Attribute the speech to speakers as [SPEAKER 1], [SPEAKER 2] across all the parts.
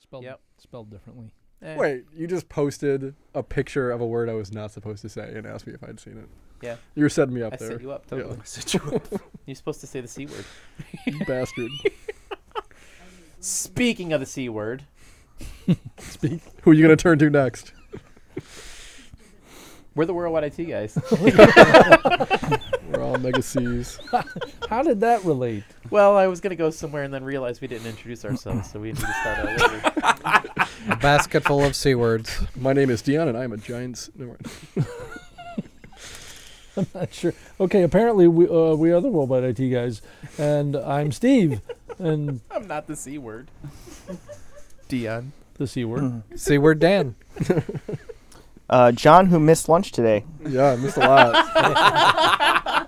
[SPEAKER 1] Spelled
[SPEAKER 2] Yep.
[SPEAKER 1] spelled differently.
[SPEAKER 2] Eh,
[SPEAKER 3] Wait, you just posted a picture of a word I was not supposed to say and asked me if I'd seen it.
[SPEAKER 2] Yeah.
[SPEAKER 3] You were setting me up
[SPEAKER 2] I
[SPEAKER 3] there.
[SPEAKER 2] set you up
[SPEAKER 3] Yeah.
[SPEAKER 2] totally. You're supposed to say the c word.
[SPEAKER 3] you bastard.
[SPEAKER 2] Speaking of the c word,
[SPEAKER 3] Speak. Who are you going to turn to next?
[SPEAKER 2] we're the worldwide IT guys.
[SPEAKER 3] We're all mega C's.
[SPEAKER 1] How did that relate?
[SPEAKER 2] well, I was gonna go somewhere and then realize we didn't introduce ourselves, so we need to start all over.
[SPEAKER 4] A basket full of C words.
[SPEAKER 3] My name is Dion, and I am a giant. s- No, wait.
[SPEAKER 1] I'm not Uh, sure. Okay, apparently we uh, we are the worldwide IT guys, and I'm Steve, and
[SPEAKER 2] I'm not the c word.
[SPEAKER 5] Dion.
[SPEAKER 1] the C
[SPEAKER 3] Mm-hmm.
[SPEAKER 1] word.
[SPEAKER 4] C word Dan.
[SPEAKER 6] Uh, John, who missed lunch today.
[SPEAKER 3] yeah, I missed a lot.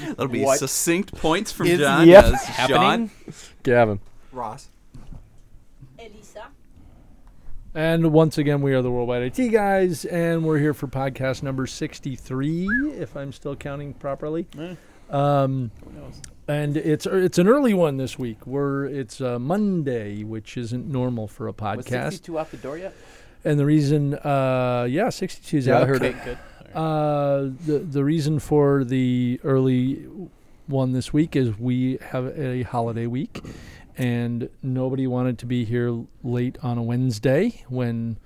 [SPEAKER 7] That'll be
[SPEAKER 2] What
[SPEAKER 7] succinct points from
[SPEAKER 2] is
[SPEAKER 7] John.
[SPEAKER 6] yep.
[SPEAKER 7] as John.
[SPEAKER 2] happening?
[SPEAKER 3] Gavin.
[SPEAKER 5] Ross.
[SPEAKER 8] Elisa.
[SPEAKER 1] And once again, we are the worldwide IT guys, and we're here for podcast number sixty-three, if I'm still counting properly.
[SPEAKER 2] Eh.
[SPEAKER 1] Um,
[SPEAKER 2] Who knows?
[SPEAKER 1] and it's er, it's an early one this week. We're it's uh, Monday, which isn't normal for a
[SPEAKER 2] Was
[SPEAKER 1] podcast.
[SPEAKER 2] 62 off the door yet?
[SPEAKER 1] And the reason, uh, yeah, 62 is
[SPEAKER 3] Yeah,
[SPEAKER 1] out.
[SPEAKER 3] I heard
[SPEAKER 2] Okay, good.
[SPEAKER 1] Uh, the the reason for the early one this week is we have a holiday week, and nobody wanted to be here l- late on a Wednesday when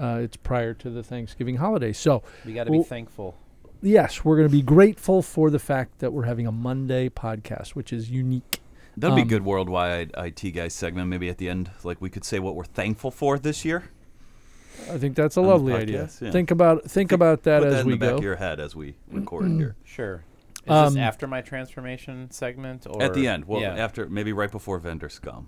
[SPEAKER 1] uh, it's prior to the Thanksgiving holiday. So
[SPEAKER 2] We got to
[SPEAKER 1] Well-
[SPEAKER 2] be thankful.
[SPEAKER 1] yes, we're going to be grateful for the fact that we're having a Monday podcast, which is unique.
[SPEAKER 7] That'll
[SPEAKER 1] Um,
[SPEAKER 7] be good worldwide IT guys segment. Maybe at the end, like we could say what we're thankful for this year.
[SPEAKER 1] I think that's a
[SPEAKER 7] On the
[SPEAKER 1] lovely idea.
[SPEAKER 7] podcast, yeah.
[SPEAKER 1] Think about think, about that
[SPEAKER 7] Put
[SPEAKER 1] as
[SPEAKER 7] that in
[SPEAKER 1] we
[SPEAKER 7] the back
[SPEAKER 1] go. Mm-hmm.
[SPEAKER 7] of your head as we record here.
[SPEAKER 2] Sure. Is
[SPEAKER 1] Um,
[SPEAKER 2] this after my transformation segment or
[SPEAKER 7] At the end, well,
[SPEAKER 2] yeah.
[SPEAKER 7] after maybe right before vendor scum.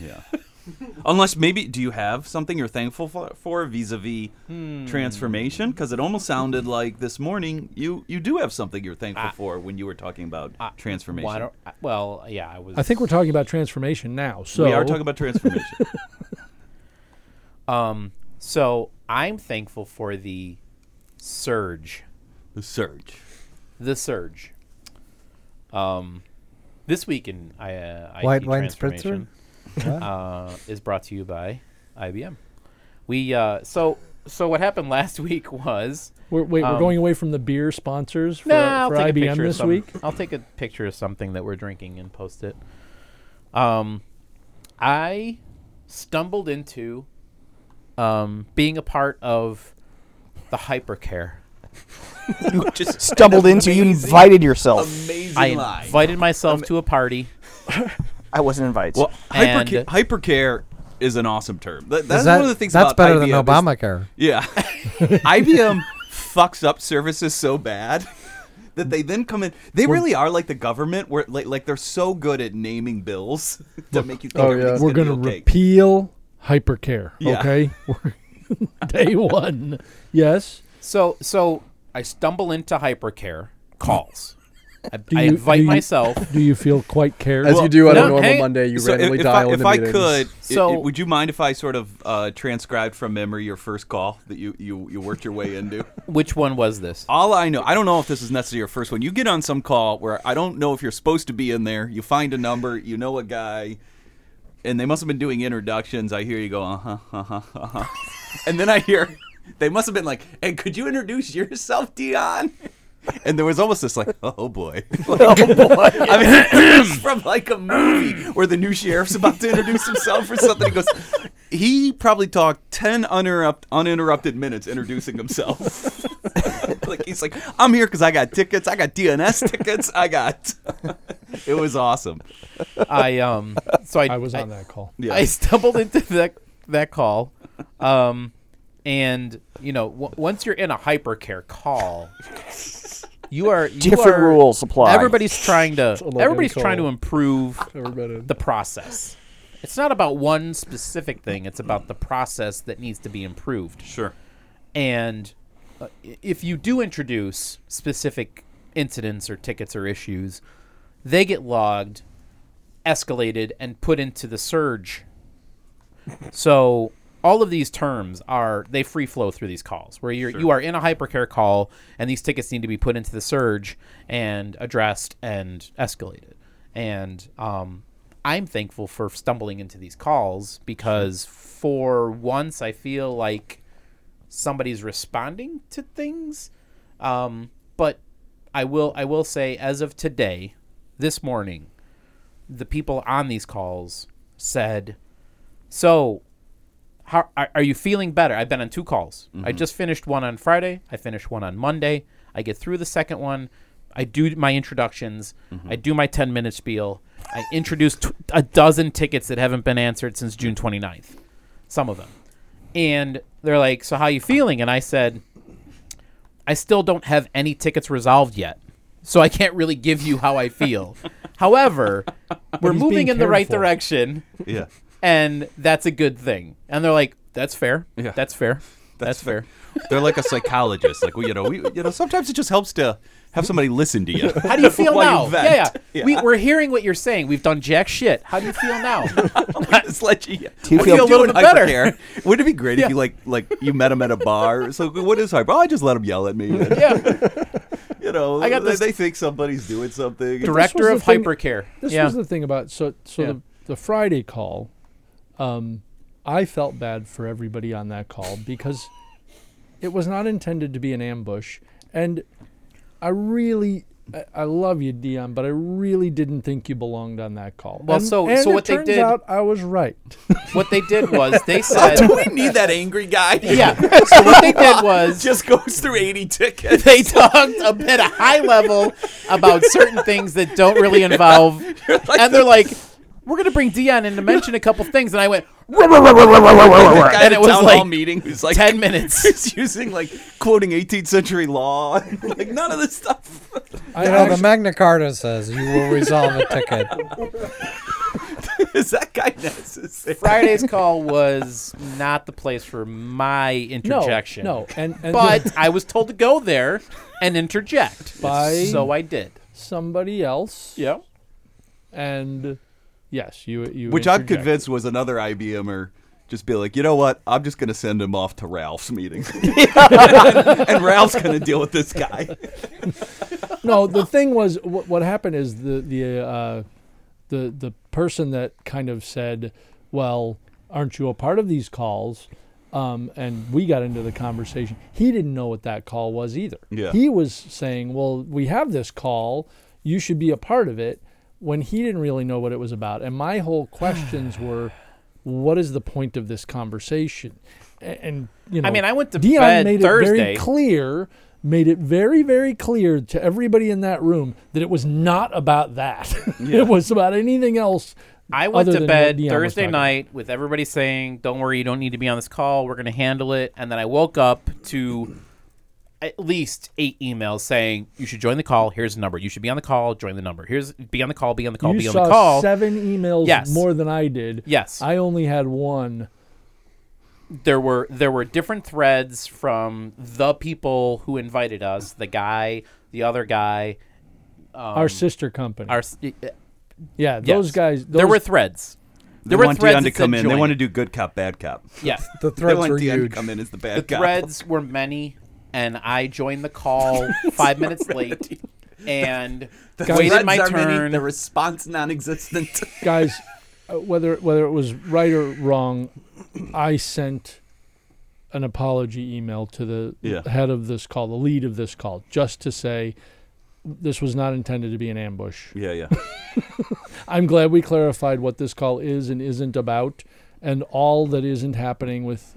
[SPEAKER 7] Yeah. Unless maybe do you have something you're thankful for, for vis-a-vis
[SPEAKER 2] Hmm.
[SPEAKER 7] transformation? Because it almost sounded like this morning you you do have something you're thankful for when you were talking about transformation.
[SPEAKER 2] Well, I Ah. don't, I- well, yeah, I was.
[SPEAKER 1] I think we're talking about transformation now. So
[SPEAKER 7] we are talking about transformation.
[SPEAKER 2] Um, so I'm thankful for the surge,
[SPEAKER 7] the surge.
[SPEAKER 2] the surge. Um, this week in I, uh,
[SPEAKER 4] White
[SPEAKER 2] IT
[SPEAKER 4] wine
[SPEAKER 2] transformation,
[SPEAKER 4] What?
[SPEAKER 2] uh, is brought to you by IBM. We uh, so so what happened last week was
[SPEAKER 1] We're, wait,
[SPEAKER 2] Um,
[SPEAKER 1] we're going away from the beer sponsors for,
[SPEAKER 2] No, I'll
[SPEAKER 1] for
[SPEAKER 2] take a
[SPEAKER 1] IBM
[SPEAKER 2] picture of
[SPEAKER 1] this
[SPEAKER 2] some-
[SPEAKER 1] week.
[SPEAKER 2] I'll take a picture of something that we're drinking and post it. Um, I stumbled into um, being a part of the hypercare.
[SPEAKER 7] Just
[SPEAKER 6] Stumbled into you, invited yourself.
[SPEAKER 7] amazing
[SPEAKER 2] I
[SPEAKER 7] lie.
[SPEAKER 2] invited myself to a party.
[SPEAKER 6] I wasn't invited.
[SPEAKER 7] Well,
[SPEAKER 2] And-
[SPEAKER 7] hypercare, hypercare is an awesome term. That, that's
[SPEAKER 4] Is that-
[SPEAKER 7] one of the things.
[SPEAKER 4] That's
[SPEAKER 7] about
[SPEAKER 4] better
[SPEAKER 7] IBM
[SPEAKER 4] than
[SPEAKER 7] is-
[SPEAKER 4] Obamacare.
[SPEAKER 7] yeah, IBM fucks up services so bad that they then come in. They really are like the government, where like, like they're so good at naming bills to make you think
[SPEAKER 3] Oh, yeah.
[SPEAKER 7] everything's
[SPEAKER 1] we're
[SPEAKER 7] gonna,
[SPEAKER 1] going to
[SPEAKER 7] be okay.
[SPEAKER 1] repeal hypercare.
[SPEAKER 7] Yeah.
[SPEAKER 1] Okay, We're- day one. Yes.
[SPEAKER 2] So so I stumble into hypercare calls. I,
[SPEAKER 1] Do
[SPEAKER 2] I
[SPEAKER 1] you-
[SPEAKER 2] invite
[SPEAKER 1] do you-
[SPEAKER 2] myself.
[SPEAKER 1] Do you feel quite cared?
[SPEAKER 3] As you do on a
[SPEAKER 2] no,
[SPEAKER 3] normal
[SPEAKER 2] hey,
[SPEAKER 3] Monday, you
[SPEAKER 7] So if,
[SPEAKER 3] randomly
[SPEAKER 7] if
[SPEAKER 3] dial
[SPEAKER 7] I,
[SPEAKER 3] into
[SPEAKER 7] if I
[SPEAKER 3] meetings.
[SPEAKER 7] could,
[SPEAKER 2] So-
[SPEAKER 7] so, would you mind if I sort of uh, transcribed from memory your first call that you, you, you worked your way into?
[SPEAKER 2] Which one was this?
[SPEAKER 7] All I know, I don't know if this is necessarily your first one. You get on some call where I don't know if you're supposed to be in there. You find a number, you know a guy, and they must have been doing introductions. I hear you go, uh huh, uh huh, uh huh. And then I hear, they must have been like, and could you introduce yourself, Dion? And there was almost this like, oh boy. oh boy. I mean, it's from like a movie where the new sheriff's about to introduce himself or something. He goes, he probably talked 10 uninterrupt, uninterrupted minutes introducing himself. like, he's like, I'm here because I got tickets. I got DNS tickets. I got. it was awesome.
[SPEAKER 2] I um. So I
[SPEAKER 1] I was on that call.
[SPEAKER 7] Yeah.
[SPEAKER 2] I stumbled into that that call, um, and you know, w- once you're in a hypercare call, you are you
[SPEAKER 6] Different
[SPEAKER 2] are-
[SPEAKER 6] rules apply.
[SPEAKER 2] Everybody's trying to
[SPEAKER 3] a low-end
[SPEAKER 2] everybody's trying to
[SPEAKER 3] call.
[SPEAKER 2] improve
[SPEAKER 3] Everybody.
[SPEAKER 2] the process. It's not about one specific thing; it's about the process that needs to be improved.
[SPEAKER 7] sure.
[SPEAKER 2] And uh, i- if you do introduce specific incidents or tickets or issues, they get logged, escalated, and put into the surge. So all of these terms are they free flow through these calls where you're you are in a hypercare call and these tickets need to be put into the surge and addressed and escalated. And um, I'm thankful for stumbling into these calls because for once I feel like somebody's responding to things. Um, but I will I will say as of today, this morning, the people on these calls said, "So, how are, are you feeling better?" I've been on two calls. I
[SPEAKER 1] Mm-hmm.
[SPEAKER 2] just finished one on Friday. I finished one on Monday. I get through the second one. I do my introductions.
[SPEAKER 1] Mm-hmm.
[SPEAKER 2] I do my 10 minute spiel. I introduce t- a dozen tickets that haven't been answered since June 29th. Some of them. And they're like, "So how you feeling?" And I said, I still don't have any tickets resolved yet. So I can't really give you how I feel. However, we're
[SPEAKER 1] he's
[SPEAKER 2] moving
[SPEAKER 1] being
[SPEAKER 2] in the right
[SPEAKER 1] careful.
[SPEAKER 2] direction
[SPEAKER 7] Yeah.
[SPEAKER 2] and that's a good thing. And they're like, that's fair.
[SPEAKER 7] Yeah.
[SPEAKER 2] That's fair. That's, fair.
[SPEAKER 7] They're like a psychologist. Like we, you know, we, you know, sometimes it just helps to have somebody listen to you.
[SPEAKER 2] How do you feel
[SPEAKER 7] While
[SPEAKER 2] now?
[SPEAKER 7] you vent.
[SPEAKER 2] yeah, yeah.
[SPEAKER 7] Yeah.
[SPEAKER 2] We, we're hearing what you're saying. We've done jack shit. How do you feel now?
[SPEAKER 7] Just let you.
[SPEAKER 6] you
[SPEAKER 7] I
[SPEAKER 6] feel
[SPEAKER 7] do
[SPEAKER 2] a little
[SPEAKER 7] in
[SPEAKER 2] bit better?
[SPEAKER 7] hypercare. Wouldn't it be great if you like, like you met him at a bar? So what is hyper? Oh, I just let him yell at me. and,
[SPEAKER 2] yeah.
[SPEAKER 7] You know,
[SPEAKER 2] I got
[SPEAKER 7] they,
[SPEAKER 2] this-
[SPEAKER 7] they think somebody's doing something.
[SPEAKER 2] Director
[SPEAKER 1] was
[SPEAKER 2] of
[SPEAKER 1] the thing-
[SPEAKER 2] Hypercare.
[SPEAKER 1] This
[SPEAKER 2] yeah.
[SPEAKER 1] was the thing about so so
[SPEAKER 2] Yeah.
[SPEAKER 1] the, the Friday call. Um, I felt bad for everybody on that call because it was not intended to be an ambush, and I really. I- I love you, Dion, but I really didn't think you belonged on that call.
[SPEAKER 2] Well,
[SPEAKER 1] And-
[SPEAKER 2] so-
[SPEAKER 1] and
[SPEAKER 2] so
[SPEAKER 1] it
[SPEAKER 2] what they
[SPEAKER 1] turns
[SPEAKER 2] did-
[SPEAKER 1] out I was right.
[SPEAKER 2] what they did was they said,
[SPEAKER 7] We need that angry guy.
[SPEAKER 2] yeah. So what they did was
[SPEAKER 7] Just goes through eighty tickets.
[SPEAKER 2] they talked a bit of high level about certain things that don't really involve, and they're like, "We're gonna bring Dion in to mention a couple things," and I went,
[SPEAKER 7] guy
[SPEAKER 2] and
[SPEAKER 7] at
[SPEAKER 2] it
[SPEAKER 7] a
[SPEAKER 2] was
[SPEAKER 7] town hall
[SPEAKER 2] like
[SPEAKER 7] meeting who's like
[SPEAKER 2] ten minutes.
[SPEAKER 7] He's using like quoting 18th century law, like none of this stuff.
[SPEAKER 1] I
[SPEAKER 4] No, the
[SPEAKER 1] actually-
[SPEAKER 4] Magna Carta says you will resolve a ticket.
[SPEAKER 7] Is that guy necessary?
[SPEAKER 2] Friday's call was not the place for my
[SPEAKER 1] no,
[SPEAKER 2] interjection.
[SPEAKER 1] no, and, and
[SPEAKER 2] but I was told to go there and interject,
[SPEAKER 1] By-
[SPEAKER 2] so I did.
[SPEAKER 1] somebody else.
[SPEAKER 2] Yeah.
[SPEAKER 1] and yes, you you.
[SPEAKER 7] Which I'm
[SPEAKER 1] interjected.
[SPEAKER 7] convinced was another IBMer. Just be like, you know what? I'm just gonna send him off to Ralph's meeting, and Ralph's gonna deal with this guy.
[SPEAKER 1] no, the thing was what, what happened is the the uh, the the person that kind of said, "Well, aren't you a part of these calls?" Um, and we got into the conversation. He didn't know what that call was either.
[SPEAKER 7] Yeah.
[SPEAKER 1] He was saying, "Well, we have this call. You should be a part of it." When he didn't really know what it was about, and my whole questions were, "What is the point of this conversation?" And, and you know,
[SPEAKER 2] I mean, I went to
[SPEAKER 1] Dion
[SPEAKER 2] bed
[SPEAKER 1] made it
[SPEAKER 2] Thursday.
[SPEAKER 1] very clear, made it very, very clear to everybody in that room that it was not about that. it was about anything else.
[SPEAKER 2] I went
[SPEAKER 1] other
[SPEAKER 2] to
[SPEAKER 1] than
[SPEAKER 2] bed
[SPEAKER 1] what Dion was
[SPEAKER 2] Thursday
[SPEAKER 1] talking about.
[SPEAKER 2] night with everybody saying, "Don't worry, you don't need to be on this call. We're going to handle it." And then I woke up to at least eight emails saying, "You should join the call. Here's the number. You should be on the call. Join the number. Here's be on the call. Be on the call.
[SPEAKER 1] You
[SPEAKER 2] be on
[SPEAKER 1] saw
[SPEAKER 2] the call."
[SPEAKER 1] seven emails
[SPEAKER 2] Yes.
[SPEAKER 1] more than I did.
[SPEAKER 2] Yes.
[SPEAKER 1] I only had one.
[SPEAKER 2] there were there were different threads from the people who invited us, the guy, the other guy,
[SPEAKER 1] our sister company.
[SPEAKER 2] Um, our s-
[SPEAKER 1] yeah, those
[SPEAKER 2] yes.
[SPEAKER 1] guys. Those,
[SPEAKER 2] there were threads.
[SPEAKER 7] They
[SPEAKER 2] There were
[SPEAKER 7] want
[SPEAKER 2] threads
[SPEAKER 7] Dion to
[SPEAKER 2] that said
[SPEAKER 7] come in. They
[SPEAKER 2] join.
[SPEAKER 7] want to do good cop, bad cop.
[SPEAKER 2] Yeah.
[SPEAKER 4] The
[SPEAKER 7] They
[SPEAKER 4] threats
[SPEAKER 7] want
[SPEAKER 4] were
[SPEAKER 7] Dion to
[SPEAKER 4] huge.
[SPEAKER 7] come in as the bad
[SPEAKER 2] The
[SPEAKER 7] cop.
[SPEAKER 2] threads were many and I joined the call 5 minutes late and waited my turn.
[SPEAKER 7] response non-existent.
[SPEAKER 1] guys. uh, Whether whether it was right or wrong, I sent an apology email to the
[SPEAKER 7] Yeah.
[SPEAKER 1] head of this call, the lead of this call, just to say this was not intended to be an ambush.
[SPEAKER 7] yeah, yeah.
[SPEAKER 1] I'm glad we clarified what this call is and isn't about, and all that isn't happening with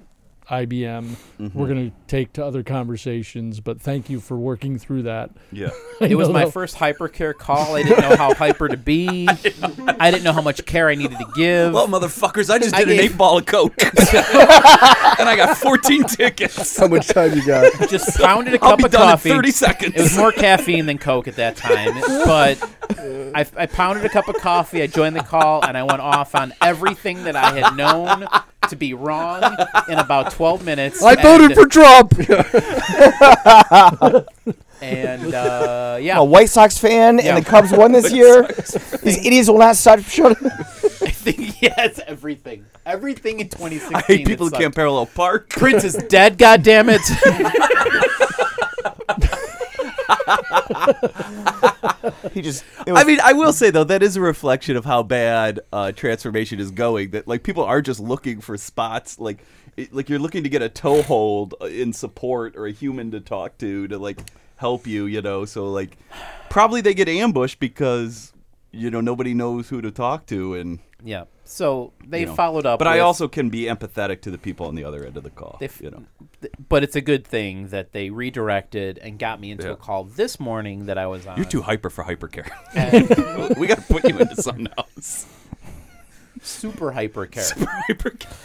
[SPEAKER 1] IBM.
[SPEAKER 2] Mm-hmm.
[SPEAKER 1] We're going to take to other conversations, but thank you for working through that.
[SPEAKER 7] Yeah.
[SPEAKER 2] It was
[SPEAKER 1] No,
[SPEAKER 2] my
[SPEAKER 1] no.
[SPEAKER 2] first hypercare call. I didn't know how hyper to be. I didn't know how much care I needed to give.
[SPEAKER 7] Well, motherfuckers, I just
[SPEAKER 2] I
[SPEAKER 7] did an
[SPEAKER 2] gave-
[SPEAKER 7] eight ball of coke, and I got 14 tickets.
[SPEAKER 5] How much time you got?
[SPEAKER 2] Just pounded a
[SPEAKER 7] I'll
[SPEAKER 2] cup
[SPEAKER 7] be
[SPEAKER 2] of
[SPEAKER 7] done
[SPEAKER 2] coffee.
[SPEAKER 7] in 30
[SPEAKER 2] It was
[SPEAKER 7] seconds.
[SPEAKER 2] more caffeine than Coke at that time, but I, I pounded a cup of coffee. I joined the call and I went off on everything that I had known to be wrong in about 12 minutes.
[SPEAKER 4] I voted
[SPEAKER 2] and-
[SPEAKER 4] for Trump.
[SPEAKER 2] And uh, yeah,
[SPEAKER 7] Oh,
[SPEAKER 6] A White Sox fan
[SPEAKER 2] Yeah.
[SPEAKER 6] and the Cubs won this year. These idiots will not stop. Shut
[SPEAKER 2] I think he has everything. Everything in 2016.
[SPEAKER 7] I hate
[SPEAKER 2] that
[SPEAKER 7] people who
[SPEAKER 2] sucked.
[SPEAKER 7] can't parallel park.
[SPEAKER 2] Prince is dead, goddammit.
[SPEAKER 6] He just. It was,
[SPEAKER 7] I mean, I will say though that is a reflection of how bad uh, transformation is going. That like people are just looking for spots, like it, like you're looking to get a toehold uh, in support or a human to talk to to like help you, you know. So like, probably they get ambushed because you know nobody knows who to talk to, and
[SPEAKER 2] Yeah. So they
[SPEAKER 7] you know.
[SPEAKER 2] followed up.
[SPEAKER 7] But I
[SPEAKER 2] with-
[SPEAKER 7] also can be empathetic to the people on the other end of the call.
[SPEAKER 2] They f-
[SPEAKER 7] you know,
[SPEAKER 2] th- But it's a good thing that they redirected and got me into
[SPEAKER 7] Yeah.
[SPEAKER 2] a call this morning that I was on.
[SPEAKER 7] you're too hyper for hypercare.
[SPEAKER 2] and
[SPEAKER 7] we got to put you into something else.
[SPEAKER 2] super hyper care.
[SPEAKER 7] Hypercare.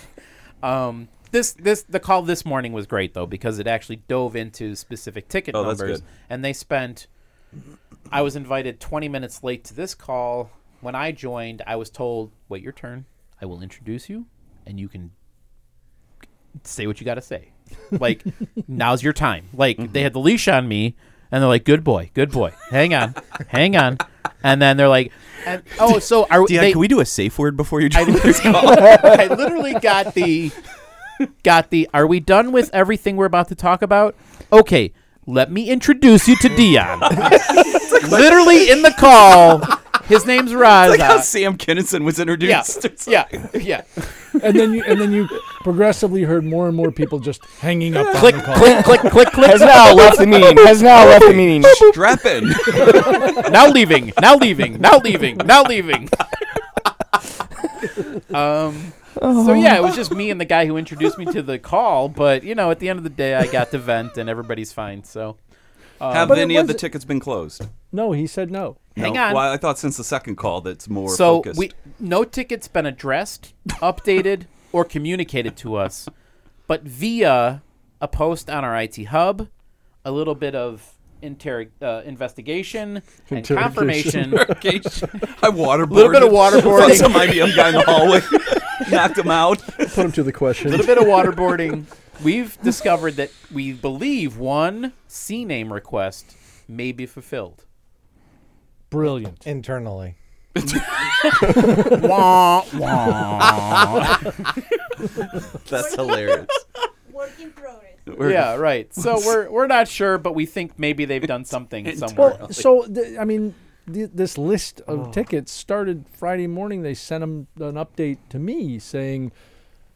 [SPEAKER 2] Um, this this the call this morning was great though because it actually dove into specific ticket
[SPEAKER 7] Oh, that's
[SPEAKER 2] numbers,
[SPEAKER 7] good.
[SPEAKER 2] and they spent. I was invited 20 minutes late to this call. When I joined, I was told, "Wait your turn. I will introduce you, and you can say what you got to say. Like now's your time." Like
[SPEAKER 7] Mm-hmm.
[SPEAKER 2] they had the leash on me, and they're like, "Good boy, good boy. Hang on, hang on," and then they're like, and, "Oh, so are
[SPEAKER 7] Dion,
[SPEAKER 2] they,
[SPEAKER 7] can we do a safe word before you
[SPEAKER 2] I
[SPEAKER 7] join this
[SPEAKER 2] literally,
[SPEAKER 7] call?
[SPEAKER 2] I literally got the got the are we done with everything we're about to talk about? Okay, let me introduce you to Dion. literally in the call. His name's Raza.
[SPEAKER 7] like how Sam Kinison was
[SPEAKER 2] yeah,
[SPEAKER 7] introduced. It's like-
[SPEAKER 2] yeah, yeah.
[SPEAKER 1] and then you and then you progressively heard more and more people just hanging up.
[SPEAKER 2] Click,
[SPEAKER 1] on the call.
[SPEAKER 2] click, click, click, click.
[SPEAKER 6] has now left the meeting. Has now left the meeting.
[SPEAKER 7] Strap in.
[SPEAKER 2] now leaving, now leaving, now leaving, now leaving. um. So yeah, it was just me and the guy who introduced me to the call. But you know, at the end of the day, I got to vent, and everybody's fine. So Uh,
[SPEAKER 7] Have
[SPEAKER 1] But it
[SPEAKER 7] any of the
[SPEAKER 1] wasn't-
[SPEAKER 7] tickets been closed?
[SPEAKER 1] No, he said no.
[SPEAKER 2] Hang
[SPEAKER 7] no?
[SPEAKER 2] on.
[SPEAKER 7] Well, I thought since the second call that's more
[SPEAKER 2] so
[SPEAKER 7] focused.
[SPEAKER 2] we no ticket's been addressed, updated, or communicated to us, but via a post on our IT hub, a little bit of inter- uh, investigation and
[SPEAKER 3] Interrogation.
[SPEAKER 2] confirmation.
[SPEAKER 7] I waterboarded.
[SPEAKER 2] Little bit of waterboarding.
[SPEAKER 7] Some IBM guy in the hallway knocked him out.
[SPEAKER 3] Put him to the question.
[SPEAKER 2] little bit of waterboarding. We've discovered that we believe one C name request may be fulfilled.
[SPEAKER 1] Brilliant.
[SPEAKER 4] internally.
[SPEAKER 2] Wah, wah.
[SPEAKER 7] That's hilarious.
[SPEAKER 8] Work in progress.
[SPEAKER 7] We're-
[SPEAKER 2] yeah, right. So we're we're not sure, but we think maybe they've done something somewhere.
[SPEAKER 4] uh,
[SPEAKER 1] Well, so th- I mean, th- this list of
[SPEAKER 4] Oh.
[SPEAKER 1] tickets started Friday morning. They sent him an update to me saying,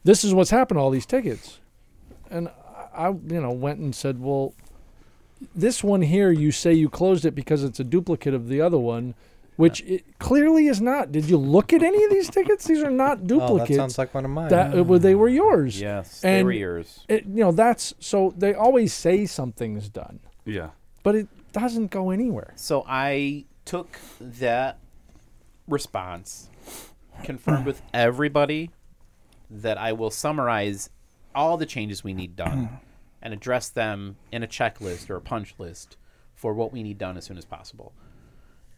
[SPEAKER 1] "This is what's happened. to All these tickets," and I, I, you know, went and said, "Well, this one here, you say you closed it because it's a duplicate of the other one." Which it clearly is not. Did you look at any of these tickets? These are not
[SPEAKER 4] Oh,
[SPEAKER 1] duplicates.
[SPEAKER 4] that sounds like one of mine.
[SPEAKER 1] That- uh, well, they were yours.
[SPEAKER 2] Yes,
[SPEAKER 1] And-
[SPEAKER 2] they were yours.
[SPEAKER 1] It, you know that's so they always say something's done,
[SPEAKER 7] yeah.
[SPEAKER 1] but it doesn't go anywhere.
[SPEAKER 2] So I took that response, confirmed with everybody that I will summarize all the changes we need done and address them in a checklist or a punch list for what we need done as soon as possible.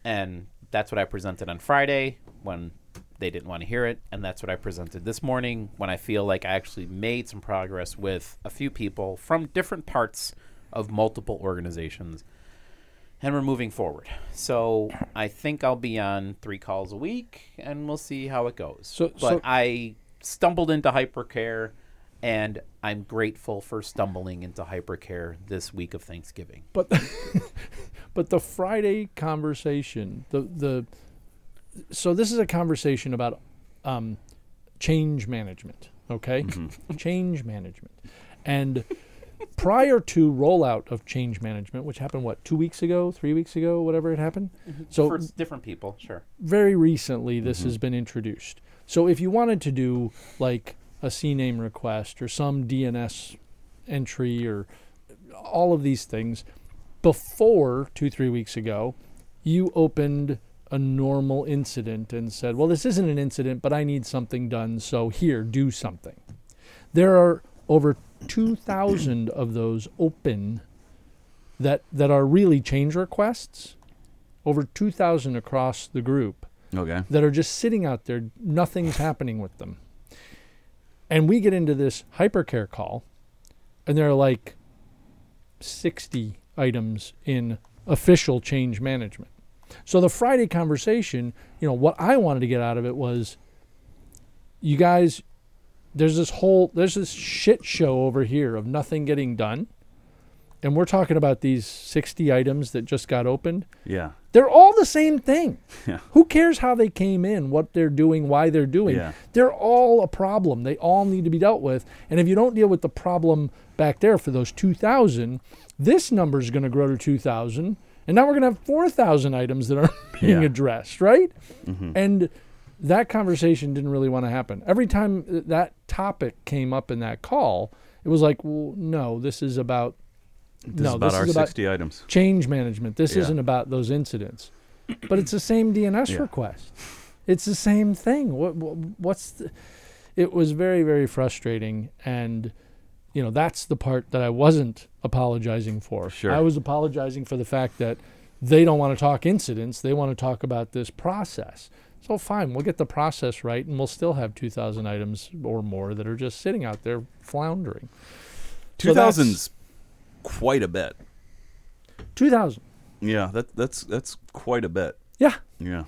[SPEAKER 2] And that's what I presented on Friday when they didn't want to hear it. And that's what I presented this morning when I feel like I actually made some progress with a few people from different parts of multiple organizations and we're moving forward. So I think I'll be on three calls a week, and we'll see how it goes.
[SPEAKER 1] So-
[SPEAKER 2] but
[SPEAKER 1] so-
[SPEAKER 2] I stumbled into hypercare, and I'm grateful for stumbling into hypercare this week of Thanksgiving.
[SPEAKER 1] But but the Friday conversation, the the so this is a conversation about um, change management, okay? change management. And prior to rollout of change management, which happened what, 2 weeks ago, 3 weeks ago, whatever it happened. So
[SPEAKER 2] for different people, sure.
[SPEAKER 1] very recently this has been introduced. So if you wanted to do like a CNAME request or some DNS entry or all of these things before two, three weeks ago, you opened a normal incident and said, Well, this isn't an incident, but I need something done. So here, do something. There are over 2,000 of those open that, that are really change requests, over 2,000 across the group
[SPEAKER 7] Okay.
[SPEAKER 1] that are just sitting out there, nothing's happening with them. And we get into this hypercare call, and there are like 60 items in official change management. So the Friday conversation, you know, what I wanted to get out of it was you guys, there's this whole, there's this shit show over here of nothing getting done. and we're talking about these 60 items that just got opened.
[SPEAKER 7] Yeah.
[SPEAKER 1] They're all the same thing.
[SPEAKER 7] Yeah.
[SPEAKER 1] Who cares how they came in, what they're doing, why they're doing?
[SPEAKER 7] Yeah.
[SPEAKER 1] They're all a problem. They all need to be dealt with. And if you don't deal with the problem back there for those 2,000, this number is going to grow to 2,000. And now we're going to have 4,000 items that aren't being
[SPEAKER 7] Yeah. Mm-hmm.
[SPEAKER 1] addressed, right? And that conversation didn't really want to happen. Every time th- that topic came up in that call, it was like, well, no, this is about
[SPEAKER 7] This
[SPEAKER 1] no,
[SPEAKER 7] is about
[SPEAKER 1] this
[SPEAKER 7] our
[SPEAKER 1] is about
[SPEAKER 7] 60 items.
[SPEAKER 1] change management. This
[SPEAKER 7] Yeah.
[SPEAKER 1] isn't about those incidents. But it's the same DNS
[SPEAKER 7] Yeah.
[SPEAKER 1] request. It's the same thing. What, what what's the, it was very very frustrating and you know that's the part that I wasn't apologizing for.
[SPEAKER 7] Sure.
[SPEAKER 1] I was apologizing for the fact that they don't want to talk incidents, they want to talk about this process. So fine, we'll get the process right and we'll still have 2000 items or more that are just sitting out there floundering. So that's-
[SPEAKER 7] 2000's quite a bit.
[SPEAKER 1] 2000.
[SPEAKER 7] Yeah, that that's that's quite a bit.
[SPEAKER 1] Yeah.
[SPEAKER 7] Yeah.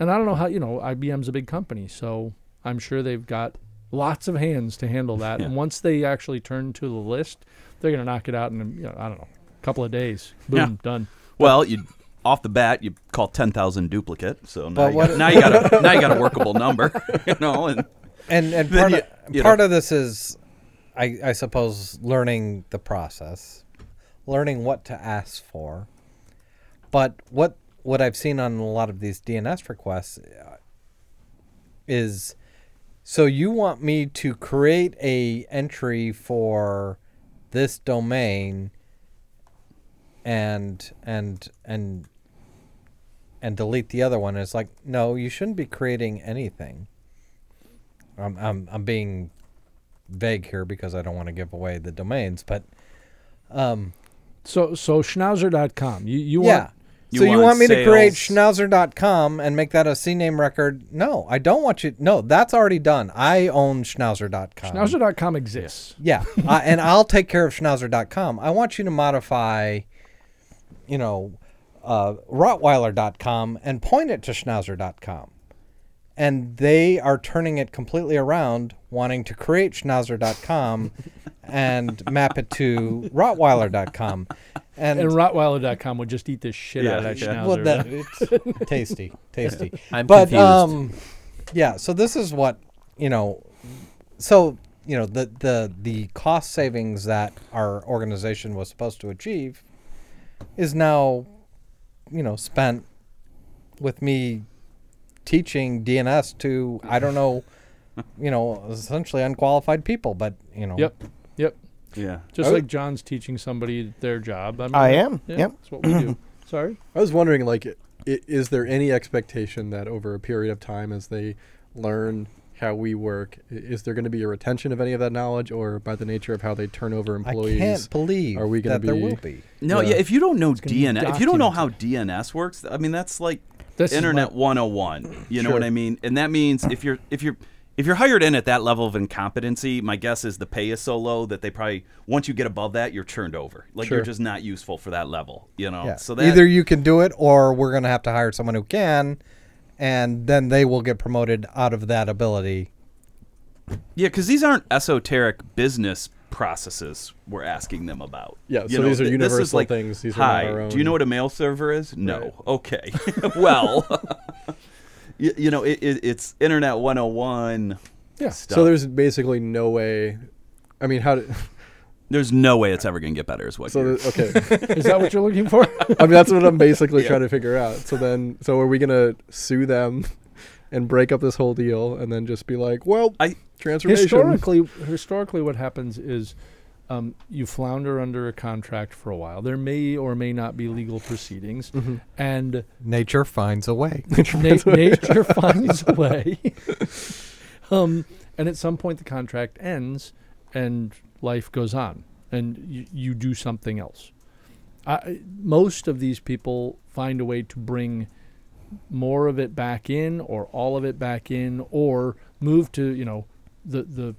[SPEAKER 1] And I don't know how, you know, IBM's a big company, so I'm sure they've got lots of hands to handle that.
[SPEAKER 7] Yeah.
[SPEAKER 1] And once they actually turn to the list, they're going to knock it out in, you know, I don't know, a couple of days. Boom,
[SPEAKER 7] Yeah.
[SPEAKER 1] done.
[SPEAKER 7] Well, you off the bat you call 10,000 duplicate, so now
[SPEAKER 4] But
[SPEAKER 7] you,
[SPEAKER 4] what-
[SPEAKER 7] got, now you got a now you got a workable number, you know, and
[SPEAKER 4] And and
[SPEAKER 7] Then
[SPEAKER 4] part, of,
[SPEAKER 7] you- you
[SPEAKER 4] part
[SPEAKER 7] know.
[SPEAKER 4] of this is, I I suppose, learning the process, learning what to ask for, but what what I've seen on a lot of these DNS requests uh, is, so you want me to create a entry for this domain and and and and delete the other one. It's like, no, you shouldn't be creating anything. I'm I'm I'm being vague here because I don't want to give away the domains, but
[SPEAKER 1] So, so schnauzer.com. You, you
[SPEAKER 4] yeah.
[SPEAKER 1] want,
[SPEAKER 7] You
[SPEAKER 4] so you
[SPEAKER 7] want
[SPEAKER 4] want me to create
[SPEAKER 7] sales-
[SPEAKER 4] schnauzer.com and make that a CNAME record? No, I don't want you. No, that's already done. I own schnauzer.com.
[SPEAKER 1] schnauzer.com exists.
[SPEAKER 4] Yeah, I, and I'll take care of schnauzer.com. I want you to modify, you know, uh, Rottweiler.com and point it to schnauzer.com. And they are turning it completely around, wanting to create schnauzer.com and map it to Rottweiler.com. And,
[SPEAKER 1] And Rottweiler.com would just eat this shit
[SPEAKER 7] Yeah,
[SPEAKER 1] out of that
[SPEAKER 7] yeah.
[SPEAKER 1] schnauzer.
[SPEAKER 4] well, that, it's tasty, tasty.
[SPEAKER 2] I'm
[SPEAKER 4] but
[SPEAKER 2] confused.
[SPEAKER 4] um, yeah. So this is what you know. So you know the the the cost savings that our organization was supposed to achieve is now, you know, spent with me teaching DNS to I don't know, you know, essentially unqualified people, but you know,
[SPEAKER 1] yep. Yep.
[SPEAKER 7] Yeah.
[SPEAKER 1] Just
[SPEAKER 3] I would-
[SPEAKER 1] like John's teaching somebody their job. I, mean,
[SPEAKER 6] I am,
[SPEAKER 1] yeah,
[SPEAKER 6] yep.
[SPEAKER 1] That's what we do. Sorry.
[SPEAKER 3] I was wondering, like, i- i- is there any expectation that over a period of time, as they learn how we work, i- is there going to be a retention of any of that knowledge, or by the nature of how they turn over
[SPEAKER 4] I
[SPEAKER 3] employees?
[SPEAKER 4] can't believe
[SPEAKER 3] are we gonna
[SPEAKER 4] that there
[SPEAKER 3] be-
[SPEAKER 4] will be.
[SPEAKER 7] No, yeah.
[SPEAKER 3] Yeah.
[SPEAKER 7] if you don't know
[SPEAKER 1] gonna be
[SPEAKER 7] DNS, if you don't know how DNS works, I mean that's like
[SPEAKER 1] This is
[SPEAKER 7] internet
[SPEAKER 1] what-
[SPEAKER 7] 101. You know
[SPEAKER 3] Sure.
[SPEAKER 7] what I mean? And that means if you're if you're if you're hired in at that level of incompetency, my guess is the pay is so low that they probably once you get above that, you're turned over. Like you're
[SPEAKER 3] Sure.
[SPEAKER 7] just not useful for that level, you know.
[SPEAKER 4] Yeah.
[SPEAKER 7] So that
[SPEAKER 4] either you can do it, or we're going to have to hire someone who can, and then they will get promoted out of that ability.
[SPEAKER 7] Yeah, cuz these aren't esoteric business processes we're asking them about.
[SPEAKER 3] Yeah,
[SPEAKER 7] You
[SPEAKER 3] so these are
[SPEAKER 7] th- this is
[SPEAKER 3] universal
[SPEAKER 7] like,
[SPEAKER 3] things. These are not
[SPEAKER 7] Hi,
[SPEAKER 3] our
[SPEAKER 7] do you
[SPEAKER 3] own-
[SPEAKER 7] know what a mail server is? No.
[SPEAKER 3] Right.
[SPEAKER 7] Okay. well, you, you know, it, it, it's internet 101
[SPEAKER 1] Yeah.
[SPEAKER 7] stuff.
[SPEAKER 3] So there's basically no way. I mean, how? Do,
[SPEAKER 7] There's no way it's ever going to get better, is what
[SPEAKER 3] so
[SPEAKER 7] you're.
[SPEAKER 3] the- uh, okay.
[SPEAKER 1] Is that what you're looking for?
[SPEAKER 3] I mean, that's what I'm basically
[SPEAKER 7] Yeah.
[SPEAKER 3] trying to figure out. So then, so are we gonna sue them and break up this whole deal, and then just be like, well,
[SPEAKER 7] I-
[SPEAKER 3] transformation.
[SPEAKER 1] historically, historically, what happens is um, you flounder under a contract for a while. There may or may not be legal proceedings,
[SPEAKER 3] Mm-hmm.
[SPEAKER 1] and
[SPEAKER 4] Nature finds a way.
[SPEAKER 1] na- nature finds a way. um, and at some point, the contract ends, and life goes on, and you, you do something else. I, most of these people find a way to bring more of it back in, or all of it back in, or move to you know the the.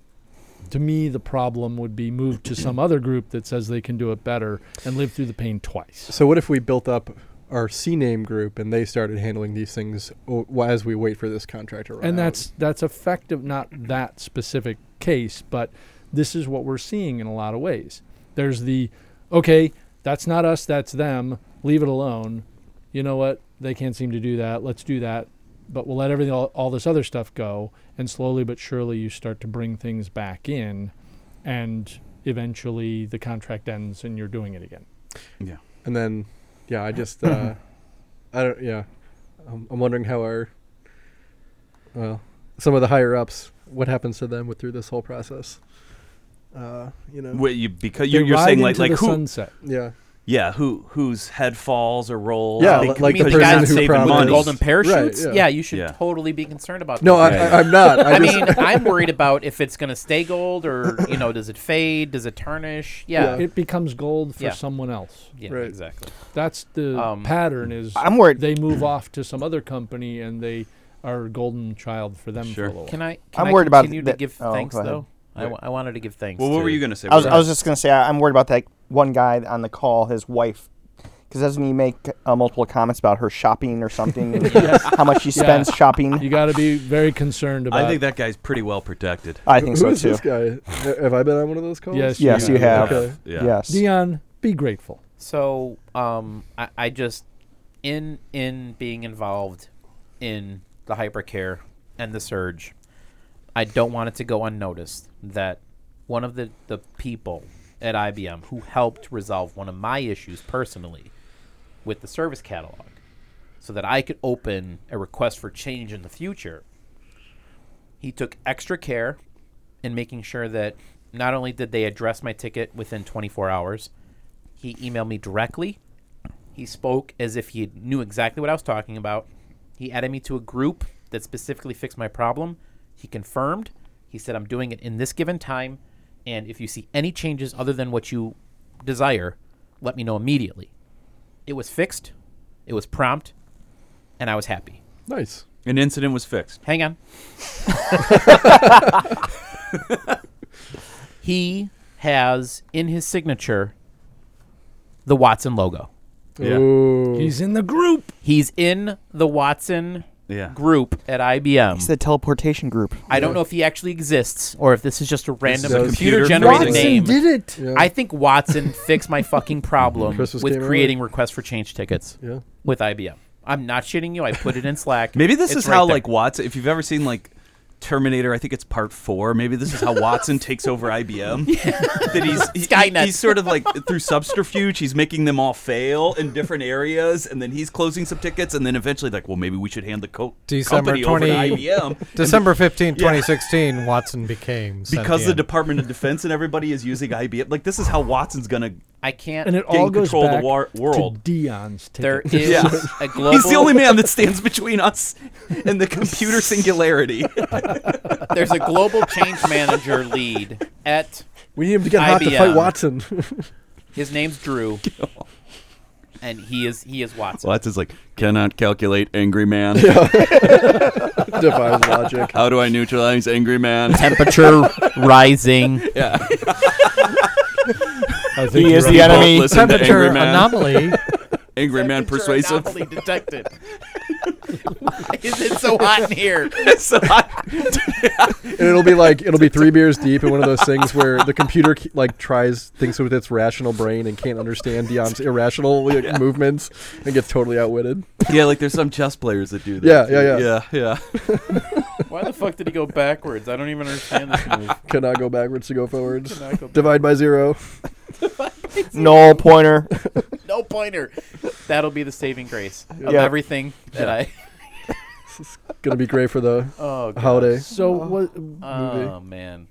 [SPEAKER 1] To me, the problem would be moved to some other group that says they can do it better and live through the pain twice.
[SPEAKER 3] So what if we built up our C name group and they started handling these things o- wh- as we wait for this contract to run?
[SPEAKER 1] and
[SPEAKER 3] out?
[SPEAKER 1] that's that's effective not that specific case but this is what we're seeing in a lot of ways there's the okay, that's not us, that's them. Leave it alone. You know what? They can't seem to do that. Let's do that. But we'll let everything, all, all this other stuff go. And slowly but surely, you start to bring things back in. And eventually, the contract ends and you're doing it again.
[SPEAKER 7] Yeah.
[SPEAKER 3] And then, yeah, I just, uh, I don't, yeah, I'm, I'm wondering how our, well, some of the higher ups, what happens to them with through this whole process. Uh, you know,
[SPEAKER 7] Wait, you, because you're,
[SPEAKER 1] They
[SPEAKER 7] you're
[SPEAKER 1] ride
[SPEAKER 7] saying like
[SPEAKER 1] into
[SPEAKER 7] like
[SPEAKER 1] the
[SPEAKER 7] who?
[SPEAKER 1] sunset.
[SPEAKER 3] yeah,
[SPEAKER 7] Yeah, who whose head falls or rolls?
[SPEAKER 3] Yeah,
[SPEAKER 7] bec-
[SPEAKER 3] like the
[SPEAKER 7] because you're
[SPEAKER 3] person
[SPEAKER 7] not
[SPEAKER 3] who
[SPEAKER 7] saving
[SPEAKER 3] promised-
[SPEAKER 7] money.
[SPEAKER 2] golden parachutes.
[SPEAKER 3] yeah.
[SPEAKER 2] yeah. you should
[SPEAKER 7] Yeah.
[SPEAKER 2] totally be concerned about.
[SPEAKER 3] no,
[SPEAKER 2] those
[SPEAKER 3] I,
[SPEAKER 2] things.
[SPEAKER 7] Right.
[SPEAKER 3] I, I'm not. I,
[SPEAKER 2] I
[SPEAKER 3] just,
[SPEAKER 2] mean, I'm worried about if it's going to stay gold or you know, does it fade? Does it tarnish? Yeah,
[SPEAKER 7] Uh,
[SPEAKER 3] Yeah.
[SPEAKER 1] It becomes gold for
[SPEAKER 2] Yeah.
[SPEAKER 1] someone else.
[SPEAKER 2] yeah,
[SPEAKER 3] Right.
[SPEAKER 2] exactly.
[SPEAKER 1] That's the
[SPEAKER 2] Um,
[SPEAKER 1] pattern. Is
[SPEAKER 6] I'm worried.
[SPEAKER 1] they move off to some other company and they are a golden child for them
[SPEAKER 7] Sure.
[SPEAKER 1] for a little while.
[SPEAKER 2] Can I? Can
[SPEAKER 6] I'm
[SPEAKER 2] I
[SPEAKER 6] worried about
[SPEAKER 2] continue
[SPEAKER 6] that-
[SPEAKER 2] to give
[SPEAKER 6] oh,
[SPEAKER 2] thanks
[SPEAKER 6] go ahead.
[SPEAKER 2] though. I, wa- I wanted to give thanks.
[SPEAKER 7] Well, what
[SPEAKER 2] to-
[SPEAKER 7] were you gonna say?
[SPEAKER 6] I was,
[SPEAKER 7] Brad?
[SPEAKER 6] I was just gonna say I, I'm worried about that one guy on the call, his wife, because doesn't he make uh, multiple comments about her shopping or something? and How much she spends shopping?
[SPEAKER 1] You got to be very concerned about.
[SPEAKER 7] I think that guy's pretty well protected.
[SPEAKER 6] I
[SPEAKER 3] who
[SPEAKER 6] think
[SPEAKER 3] is
[SPEAKER 6] so too.
[SPEAKER 3] this guy? Ha- Have I been on one of those calls?
[SPEAKER 1] Yes,
[SPEAKER 6] Yes, you have.
[SPEAKER 3] Okay.
[SPEAKER 7] Yeah.
[SPEAKER 6] Yes.
[SPEAKER 1] Dion, be grateful.
[SPEAKER 2] So, um, I, I just in in being involved in the hypercare and the surge, I don't want it to go unnoticed that one of the the people at IBM who helped resolve one of my issues personally with the service catalog, so that I could open a request for change in the future. He took extra care in making sure that not only did they address my ticket within 24 hours, he emailed me directly. He spoke as if he knew exactly what I was talking about. He added me to a group that specifically fixed my problem. He confirmed. He said, I'm doing it in this given time. And if you see any changes other than what you desire, let me know immediately. It was fixed, it was prompt, and I was happy.
[SPEAKER 3] Nice.
[SPEAKER 7] An incident was fixed.
[SPEAKER 2] Hang on. he has in his signature the Watson logo.
[SPEAKER 7] Yeah.
[SPEAKER 3] Ooh.
[SPEAKER 1] He's in the group.
[SPEAKER 2] He's in the Watson
[SPEAKER 7] Yeah.
[SPEAKER 2] group at IBM.
[SPEAKER 6] It's the teleportation group.
[SPEAKER 2] I don't know if he actually exists or if this is just a random
[SPEAKER 3] is a
[SPEAKER 2] computer,
[SPEAKER 7] computer
[SPEAKER 2] generated
[SPEAKER 7] thing.
[SPEAKER 2] name.
[SPEAKER 1] it.
[SPEAKER 3] Yeah.
[SPEAKER 2] I think Watson fixed my fucking problem
[SPEAKER 3] Christmas
[SPEAKER 2] with
[SPEAKER 3] came early.
[SPEAKER 2] creating requests for change tickets
[SPEAKER 3] yeah.
[SPEAKER 2] with IBM. I'm not shitting you. I put it in Slack.
[SPEAKER 7] Maybe this
[SPEAKER 2] It's
[SPEAKER 7] is
[SPEAKER 2] right
[SPEAKER 7] how
[SPEAKER 2] there.
[SPEAKER 7] like Watson. If you've ever seen like Terminator, I think it's part four. Maybe this is how Watson takes over IBM. that he's he- he-
[SPEAKER 2] Skynet.
[SPEAKER 7] He's sort of like through subterfuge. He's making them all fail in different areas, and then he's closing some tickets, and then eventually like, well, maybe we should hand the co-
[SPEAKER 4] December
[SPEAKER 7] company over to
[SPEAKER 4] 20
[SPEAKER 7] IBM.
[SPEAKER 4] December 15, 2016, Watson became
[SPEAKER 7] Because the
[SPEAKER 4] sentient.
[SPEAKER 7] Department of Defense and everybody is using IBM, like this is how Watson's gonna.
[SPEAKER 2] I can't.
[SPEAKER 1] And it all goes
[SPEAKER 7] control of the
[SPEAKER 1] back
[SPEAKER 7] war-
[SPEAKER 1] to
[SPEAKER 7] world.
[SPEAKER 1] Dion's
[SPEAKER 2] there
[SPEAKER 1] ticket.
[SPEAKER 2] is
[SPEAKER 7] Yeah.
[SPEAKER 2] a global.
[SPEAKER 7] He's the only man that stands between us and the computer singularity.
[SPEAKER 2] There's a global change manager lead at
[SPEAKER 3] We need him to get hot to
[SPEAKER 2] IBM.
[SPEAKER 3] fight Watson.
[SPEAKER 2] his name's Drew, and he is he is Watson.
[SPEAKER 7] Watson's like cannot calculate angry man.
[SPEAKER 3] Defies logic.
[SPEAKER 7] How do I neutralize angry man?
[SPEAKER 2] Temperature rising.
[SPEAKER 7] yeah.
[SPEAKER 1] I think
[SPEAKER 6] He
[SPEAKER 1] you're
[SPEAKER 6] is
[SPEAKER 1] right.
[SPEAKER 6] the enemy.
[SPEAKER 7] Listen to
[SPEAKER 4] temperature
[SPEAKER 7] angry man.
[SPEAKER 4] anomaly.
[SPEAKER 7] angry man persuasive.
[SPEAKER 2] Anomaly detected. Why is it so hot in here?
[SPEAKER 7] So I-
[SPEAKER 3] And it'll be like it'll be three beers deep in one of those things where the computer ke- like tries thinks with its rational brain and can't understand Dion's irrational like, movements and gets totally outwitted.
[SPEAKER 7] yeah, like there's some chess players that do that.
[SPEAKER 3] Yeah, yeah,
[SPEAKER 7] too.
[SPEAKER 3] yeah.
[SPEAKER 7] Yeah,
[SPEAKER 2] Why the fuck did he go backwards? I don't even understand this move.
[SPEAKER 3] Cannot go backwards to go forwards.
[SPEAKER 2] Cannot go
[SPEAKER 3] Divide by zero.
[SPEAKER 6] No pointer.
[SPEAKER 2] No pointer. That'll be the saving grace of
[SPEAKER 6] Yeah.
[SPEAKER 2] everything that I.
[SPEAKER 3] Gonna be great for the
[SPEAKER 2] Oh, God.
[SPEAKER 3] holiday.
[SPEAKER 1] So was,
[SPEAKER 2] Oh man.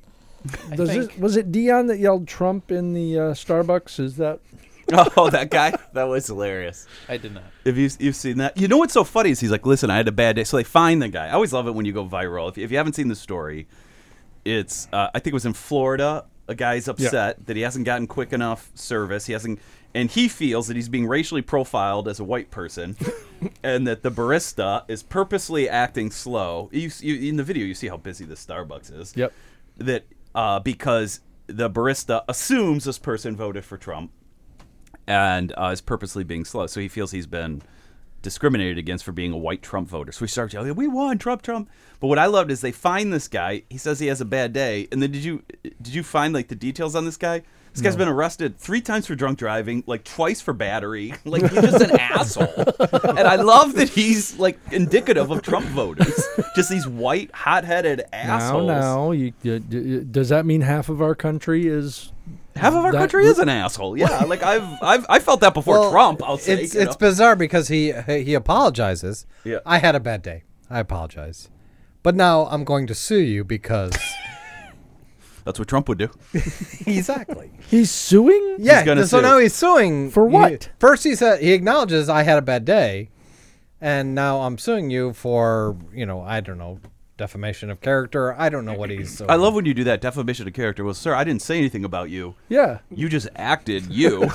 [SPEAKER 2] I
[SPEAKER 1] does
[SPEAKER 2] think-
[SPEAKER 1] it, was it Dion that yelled Trump in the uh, Starbucks? Is that
[SPEAKER 7] yeah. oh, that guy. That was hilarious.
[SPEAKER 2] I did not.
[SPEAKER 7] If you've, you've seen that, you know what's so funny is he's like, listen, I had a bad day. So they find the guy. I always love it when you go viral. If, if you haven't seen the story, it's uh, I think it was in Florida. A guy's upset that he hasn't gotten quick enough service. He hasn't, and he feels that he's being racially profiled as a white person, and that the barista is purposely acting slow. You, s- you in the video, you see how busy this Starbucks is.
[SPEAKER 1] Yep.
[SPEAKER 7] That uh, because the barista assumes this person voted for Trump, and uh, is purposely being slow. So he feels he's been discriminated against for being a white Trump voter. So he starts yelling, "We won, Trump, Trump!" But what I loved is they find this guy. He says he has a bad day, and then did you did you find like the details on this guy? This guy's been arrested three times for drunk driving, like twice for battery. Like he's just an asshole. And I love that he's like indicative of Trump voters. Just these white, hot-headed assholes.
[SPEAKER 1] Now, now, you, d- d- does that mean half of our country is
[SPEAKER 7] Half of our
[SPEAKER 1] That
[SPEAKER 7] country
[SPEAKER 1] re-
[SPEAKER 7] is an asshole. Yeah, like I've I've I felt that before
[SPEAKER 4] Well,
[SPEAKER 7] Trump. I'll say
[SPEAKER 4] it's
[SPEAKER 7] you
[SPEAKER 4] it's
[SPEAKER 7] know.
[SPEAKER 4] bizarre because he he apologizes.
[SPEAKER 7] Yeah.
[SPEAKER 4] I had a bad day. I apologize, but now I'm going to sue you because
[SPEAKER 7] that's what Trump would do.
[SPEAKER 4] exactly.
[SPEAKER 1] he's suing?
[SPEAKER 4] Yeah.
[SPEAKER 7] gonna
[SPEAKER 4] so
[SPEAKER 7] sue.
[SPEAKER 4] now he's suing
[SPEAKER 1] For
[SPEAKER 4] He-
[SPEAKER 1] what?
[SPEAKER 4] first he said he acknowledges I had a bad day, and now I'm suing you for you know I don't know defamation of character. I don't know what he's.
[SPEAKER 7] I love when you do that defamation of character. Well, sir, I didn't say anything about you.
[SPEAKER 1] Yeah.
[SPEAKER 7] You just acted you,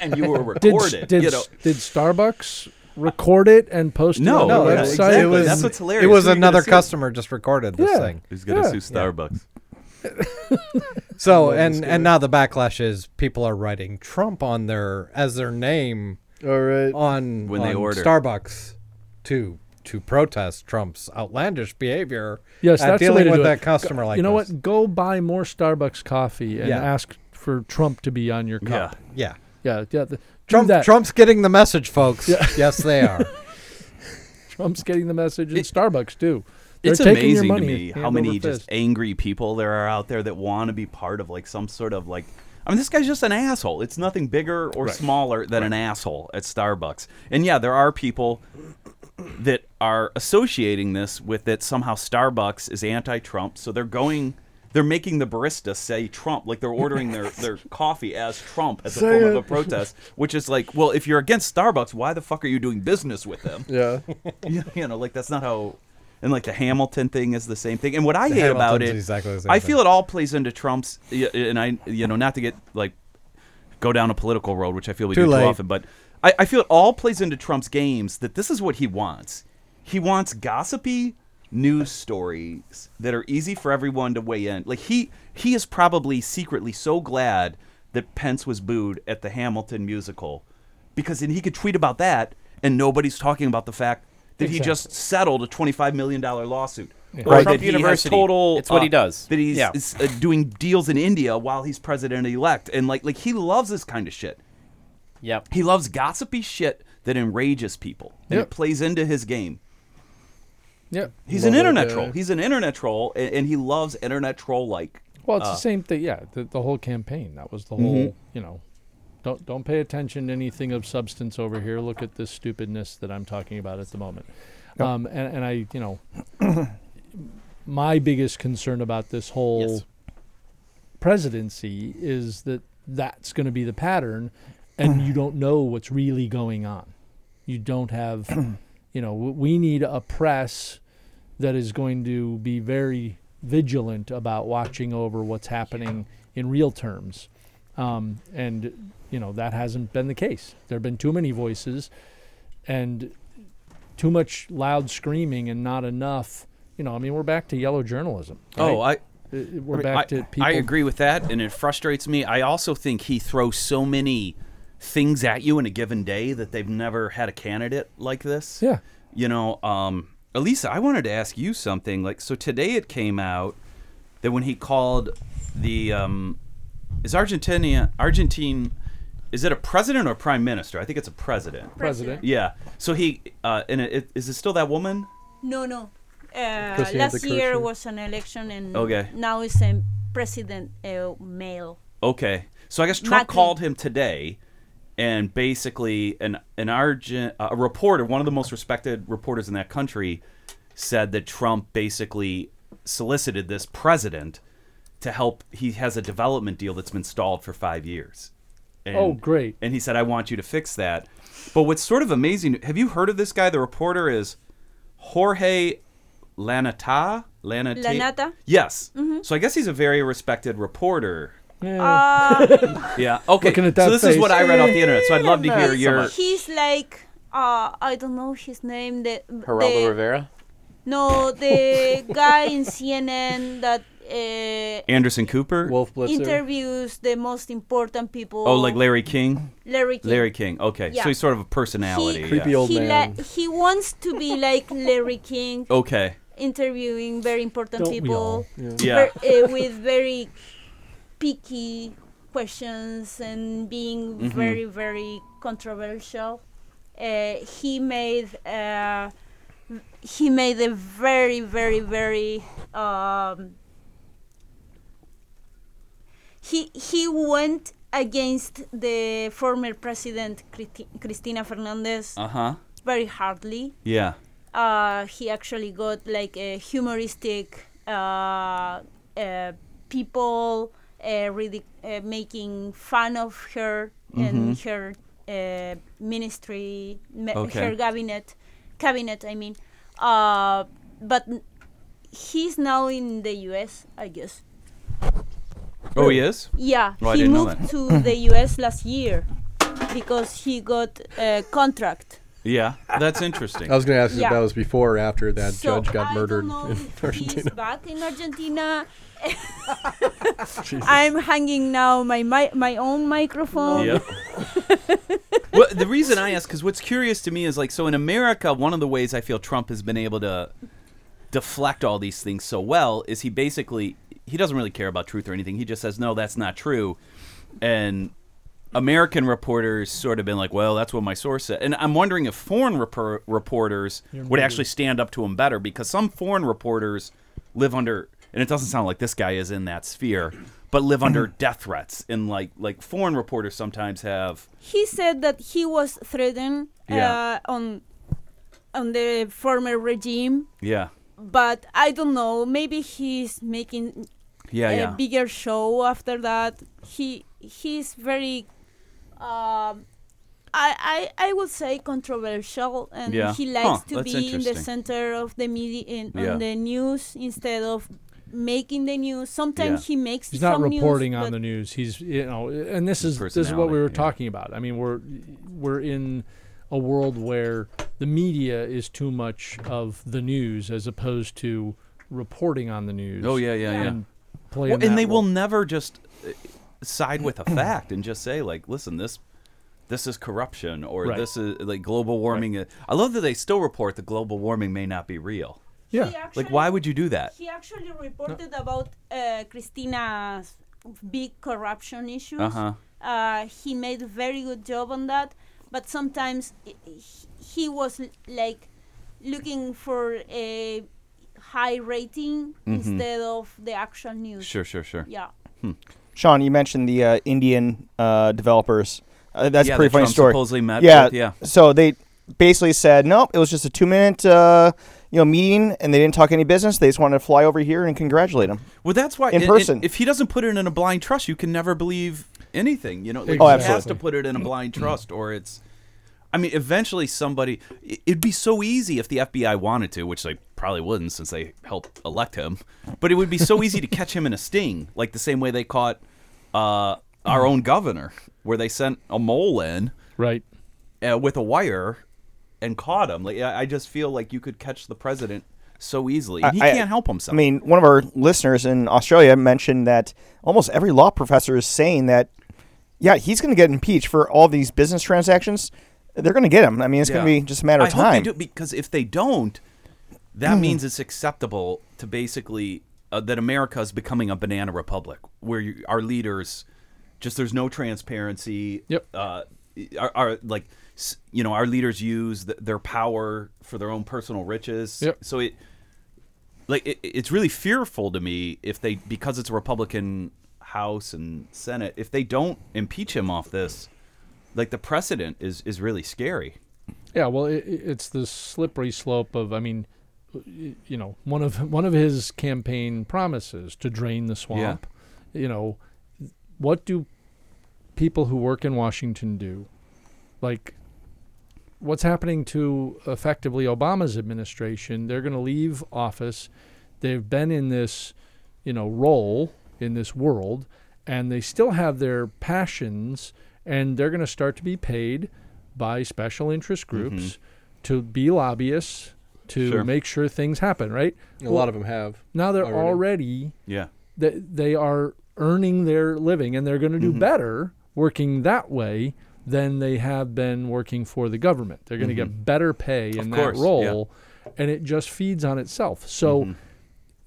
[SPEAKER 7] and you were
[SPEAKER 1] Did
[SPEAKER 7] recorded.
[SPEAKER 1] did,
[SPEAKER 7] you know.
[SPEAKER 1] did Starbucks record it and post it
[SPEAKER 7] No,
[SPEAKER 1] on
[SPEAKER 7] no,
[SPEAKER 1] the
[SPEAKER 7] yeah,
[SPEAKER 1] website?
[SPEAKER 7] exactly.
[SPEAKER 4] It was,
[SPEAKER 7] That's what's hilarious.
[SPEAKER 4] It was
[SPEAKER 7] Who are you gonna
[SPEAKER 4] another
[SPEAKER 7] sue?
[SPEAKER 4] customer just recorded this
[SPEAKER 1] Yeah.
[SPEAKER 4] thing.
[SPEAKER 7] He's gonna
[SPEAKER 1] Yeah.
[SPEAKER 7] sue Starbucks.
[SPEAKER 4] So and and now the backlash is people are writing Trump on their as their name
[SPEAKER 3] All right.
[SPEAKER 4] on
[SPEAKER 7] When they
[SPEAKER 4] on
[SPEAKER 7] order.
[SPEAKER 4] Starbucks to to protest Trump's outlandish behavior.
[SPEAKER 1] Yes,
[SPEAKER 4] at
[SPEAKER 1] that's the way
[SPEAKER 4] dealing
[SPEAKER 1] to
[SPEAKER 4] with
[SPEAKER 1] do
[SPEAKER 4] that
[SPEAKER 1] it.
[SPEAKER 4] customer like
[SPEAKER 1] you know
[SPEAKER 4] this.
[SPEAKER 1] what? Go buy more Starbucks coffee and
[SPEAKER 4] Yeah.
[SPEAKER 1] ask for Trump to be on your
[SPEAKER 7] Yeah.
[SPEAKER 1] cup.
[SPEAKER 4] Yeah,
[SPEAKER 1] Yeah, yeah. th- do
[SPEAKER 4] Trump
[SPEAKER 1] that.
[SPEAKER 4] Trump's getting the message, folks. yes, they are.
[SPEAKER 1] Trump's getting the message, and
[SPEAKER 7] It-
[SPEAKER 1] Starbucks too. They're
[SPEAKER 7] It's
[SPEAKER 1] taking your
[SPEAKER 7] amazing to
[SPEAKER 1] money
[SPEAKER 7] me how
[SPEAKER 1] hand
[SPEAKER 7] many
[SPEAKER 1] over
[SPEAKER 7] just
[SPEAKER 1] fist.
[SPEAKER 7] angry people there are out there that want to be part of like some sort of like. I mean, this guy's just an asshole. It's nothing bigger or smaller than an asshole at Starbucks. And yeah, there are people that are associating this with that somehow Starbucks is anti-Trump, so they're going. They're making the barista say Trump, like they're ordering their, their coffee as Trump as a
[SPEAKER 3] Say
[SPEAKER 7] form of
[SPEAKER 3] it.
[SPEAKER 7] a protest, which is like, well, if you're against Starbucks, why the fuck are you doing business with them?
[SPEAKER 3] Yeah.
[SPEAKER 7] you, you know, like that's not how. And like the Hamilton thing is the same thing. And what I hate about
[SPEAKER 4] Hamilton's
[SPEAKER 7] it,
[SPEAKER 4] exactly the same
[SPEAKER 7] I
[SPEAKER 4] thing.
[SPEAKER 7] feel it all plays into Trump's. y- And I, you know, not to get like go down a political road, which I feel we
[SPEAKER 4] Too
[SPEAKER 7] do
[SPEAKER 4] late.
[SPEAKER 7] too often, but I, I feel it all plays into Trump's games that this is what he wants. He wants gossipy news stories that are easy for everyone to weigh in. Like he he is probably secretly so glad that Pence was booed at the Hamilton musical because then he could tweet about that and nobody's talking about the fact that he just settled a $25 million lawsuit. Or
[SPEAKER 2] Right.
[SPEAKER 7] that
[SPEAKER 2] Trump
[SPEAKER 7] he has
[SPEAKER 2] University.
[SPEAKER 7] total, uh,
[SPEAKER 2] It's what he does.
[SPEAKER 7] That he's
[SPEAKER 2] Yeah.
[SPEAKER 7] is uh, doing deals in India while he's president elect, and like like he loves this kind of shit.
[SPEAKER 2] Yep.
[SPEAKER 7] He loves gossipy shit that enrages people, and
[SPEAKER 1] Yep.
[SPEAKER 7] it plays into his game.
[SPEAKER 1] Yeah.
[SPEAKER 7] He's
[SPEAKER 3] Love
[SPEAKER 7] an
[SPEAKER 3] that
[SPEAKER 7] internet
[SPEAKER 3] guy.
[SPEAKER 7] troll. He's an internet troll, and, and he loves internet troll like.
[SPEAKER 1] Well, it's the same thing. Yeah, the, the whole campaign. That was the whole. You know, don't don't pay attention to anything of substance over here. Look at this stupidness that I'm talking about at the moment. Um, and, and I, you know, my biggest concern about this whole
[SPEAKER 2] Yes.
[SPEAKER 1] presidency is that that's going to be the pattern, and you don't know what's really going on. You don't have, you know, w- we need a press that is going to be very vigilant about watching over what's happening in real terms. Um, and, you know, that hasn't been the case. There have been too many voices and too much loud screaming and not enough. You know, I mean, we're back to yellow journalism.
[SPEAKER 7] Oh,
[SPEAKER 1] right?
[SPEAKER 7] I
[SPEAKER 1] Uh, uh, we're
[SPEAKER 7] I mean,
[SPEAKER 1] back
[SPEAKER 7] I,
[SPEAKER 1] to people.
[SPEAKER 7] I agree with that, and it frustrates me. I also think he throws so many things at you in a given day that they've never had a candidate like this.
[SPEAKER 1] Yeah.
[SPEAKER 7] You know, um, Elisa, I wanted to ask you something. Like, so today it came out that when he called the um, is Argentina Argentine is it a president or prime minister? I think it's a president.
[SPEAKER 1] President.
[SPEAKER 7] Yeah. So he uh, and it, it, is it still that woman?
[SPEAKER 8] No, no. Uh,
[SPEAKER 3] Presidente
[SPEAKER 8] last year
[SPEAKER 3] Kirchner.
[SPEAKER 8] was an election, and
[SPEAKER 7] Okay.
[SPEAKER 8] now it's a president uh, male.
[SPEAKER 7] Okay. So I guess Trump
[SPEAKER 8] Macri.
[SPEAKER 7] called him today, and basically an an Argent a reporter, one of the most respected reporters in that country, said that Trump basically solicited this president to help. He has a development deal that's been stalled for five years. And,
[SPEAKER 1] Oh, great.
[SPEAKER 7] And he said, "I want you to fix that." But what's sort of amazing? Have you heard of this guy? The reporter is Jorge Lanata. Lanata.
[SPEAKER 8] Lanata?
[SPEAKER 7] Yes. So I guess he's a very respected reporter. Yeah. Okay.
[SPEAKER 1] Looking at that
[SPEAKER 7] so this is
[SPEAKER 1] face.
[SPEAKER 7] what I read off the internet. So I'd love to hear
[SPEAKER 8] He's-
[SPEAKER 7] your.
[SPEAKER 8] He's like uh, I don't know his name. The,
[SPEAKER 2] Geraldo
[SPEAKER 8] the-
[SPEAKER 2] Rivera.
[SPEAKER 8] No, the guy in CNN that uh,
[SPEAKER 7] Anderson Cooper.
[SPEAKER 3] Wolf Blitzer.
[SPEAKER 8] interviews the most important people.
[SPEAKER 7] oh, like Larry King.
[SPEAKER 8] Larry. King.
[SPEAKER 7] Larry King. Okay.
[SPEAKER 8] Yeah.
[SPEAKER 7] So he's sort of a personality.
[SPEAKER 8] He-
[SPEAKER 7] yeah.
[SPEAKER 3] Creepy old
[SPEAKER 8] he,
[SPEAKER 3] man.
[SPEAKER 8] li- he wants to be like Larry King,
[SPEAKER 7] Okay.
[SPEAKER 8] interviewing very important
[SPEAKER 1] Don't we
[SPEAKER 8] people
[SPEAKER 1] all?
[SPEAKER 7] Yeah.
[SPEAKER 8] ver- uh, with very eh, picky questions and being very, very controversial. Uh, he made uh, he made a very, very, very um, he he went against the former president Christi- Cristina Fernandez
[SPEAKER 7] Uh huh.
[SPEAKER 8] very hardly.
[SPEAKER 7] Yeah.
[SPEAKER 8] Uh, he actually got like a humoristic uh, uh, people uh, really uh, making fun of her and
[SPEAKER 7] Mm-hmm.
[SPEAKER 8] her uh, ministry, me-
[SPEAKER 7] Okay.
[SPEAKER 8] her cabinet, cabinet. I mean, uh, but n- he's now in the U.S. I guess.
[SPEAKER 7] Oh, he is.
[SPEAKER 8] Yeah,
[SPEAKER 7] Oh, I
[SPEAKER 8] he
[SPEAKER 7] didn't know
[SPEAKER 8] moved to the U.S. last year because he got a contract.
[SPEAKER 7] Yeah, that's interesting.
[SPEAKER 3] I was going to ask you if
[SPEAKER 8] Yeah.
[SPEAKER 3] that was before or after that
[SPEAKER 8] so
[SPEAKER 3] judge got
[SPEAKER 8] I
[SPEAKER 3] murdered
[SPEAKER 8] Don't know
[SPEAKER 3] in
[SPEAKER 8] if He's
[SPEAKER 3] Argentina.
[SPEAKER 8] back in Argentina. I'm hanging now my my, my own microphone.
[SPEAKER 7] Yep. well, the reason I ask because what's curious to me is like so in America, one of the ways I feel Trump has been able to deflect all these things so well is he basically he doesn't really care about truth or anything. He just says no, that's not true, and American reporters sort of been like, well, that's what my source said, and I'm wondering if foreign repor- reporters would actually stand up to him better because some foreign reporters live under and it doesn't sound like this guy is in that sphere but live under death threats and like like foreign reporters sometimes have
[SPEAKER 8] He said that he was threatened
[SPEAKER 7] Yeah.
[SPEAKER 8] uh, on on the former regime,
[SPEAKER 7] yeah
[SPEAKER 8] but I don't know. Maybe he's making
[SPEAKER 7] Yeah,
[SPEAKER 8] a
[SPEAKER 7] yeah.
[SPEAKER 8] bigger show after that. He he's very, um, I, I I would say controversial, and
[SPEAKER 7] Yeah.
[SPEAKER 8] he likes
[SPEAKER 7] Huh,
[SPEAKER 8] to
[SPEAKER 7] that's
[SPEAKER 8] be in the
[SPEAKER 7] interesting.
[SPEAKER 8] center of the media in,
[SPEAKER 7] Yeah.
[SPEAKER 8] on the news instead of making the news. Sometimes
[SPEAKER 7] Yeah.
[SPEAKER 8] he makes
[SPEAKER 1] He's not
[SPEAKER 8] some
[SPEAKER 1] reporting
[SPEAKER 8] news,
[SPEAKER 1] on the
[SPEAKER 8] but
[SPEAKER 1] news. He's you know, and this is this is what
[SPEAKER 7] personality,
[SPEAKER 1] we were
[SPEAKER 7] yeah.
[SPEAKER 1] talking about. I mean, we're we're in a world where the media is too much of the news as opposed to reporting on the news.
[SPEAKER 7] Oh yeah, yeah, yeah.
[SPEAKER 1] and playing.
[SPEAKER 7] Well, and
[SPEAKER 1] that
[SPEAKER 7] they will
[SPEAKER 1] role.
[SPEAKER 7] never just uh, side with a fact and just say like, listen, this this is corruption or
[SPEAKER 1] Right.
[SPEAKER 7] this is like global warming. I love that they still report that global warming may not be real.
[SPEAKER 8] he
[SPEAKER 1] Yeah,
[SPEAKER 7] Like,
[SPEAKER 8] actually-
[SPEAKER 7] why would you do that?
[SPEAKER 8] he actually reported about uh, Christina's big corruption issues.
[SPEAKER 7] Uh-huh.
[SPEAKER 8] Uh, he made a very good job on that, but sometimes i- he- he was l- like looking for a high rating instead of the actual news.
[SPEAKER 7] Mm-hmm. Sure, sure, sure.
[SPEAKER 8] Yeah.
[SPEAKER 6] Sean, you mentioned the uh, Indian uh, developers. Uh, that's
[SPEAKER 7] Yeah,
[SPEAKER 6] a pretty
[SPEAKER 7] that
[SPEAKER 6] funny
[SPEAKER 7] Trump
[SPEAKER 6] story.
[SPEAKER 7] supposedly met
[SPEAKER 6] yeah,
[SPEAKER 7] with, yeah.
[SPEAKER 6] So they basically said, nope, it was just a two-minute, uh, you know, meeting, and they didn't talk any business. They just wanted to fly over here and congratulate him.
[SPEAKER 7] Well, that's why
[SPEAKER 6] In
[SPEAKER 7] and- and
[SPEAKER 6] person.
[SPEAKER 7] if he doesn't put it in a blind trust, you can never believe anything. You know, like,
[SPEAKER 6] Oh,
[SPEAKER 7] he has
[SPEAKER 6] absolutely. Mm-hmm.
[SPEAKER 7] to put it in a blind trust, or it's. I mean, eventually somebody. i- It'd be so easy if the FBI wanted to, which they probably wouldn't, since they helped elect him. But it would be so easy to catch him in a sting, like the same way they caught uh,
[SPEAKER 6] Mm-hmm.
[SPEAKER 7] our own governor, where they sent a mole in
[SPEAKER 1] right.
[SPEAKER 7] uh, with a wire and caught him. Like I I just feel like you could catch the president so easily. And he
[SPEAKER 6] I- I-
[SPEAKER 7] can't help
[SPEAKER 6] I
[SPEAKER 7] himself.
[SPEAKER 6] mean, one of our listeners in Australia mentioned that almost every law professor is saying that, yeah, he's going to get impeached for all these business transactions. They're going to get him. I mean, it's going to
[SPEAKER 7] Yeah.
[SPEAKER 6] be just a matter of
[SPEAKER 7] I
[SPEAKER 6] time. Hmm.
[SPEAKER 7] Hope they do, because if they don't, that means it's acceptable to basically uh, that America is becoming a banana republic where you, our leaders just there's no transparency.
[SPEAKER 1] Yep.
[SPEAKER 7] Uh, are, are like s- you know our leaders use th- their power for their own personal riches.
[SPEAKER 1] Yep.
[SPEAKER 7] So it like it, it's really fearful to me if they because it's a Republican House and Senate if they don't impeach him off this. Like the precedent is is really scary.
[SPEAKER 1] Yeah, well, it, it's the slippery slope of. I mean, y- you know, one of one of his campaign promises to drain the swamp. You know, what do people who work in Washington do? Like, what's happening to effectively Obama's administration? They're going to leave office. They've been in this, you know, role in this world, and they still have their passions, and they're going to start to be paid by special interest groups to be lobbyists to
[SPEAKER 7] Sure.
[SPEAKER 1] make sure things happen. Right
[SPEAKER 3] A lot of them have.
[SPEAKER 1] now, they're
[SPEAKER 3] Already.
[SPEAKER 1] already
[SPEAKER 7] Yeah.
[SPEAKER 1] that they are earning their living and they're going to do
[SPEAKER 7] Mm-hmm.
[SPEAKER 1] better working that way than they have been working for the government. They're going to get better pay in that
[SPEAKER 7] Mm-hmm. course, yeah. Mm-hmm.
[SPEAKER 1] role and it just feeds on itself. So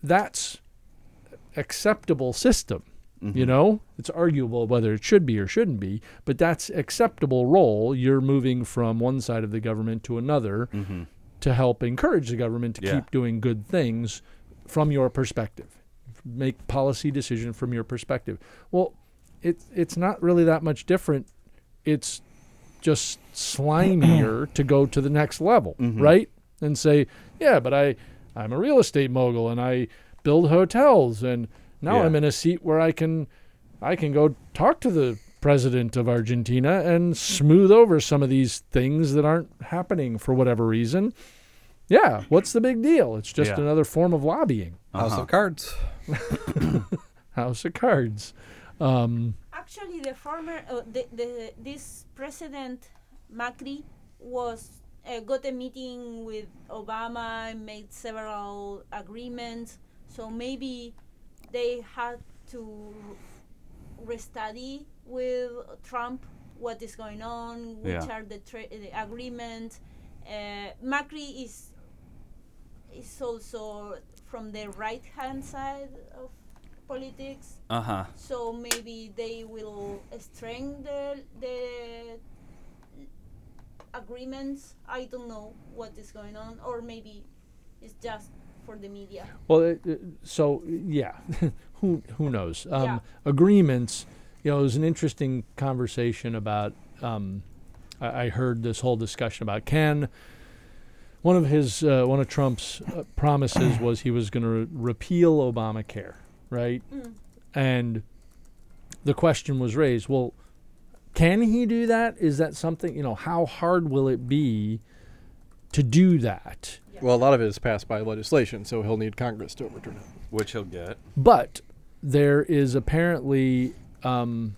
[SPEAKER 1] that's acceptable system. You know, it's arguable whether it should be or shouldn't be, but that's acceptable role. You're moving from one side of the government to another to help encourage the government to
[SPEAKER 7] Yeah.
[SPEAKER 1] keep doing good things from your perspective. Make policy decision from your perspective. Well, it it's not really that much different. It's just slimier to go to the next level,
[SPEAKER 7] Mm-hmm.
[SPEAKER 1] right? And say, yeah, but I, I'm a real estate mogul and I build hotels and now
[SPEAKER 7] Yeah.
[SPEAKER 1] I'm in a seat where I can, I can go talk to the president of Argentina and smooth over some of these things that aren't happening for whatever reason. Yeah, what's the big deal? It's just
[SPEAKER 7] Yeah.
[SPEAKER 1] another form of lobbying.
[SPEAKER 4] House of Cards.
[SPEAKER 1] House of Cards. Um,
[SPEAKER 8] Actually, the former, uh, the, the, this president Macri was uh, got a meeting with Obama and made several agreements. So maybe they had to restudy with Trump what is going on, which
[SPEAKER 7] Yeah.
[SPEAKER 8] are the, tra- the agreements. Uh, Macri is is also from the right hand side of politics.
[SPEAKER 7] Uh huh.
[SPEAKER 8] So maybe they will strengthen the, the agreements. I don't know what is going on, or maybe it's just for the media.
[SPEAKER 1] Well, it, it- so yeah, who who knows? Um,
[SPEAKER 8] Yeah.
[SPEAKER 1] Agreements, you know, it was an interesting conversation about. Um, I, I heard this whole discussion about can one of his uh, one of Trump's uh, promises was he was going to repeal Obamacare, right? And the question was raised: Well, can he do that? Is that something you know? How hard will it be to do that?
[SPEAKER 3] Well, a lot of it is passed by legislation, so he'll need Congress to overturn it.
[SPEAKER 7] Which he'll get.
[SPEAKER 1] But there is apparently um,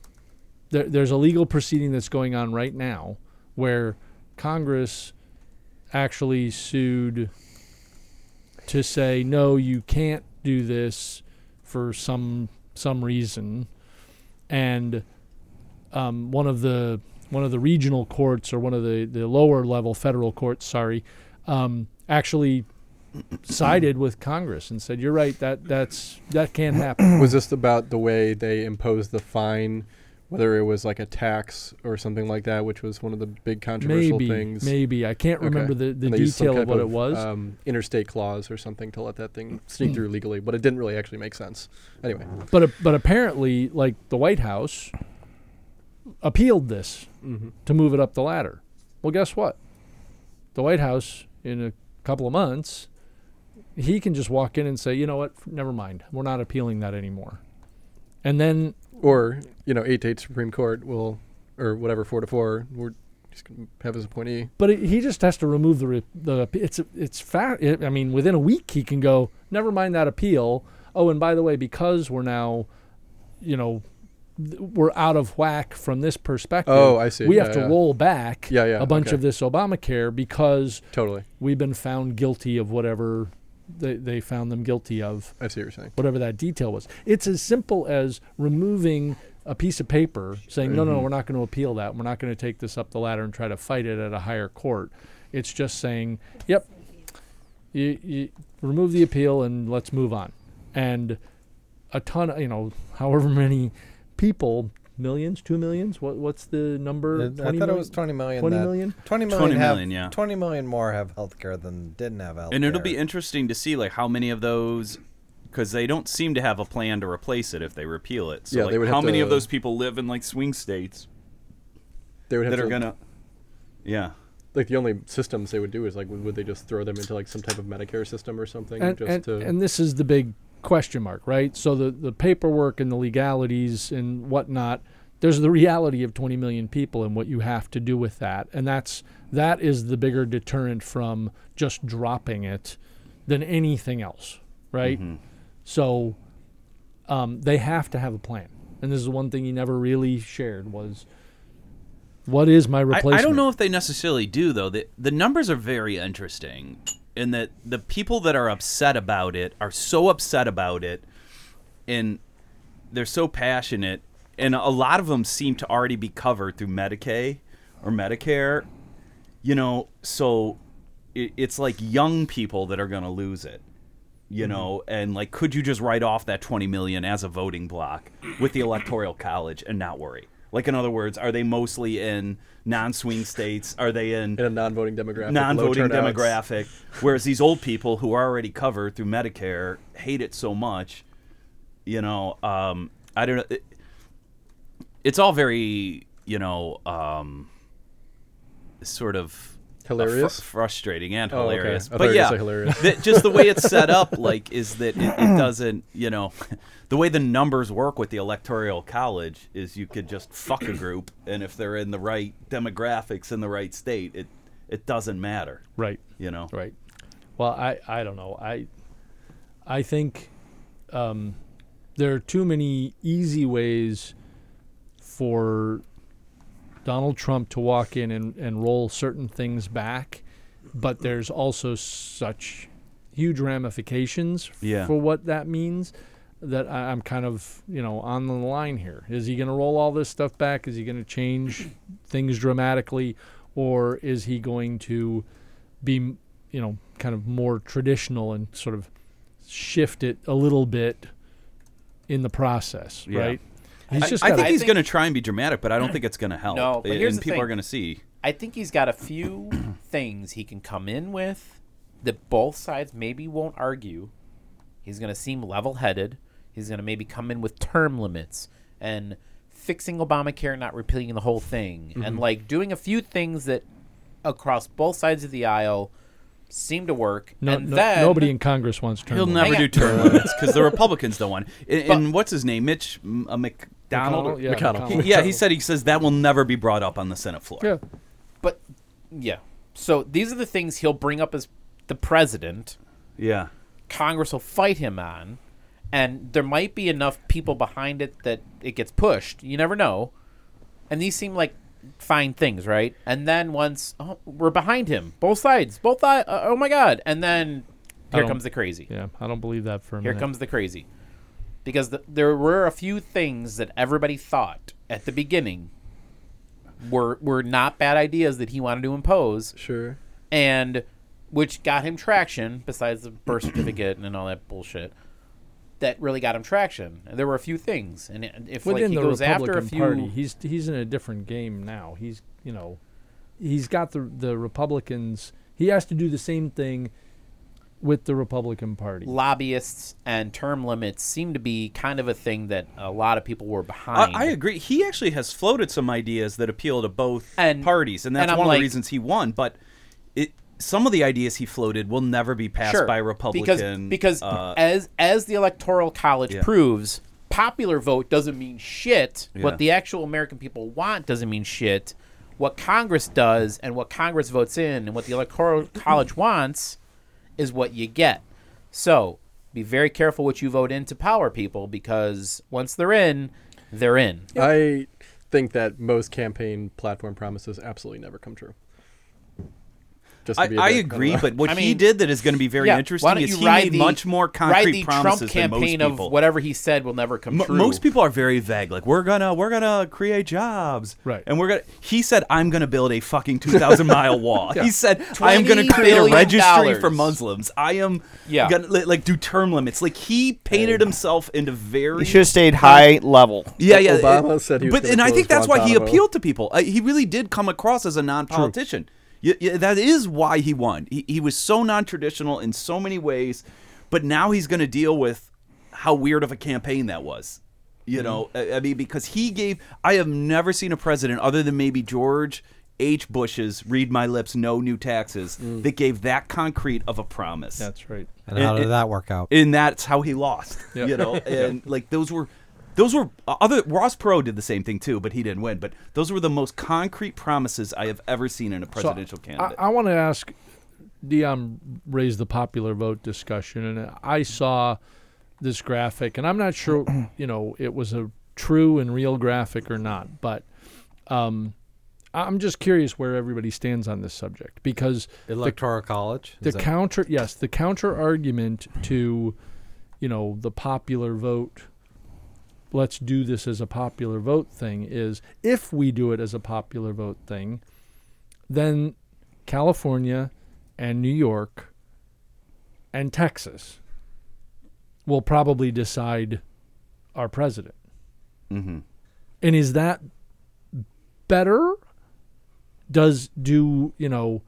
[SPEAKER 1] there, there's a legal proceeding that's going on right now where Congress actually sued to say no, you can't do this for some some reason, and um, one of the one of the regional courts or one of the, the lower level federal courts, sorry, um, actually sided with Congress and said, "You're right. That that's that can't happen."
[SPEAKER 3] Was this about the way they imposed the fine, whether it was like a tax or something like that, which was one of the big controversial
[SPEAKER 1] maybe,
[SPEAKER 3] things?
[SPEAKER 1] maybe I can't
[SPEAKER 3] Okay.
[SPEAKER 1] remember the, the
[SPEAKER 3] And they used some
[SPEAKER 1] detail of
[SPEAKER 3] type
[SPEAKER 1] what it was. Mm.
[SPEAKER 3] Um, interstate clause or something to let that thing sneak through legally, but it didn't really actually make sense. Anyway,
[SPEAKER 1] but a- but apparently, like the White House appealed this
[SPEAKER 3] Mm-hmm.
[SPEAKER 1] to move it up the ladder. Well, guess what? The White House in a couple of months, he can just walk in and say, "You know what? F- Never mind. We're not appealing that anymore." And then
[SPEAKER 3] or you know, eight to eight Supreme Court will, or whatever four to four, we're just gonna have his appointee.
[SPEAKER 1] But it, he just has to remove the re- the it's it's fa- I mean, within a week he can go. Never mind that appeal. Oh, and by the way, because we're now, you know, th- we're out of whack from this perspective.
[SPEAKER 3] Oh, I see.
[SPEAKER 1] We have
[SPEAKER 3] Yeah,
[SPEAKER 1] to
[SPEAKER 3] yeah.
[SPEAKER 1] roll back
[SPEAKER 3] Yeah, yeah,
[SPEAKER 1] a bunch
[SPEAKER 3] okay.
[SPEAKER 1] of this Obamacare because
[SPEAKER 3] Totally,
[SPEAKER 1] we've been found guilty of whatever they, they found them guilty of
[SPEAKER 3] I see what you're saying.
[SPEAKER 1] whatever that detail was. It's as simple as removing a piece of paper saying, no,
[SPEAKER 4] Mm-hmm.
[SPEAKER 1] no, we're not going to appeal that. We're not going to take this up the ladder and try to fight it at a higher court. It's just saying, yep, you, you remove the appeal and let's move on. And a ton, you know, however many people, millions, two millions, what, what's the number?
[SPEAKER 4] I thought
[SPEAKER 1] 20
[SPEAKER 4] it
[SPEAKER 1] million?
[SPEAKER 4] was 20 million.
[SPEAKER 1] 20
[SPEAKER 4] that-
[SPEAKER 1] million?
[SPEAKER 4] 20 million,
[SPEAKER 7] 20
[SPEAKER 4] have,
[SPEAKER 7] million, yeah.
[SPEAKER 4] 20 million more have health care than didn't have health
[SPEAKER 7] And it'll be interesting to see like how many of those because they don't seem to have a plan to replace it if they repeal it. So
[SPEAKER 3] Yeah,
[SPEAKER 7] like
[SPEAKER 3] they would have
[SPEAKER 7] how many of
[SPEAKER 3] to-
[SPEAKER 7] those people live in like swing states
[SPEAKER 3] They would have
[SPEAKER 7] that
[SPEAKER 3] to,
[SPEAKER 7] are gonna Yeah.
[SPEAKER 3] like the only systems they would do is like would would they just throw them into like some type of Medicare system or something
[SPEAKER 1] and,
[SPEAKER 3] just
[SPEAKER 1] and,
[SPEAKER 3] to
[SPEAKER 1] and this is the big question mark, right? So the, the paperwork and the legalities and whatnot. There's the reality of 20 million people and what you have to do with that, and that's that is the bigger deterrent from just dropping it than anything else, right?
[SPEAKER 3] Mm-hmm.
[SPEAKER 1] So um, they have to have a plan, and this is the one thing he never really shared was what is my
[SPEAKER 7] I,
[SPEAKER 1] replacement?
[SPEAKER 7] I don't know if they necessarily do though. The the numbers are very interesting in that the people that are upset about it are so upset about it and they're so passionate and a lot of them seem to already be covered through Medicaid or Medicare. You know, so it, it's like young people that are going to lose it. you know, and like, could you just write off that 20 million as a voting block with the electoral college and not worry? Like, in other words, are they mostly in non-swing states? Are they in
[SPEAKER 3] in a non-voting demographic. low
[SPEAKER 7] non-voting
[SPEAKER 3] turnouts.
[SPEAKER 7] demographic. Whereas these old people who are already covered through Medicare hate it so much, you know. Um, I don't know. It, it's all very, you know, um, sort of
[SPEAKER 3] Hilarious?
[SPEAKER 7] fr- frustrating, and
[SPEAKER 3] Oh, okay.
[SPEAKER 7] hilarious.
[SPEAKER 3] I thought you were
[SPEAKER 7] But
[SPEAKER 3] gonna
[SPEAKER 7] yeah,
[SPEAKER 3] say hilarious.
[SPEAKER 7] that- just the way it's set up, like, is that it, it doesn't, you know, the way the numbers work with the electoral college is you could just fuck a group, and if they're in the right demographics in the right state, it it doesn't matter,
[SPEAKER 1] Right.
[SPEAKER 7] you know.
[SPEAKER 1] Right. Well, I, I don't know. I I think um, there are too many easy ways for Donald Trump to walk in and, and roll certain things back, but there's also such huge ramifications f-
[SPEAKER 7] Yeah.
[SPEAKER 1] for what that means that I, I'm kind of, you know, on the line here. Is he going to roll all this stuff back? Is he going to change things dramatically? Or is he going to be, m- you know, kind of more traditional and sort of shift it a little bit in the process,
[SPEAKER 7] Yeah.
[SPEAKER 1] right? He's
[SPEAKER 7] I,
[SPEAKER 1] just
[SPEAKER 7] I
[SPEAKER 1] gotta-
[SPEAKER 7] think he's
[SPEAKER 2] think-
[SPEAKER 7] going to try and be dramatic, but I don't think it's going to help.
[SPEAKER 2] No, but
[SPEAKER 7] and
[SPEAKER 2] here's the
[SPEAKER 7] people
[SPEAKER 2] thing.
[SPEAKER 7] are going to see.
[SPEAKER 2] I think he's got a few things he can come in with that both sides maybe won't argue. He's going to seem level headed. He's going to maybe come in with term limits and fixing Obamacare, not repealing the whole thing,
[SPEAKER 1] Mm-hmm.
[SPEAKER 2] and like doing a few things that across both sides of the aisle seem to work.
[SPEAKER 1] No,
[SPEAKER 2] and
[SPEAKER 1] no-
[SPEAKER 2] then
[SPEAKER 1] nobody in Congress wants term
[SPEAKER 7] He'll
[SPEAKER 1] limits.
[SPEAKER 7] never
[SPEAKER 2] Hang
[SPEAKER 7] do
[SPEAKER 2] on.
[SPEAKER 7] term limits because the Republicans don't want. And, and what's his name? Mitch M- uh, McDonald.
[SPEAKER 1] McConnell, yeah,
[SPEAKER 3] McConnell.
[SPEAKER 7] He- yeah, he said he says that will never be brought up on the Senate floor.
[SPEAKER 1] Yeah.
[SPEAKER 2] But yeah. So these are the things he'll bring up as the president.
[SPEAKER 7] Yeah.
[SPEAKER 2] Congress will fight him on, and there might be enough people behind it that it gets pushed. You never know. And these seem like fine things, right? And then once oh, we're behind him, both sides, both sides. Uh, oh my God! And then
[SPEAKER 1] I
[SPEAKER 2] here
[SPEAKER 1] don't-
[SPEAKER 2] comes the crazy.
[SPEAKER 1] Yeah, I don't believe that for a
[SPEAKER 2] Here
[SPEAKER 1] minute.
[SPEAKER 2] comes the crazy, because the, there were a few things that everybody thought at the beginning were were not bad ideas that he wanted to impose
[SPEAKER 3] Sure.
[SPEAKER 2] and which got him traction besides the birth certificate and all that bullshit that really got him traction and there were a few things and i- if like
[SPEAKER 1] within
[SPEAKER 2] he
[SPEAKER 1] the
[SPEAKER 2] goes
[SPEAKER 1] Republican
[SPEAKER 2] after a few
[SPEAKER 1] Party. He's he's in a different game now. He's you know, he's got the the Republicans. He has to do the same thing with the Republican Party.
[SPEAKER 2] lobbyists and term limits seem to be kind of a thing that a lot of people were behind
[SPEAKER 7] I, I agree. He actually has floated some ideas that appeal to both
[SPEAKER 2] And-
[SPEAKER 7] parties, and that's
[SPEAKER 2] and I'm
[SPEAKER 7] one of
[SPEAKER 2] like-
[SPEAKER 7] the reasons he won. But it, some of the ideas he floated will never be passed
[SPEAKER 2] sure
[SPEAKER 7] by Republican
[SPEAKER 2] because, because
[SPEAKER 7] uh,
[SPEAKER 2] as as the electoral college
[SPEAKER 7] Yeah.
[SPEAKER 2] proves popular vote doesn't mean shit
[SPEAKER 7] Yeah.
[SPEAKER 2] what the actual american people want doesn't mean shit what congress does and what congress votes in and what the electoral college wants is what you get so be very careful what you vote into power people because once they're in they're in
[SPEAKER 3] I think that most campaign platform promises absolutely never come true. Just
[SPEAKER 7] I,
[SPEAKER 3] to be a
[SPEAKER 7] I
[SPEAKER 3] bit-
[SPEAKER 7] agree,
[SPEAKER 3] don't know.
[SPEAKER 7] but what
[SPEAKER 2] I
[SPEAKER 7] he
[SPEAKER 2] mean-
[SPEAKER 7] did that is going to be very
[SPEAKER 2] Yeah, why
[SPEAKER 7] interesting
[SPEAKER 2] don't
[SPEAKER 7] is
[SPEAKER 2] you
[SPEAKER 7] he
[SPEAKER 2] ride
[SPEAKER 7] made
[SPEAKER 2] the-
[SPEAKER 7] much more
[SPEAKER 2] ride
[SPEAKER 7] concrete
[SPEAKER 2] the
[SPEAKER 7] promises
[SPEAKER 2] Trump
[SPEAKER 7] than most
[SPEAKER 2] campaign
[SPEAKER 7] people.
[SPEAKER 2] of whatever he said will never come
[SPEAKER 7] M-
[SPEAKER 2] true.
[SPEAKER 7] most people are very vague. Like we're gonna we're gonna create jobs,
[SPEAKER 1] Right.
[SPEAKER 7] And we're gonna. He said I'm gonna build a fucking two thousand mile wall. He said I am gonna
[SPEAKER 2] $20
[SPEAKER 7] create a
[SPEAKER 2] billion
[SPEAKER 7] registry for
[SPEAKER 2] dollars.
[SPEAKER 7] Muslims. I am
[SPEAKER 2] Yeah.
[SPEAKER 7] gonna li- like do term limits. Like he painted himself into very.
[SPEAKER 6] He should have stayed high level.
[SPEAKER 7] yeah, yeah.
[SPEAKER 3] Obama said he was
[SPEAKER 7] but
[SPEAKER 3] gonna
[SPEAKER 7] and I
[SPEAKER 3] close
[SPEAKER 7] think that's why he
[SPEAKER 3] Guantanamo.
[SPEAKER 7] appealed to people. Uh, he really did come across as a non-politician. Y- y- that is why he won. He, he was so non-traditional in so many ways, but now he's going to deal with how weird of a campaign that was.
[SPEAKER 3] Mm-hmm.
[SPEAKER 7] You know, I, I mean, because he gave. I have never seen a president other than maybe George H. Bush's "Read My Lips, No New Taxes"
[SPEAKER 3] Mm.
[SPEAKER 7] that gave that concrete of a promise
[SPEAKER 1] That's right.
[SPEAKER 4] And how
[SPEAKER 7] It-
[SPEAKER 4] did
[SPEAKER 7] it-
[SPEAKER 4] that work out?
[SPEAKER 7] and that's how he lost.
[SPEAKER 1] Yeah.
[SPEAKER 7] You know, and like those were, those were uh, other Ross Perot did the same thing too, but he didn't win. But those were the most concrete promises I have ever seen in a
[SPEAKER 1] So,
[SPEAKER 7] presidential candidate.
[SPEAKER 1] I, I want to ask. Dion raised the popular vote discussion, and I saw this graphic, and I'm not sure, you know, it was a true and real graphic or not, but um, I- I'm just curious where everybody stands on this subject because
[SPEAKER 4] Electoral college.
[SPEAKER 1] the counter yes the counter argument to you know the popular vote let's do this as a popular vote thing is if we do it as a popular vote thing then california and new york and texas will probably decide our president.
[SPEAKER 7] hmm
[SPEAKER 1] And is that better? Does do you know?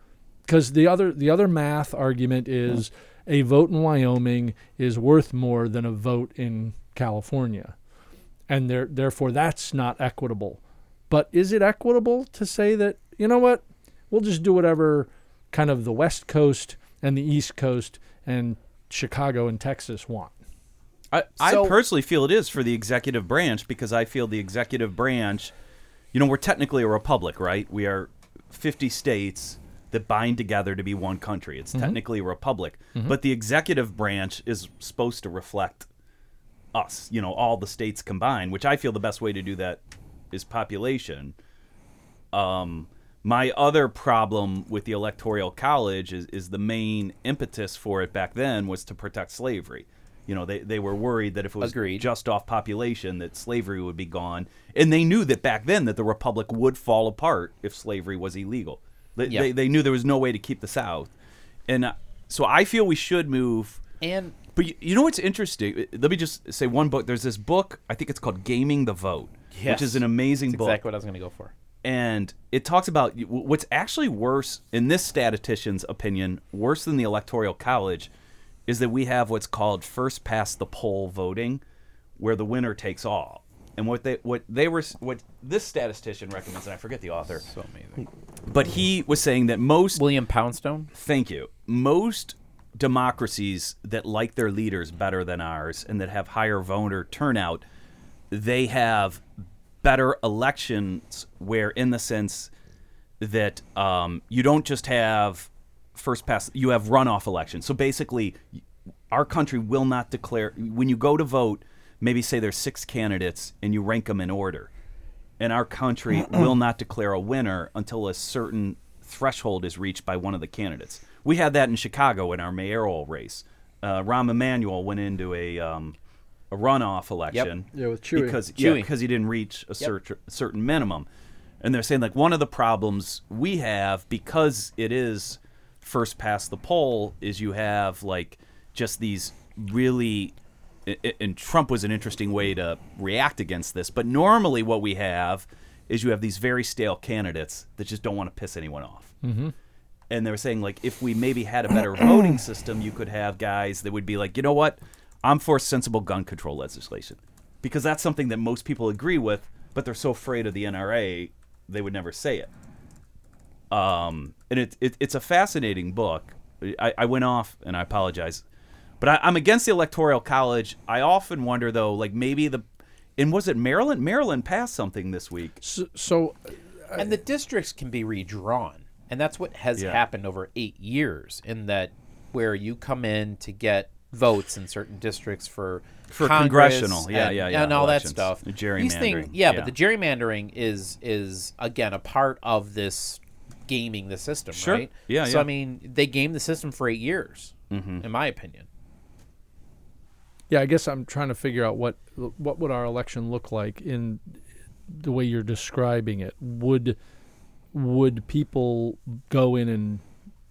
[SPEAKER 1] Because the other the other math argument is a vote in Wyoming is worth more than a vote in California, and there, therefore that's not equitable. But is it equitable to say that you know what? We'll just do whatever kind of the West Coast and the East Coast and Chicago and Texas want.
[SPEAKER 7] I,
[SPEAKER 4] So-
[SPEAKER 7] I personally feel it is for the executive branch because I feel the executive branch, you know, we're technically a republic, right? We are 50 states that bind together to be one country. It's
[SPEAKER 1] Mm-hmm.
[SPEAKER 7] technically a republic, but the executive branch is supposed to reflect us, you know, all the states combined, which I feel the best way to do that is population. Um, my other problem with the Electoral College is, is the main impetus for it back then was to protect slavery. You know, they, they were worried that if it was
[SPEAKER 2] Agreed.
[SPEAKER 7] just off population, that slavery would be gone. And they knew that back then that the Republic would fall apart if slavery was illegal. They,
[SPEAKER 2] Yeah.
[SPEAKER 7] they, they knew there was no way to keep the South. And uh, so I feel we should move
[SPEAKER 2] And
[SPEAKER 7] but you, you know what's interesting? Uh, Let me just say one book. There's this book. I think it's called "Gaming the Vote,"
[SPEAKER 2] Yes.
[SPEAKER 7] which is an amazing
[SPEAKER 2] that's
[SPEAKER 7] book,
[SPEAKER 2] exactly what I was going to go for.
[SPEAKER 7] and it talks about y- w- what's actually worse in this statistician's opinion, worse than the Electoral College, is that we have what's called first past the poll voting, where the winner takes all. And what they what they were s- what this statistician recommends, and I forget the author,
[SPEAKER 2] So amazing.
[SPEAKER 7] but he was saying that most
[SPEAKER 2] William Poundstone.
[SPEAKER 7] Thank you. Most democracies that like their leaders better than ours and that have higher voter turnout, they have better elections where, in the sense that um, you don't just have first past, you have runoff elections. So basically, our country will not declare, when you go to vote, maybe say there's six candidates and you rank them in order and our country will not declare a winner until a certain threshold is reached by one of the candidates. We had that in Chicago in our mayoral race. Uh, Rahm Emanuel went into a um, a runoff election.
[SPEAKER 3] Yeah, with Chewy.
[SPEAKER 7] because yeah,
[SPEAKER 2] Chewy.
[SPEAKER 7] because he didn't reach a cer- certain minimum, and they're saying like one of the problems we have because it is first past the poll is you have like just these really i- i- and Trump was an interesting way to react against this. But normally, what we have is you have these very stale candidates that just don't want to piss anyone off. Mm-hmm. And they were saying like, if we maybe had a better voting system, you could have guys that would be like, you know what, I'm for sensible gun control legislation because that's something that most people agree with, but they're so afraid of the NRA they would never say it um, and it, it, it's a fascinating book. I, I went off, and I apologize, but I, I'm against the Electoral College. I often wonder though, like maybe the, and was it Maryland? Maryland passed something this week.
[SPEAKER 1] So, so
[SPEAKER 2] and the districts can be redrawn and that's what has
[SPEAKER 7] Uh, Yeah.
[SPEAKER 2] happened over eight years in that where you come in to get votes in certain districts for
[SPEAKER 7] For
[SPEAKER 2] Congress
[SPEAKER 7] congressional, yeah,
[SPEAKER 2] and,
[SPEAKER 7] yeah, yeah,
[SPEAKER 2] and all
[SPEAKER 7] elections.
[SPEAKER 2] that stuff
[SPEAKER 7] The
[SPEAKER 2] These things-
[SPEAKER 7] gerrymandering,
[SPEAKER 2] yeah,
[SPEAKER 7] yeah.
[SPEAKER 2] but the gerrymandering is is again a part of this gaming the system
[SPEAKER 7] Sure.
[SPEAKER 2] right
[SPEAKER 7] Yeah,
[SPEAKER 2] so
[SPEAKER 7] yeah. Mm-hmm.
[SPEAKER 2] i mean they gamed the system for eight years in my opinion
[SPEAKER 1] yeah, I guess I'm trying to figure out what what would our election look like in the way you're describing it. Would would people go in and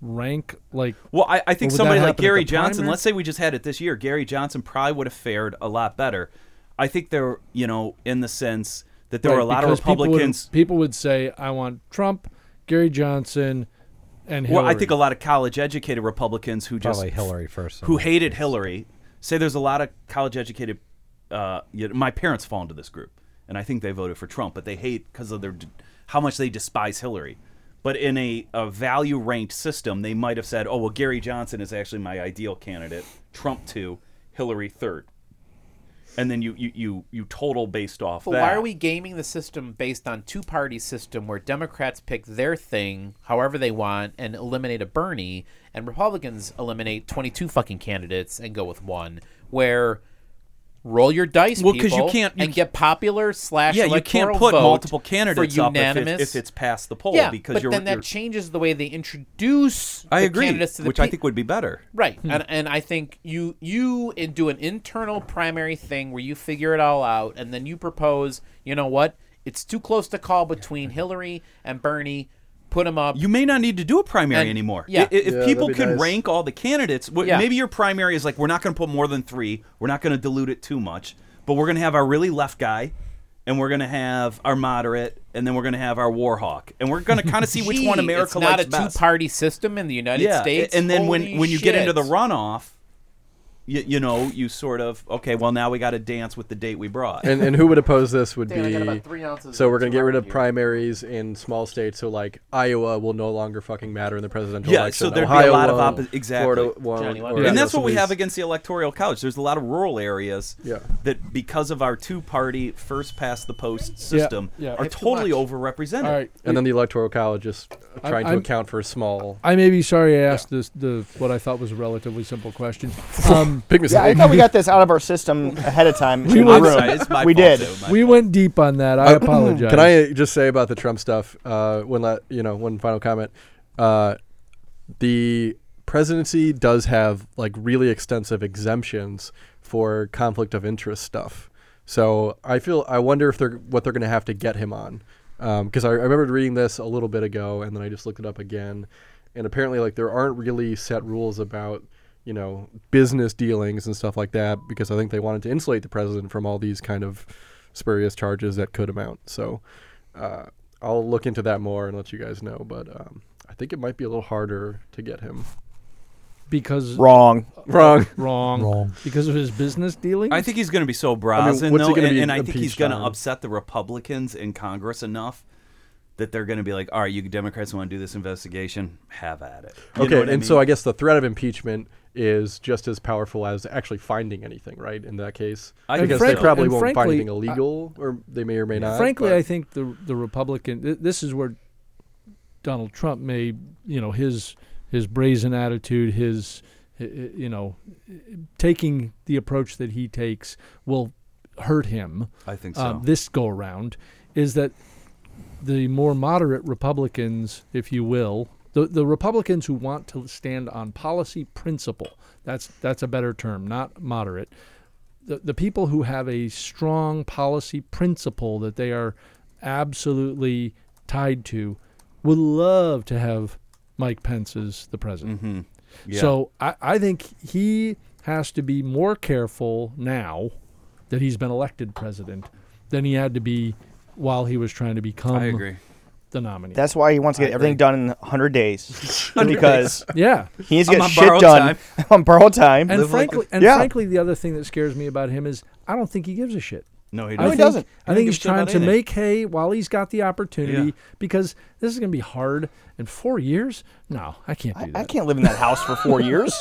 [SPEAKER 1] rank like
[SPEAKER 7] Well, I, I think
[SPEAKER 1] Well, would
[SPEAKER 7] somebody
[SPEAKER 1] that
[SPEAKER 7] like
[SPEAKER 1] happen at
[SPEAKER 7] Gary
[SPEAKER 1] the
[SPEAKER 7] Johnson.
[SPEAKER 1] primary?
[SPEAKER 7] Let's say we just had it this year. Gary Johnson probably would have fared a lot better. I think there, you know, in the sense that there were a
[SPEAKER 1] Right,
[SPEAKER 7] lot of
[SPEAKER 1] because people would-
[SPEAKER 7] Republicans.
[SPEAKER 1] People would, say, "I want Trump, Gary Johnson, and Hillary."
[SPEAKER 7] Well, I think a lot of college-educated Republicans who just
[SPEAKER 4] Probably Hillary first.
[SPEAKER 7] who hated Hillary say there's a lot of college educated. Uh, you know, my parents fall into this group, and I think they voted for Trump, but they hate because of their how much they despise Hillary. But in a, a value ranked system, they might have said, "Oh well, Gary Johnson is actually my ideal candidate. Trump two, Hillary third. And then you you you, you total based off.
[SPEAKER 2] But
[SPEAKER 7] that.
[SPEAKER 2] why are we gaming the system based on two party system where Democrats pick their thing however they want and eliminate a Bernie and Republicans eliminate 22 fucking candidates and go with one where roll your dice
[SPEAKER 7] Well, 'cause you
[SPEAKER 2] people,
[SPEAKER 7] can't- you
[SPEAKER 2] and get popular slash
[SPEAKER 7] Yeah, you can't
[SPEAKER 2] electoral
[SPEAKER 7] put
[SPEAKER 2] vote
[SPEAKER 7] multiple
[SPEAKER 2] for
[SPEAKER 7] candidates up if
[SPEAKER 2] unanimous
[SPEAKER 7] it's, if it's past the poll
[SPEAKER 2] yeah,
[SPEAKER 7] because
[SPEAKER 2] but
[SPEAKER 7] you're.
[SPEAKER 2] then that
[SPEAKER 7] you're-
[SPEAKER 2] changes the way they introduce
[SPEAKER 7] I
[SPEAKER 2] the
[SPEAKER 7] agree,
[SPEAKER 2] candidates to the
[SPEAKER 7] which I
[SPEAKER 2] pe-
[SPEAKER 7] think would be better.
[SPEAKER 2] Right, and and I think you you in- do an internal primary thing where you figure it all out, and then you propose. You know what? It's too close to call between Hillary and Bernie. put them up.
[SPEAKER 7] You may not need to do a primary
[SPEAKER 2] And-
[SPEAKER 7] anymore.
[SPEAKER 2] yeah.
[SPEAKER 7] I- i- If
[SPEAKER 3] Yeah,
[SPEAKER 7] people
[SPEAKER 3] that'd be
[SPEAKER 7] can
[SPEAKER 3] nice.
[SPEAKER 7] rank all the candidates, wh-
[SPEAKER 2] Yeah.
[SPEAKER 7] maybe your primary is like, we're not going to put more than three. We're not going to dilute it too much. But we're going to have our really left guy, and we're going to have our moderate, and then we're going to have our war hawk. And we're going to kind of see which one
[SPEAKER 2] Gee,
[SPEAKER 7] America
[SPEAKER 2] it's not
[SPEAKER 7] likes
[SPEAKER 2] a
[SPEAKER 7] best.
[SPEAKER 2] two-party system in the United
[SPEAKER 7] yeah. a-
[SPEAKER 2] States.
[SPEAKER 7] And then when,
[SPEAKER 2] Holy
[SPEAKER 7] when you get into
[SPEAKER 2] shit.
[SPEAKER 7] the runoff, you, you know, you sort of, okay, well, now we got to dance with the date we brought.
[SPEAKER 3] And and who would oppose this would
[SPEAKER 5] Dan, I got
[SPEAKER 3] be
[SPEAKER 5] about three ounces
[SPEAKER 3] so
[SPEAKER 5] of
[SPEAKER 3] we're gonna get rid of
[SPEAKER 5] Geronimo.
[SPEAKER 3] primaries in small states. So like Iowa will no longer fucking matter in the presidential
[SPEAKER 7] Yeah,
[SPEAKER 3] election.
[SPEAKER 7] so there'd be a
[SPEAKER 3] Ohio
[SPEAKER 7] lot of
[SPEAKER 3] won't,
[SPEAKER 7] oppo- exactly.
[SPEAKER 3] Florida won't,
[SPEAKER 2] Johnny, why
[SPEAKER 3] or
[SPEAKER 2] don't
[SPEAKER 3] you
[SPEAKER 2] Yeah,
[SPEAKER 7] and
[SPEAKER 3] know,
[SPEAKER 7] that's what
[SPEAKER 3] some
[SPEAKER 7] we
[SPEAKER 3] of
[SPEAKER 7] have
[SPEAKER 3] these-
[SPEAKER 7] against the electoral college. There's a lot of rural areas
[SPEAKER 3] Yeah.
[SPEAKER 7] that, because of our two-party first-past-the-post system,
[SPEAKER 1] yeah.
[SPEAKER 7] are
[SPEAKER 1] It's
[SPEAKER 5] too
[SPEAKER 7] totally
[SPEAKER 5] much.
[SPEAKER 7] overrepresented.
[SPEAKER 1] All right.
[SPEAKER 3] And then the electoral college is
[SPEAKER 1] I-
[SPEAKER 3] trying to
[SPEAKER 1] I'm-
[SPEAKER 3] account for small.
[SPEAKER 1] I may be sorry I asked this the what I thought was a relatively simple question. Um,
[SPEAKER 3] Big
[SPEAKER 6] Yeah, I
[SPEAKER 3] mistake.
[SPEAKER 6] thought we got this out of our system ahead of time.
[SPEAKER 1] We
[SPEAKER 6] in the
[SPEAKER 1] went-
[SPEAKER 7] I'm
[SPEAKER 6] room.
[SPEAKER 7] sorry, it's my
[SPEAKER 6] we
[SPEAKER 7] fault,
[SPEAKER 6] did.
[SPEAKER 7] too, my
[SPEAKER 1] we
[SPEAKER 7] fault.
[SPEAKER 1] went deep on that. I apologize.
[SPEAKER 3] Uh, Can I just say about the Trump stuff? Uh, one la- you know, one final comment. Uh, the presidency does have like really extensive exemptions for conflict of interest stuff. So I feel I wonder if they're what they're going to have to get him on, because I, I remembered reading this a little bit ago, and then I just looked it up again, and apparently like there aren't really set rules about you know business dealings and stuff like that because I think they wanted to insulate the president from all these kind of spurious charges that could amount. So uh, I'll look into that more and let you guys know. But um, I think it might be a little harder to get him.
[SPEAKER 7] Uh,
[SPEAKER 1] Because
[SPEAKER 6] Wrong.
[SPEAKER 3] Wrong.
[SPEAKER 1] wrong. Because of his business dealings.
[SPEAKER 7] I think he's going to be so brazen,
[SPEAKER 3] what's he
[SPEAKER 7] though,
[SPEAKER 3] gonna
[SPEAKER 7] and,
[SPEAKER 3] be
[SPEAKER 7] and I think he's
[SPEAKER 3] impeached
[SPEAKER 7] going to
[SPEAKER 3] on?
[SPEAKER 7] upset the Republicans in Congress enough that they're going to be like, "All right, you Democrats want to do this investigation? Have at it." You know
[SPEAKER 3] okay,
[SPEAKER 7] what
[SPEAKER 3] and
[SPEAKER 7] I
[SPEAKER 3] so
[SPEAKER 7] mean?
[SPEAKER 3] I guess the threat of impeachment is just as powerful as actually finding anything, right? In that case,
[SPEAKER 7] I-
[SPEAKER 3] because
[SPEAKER 7] frankly-
[SPEAKER 3] they probably
[SPEAKER 1] and
[SPEAKER 3] won't find
[SPEAKER 1] frankly,
[SPEAKER 3] anything illegal, or they may or may not.
[SPEAKER 1] Frankly,
[SPEAKER 3] but-
[SPEAKER 1] I think the the Republican. Th- this is where Donald Trump may, you know, his his brazen attitude, his i- i- you know, taking the approach that he takes will hurt him.
[SPEAKER 7] I think so.
[SPEAKER 1] um, this go around is that the more moderate Republicans, if you will, the, the Republicans who want to stand on policy principle, that's, that's a better term, not moderate. The, the people who have a strong policy principle that they are absolutely tied to would love to have Mike Pence as the president.
[SPEAKER 7] Mm-hmm. Yeah.
[SPEAKER 1] So I, I think he has to be more careful now that he's been elected president than he had to be while he was trying to become
[SPEAKER 7] I agree.
[SPEAKER 1] the nominee.
[SPEAKER 6] That's why he wants to get everything done in 100 days because
[SPEAKER 1] yeah.
[SPEAKER 6] he needs to
[SPEAKER 7] I'm
[SPEAKER 6] get
[SPEAKER 7] on
[SPEAKER 6] shit
[SPEAKER 7] borrowed
[SPEAKER 6] done on borrowed time.
[SPEAKER 1] And
[SPEAKER 7] Live like
[SPEAKER 1] frankly, and
[SPEAKER 6] Yeah.
[SPEAKER 1] frankly, the other thing that scares me about him is I don't think he gives a shit.
[SPEAKER 7] No, he
[SPEAKER 1] I
[SPEAKER 7] doesn't.
[SPEAKER 1] think, I
[SPEAKER 6] doesn't.
[SPEAKER 7] He
[SPEAKER 1] think
[SPEAKER 7] doesn't
[SPEAKER 1] he's
[SPEAKER 7] give a shit about
[SPEAKER 1] trying to
[SPEAKER 7] anything.
[SPEAKER 1] make hay while he's got the opportunity
[SPEAKER 7] Yeah.
[SPEAKER 1] because this is going to be hard. In four years, no, I can't do
[SPEAKER 6] I,
[SPEAKER 1] that.
[SPEAKER 6] I can't live in that house for four years.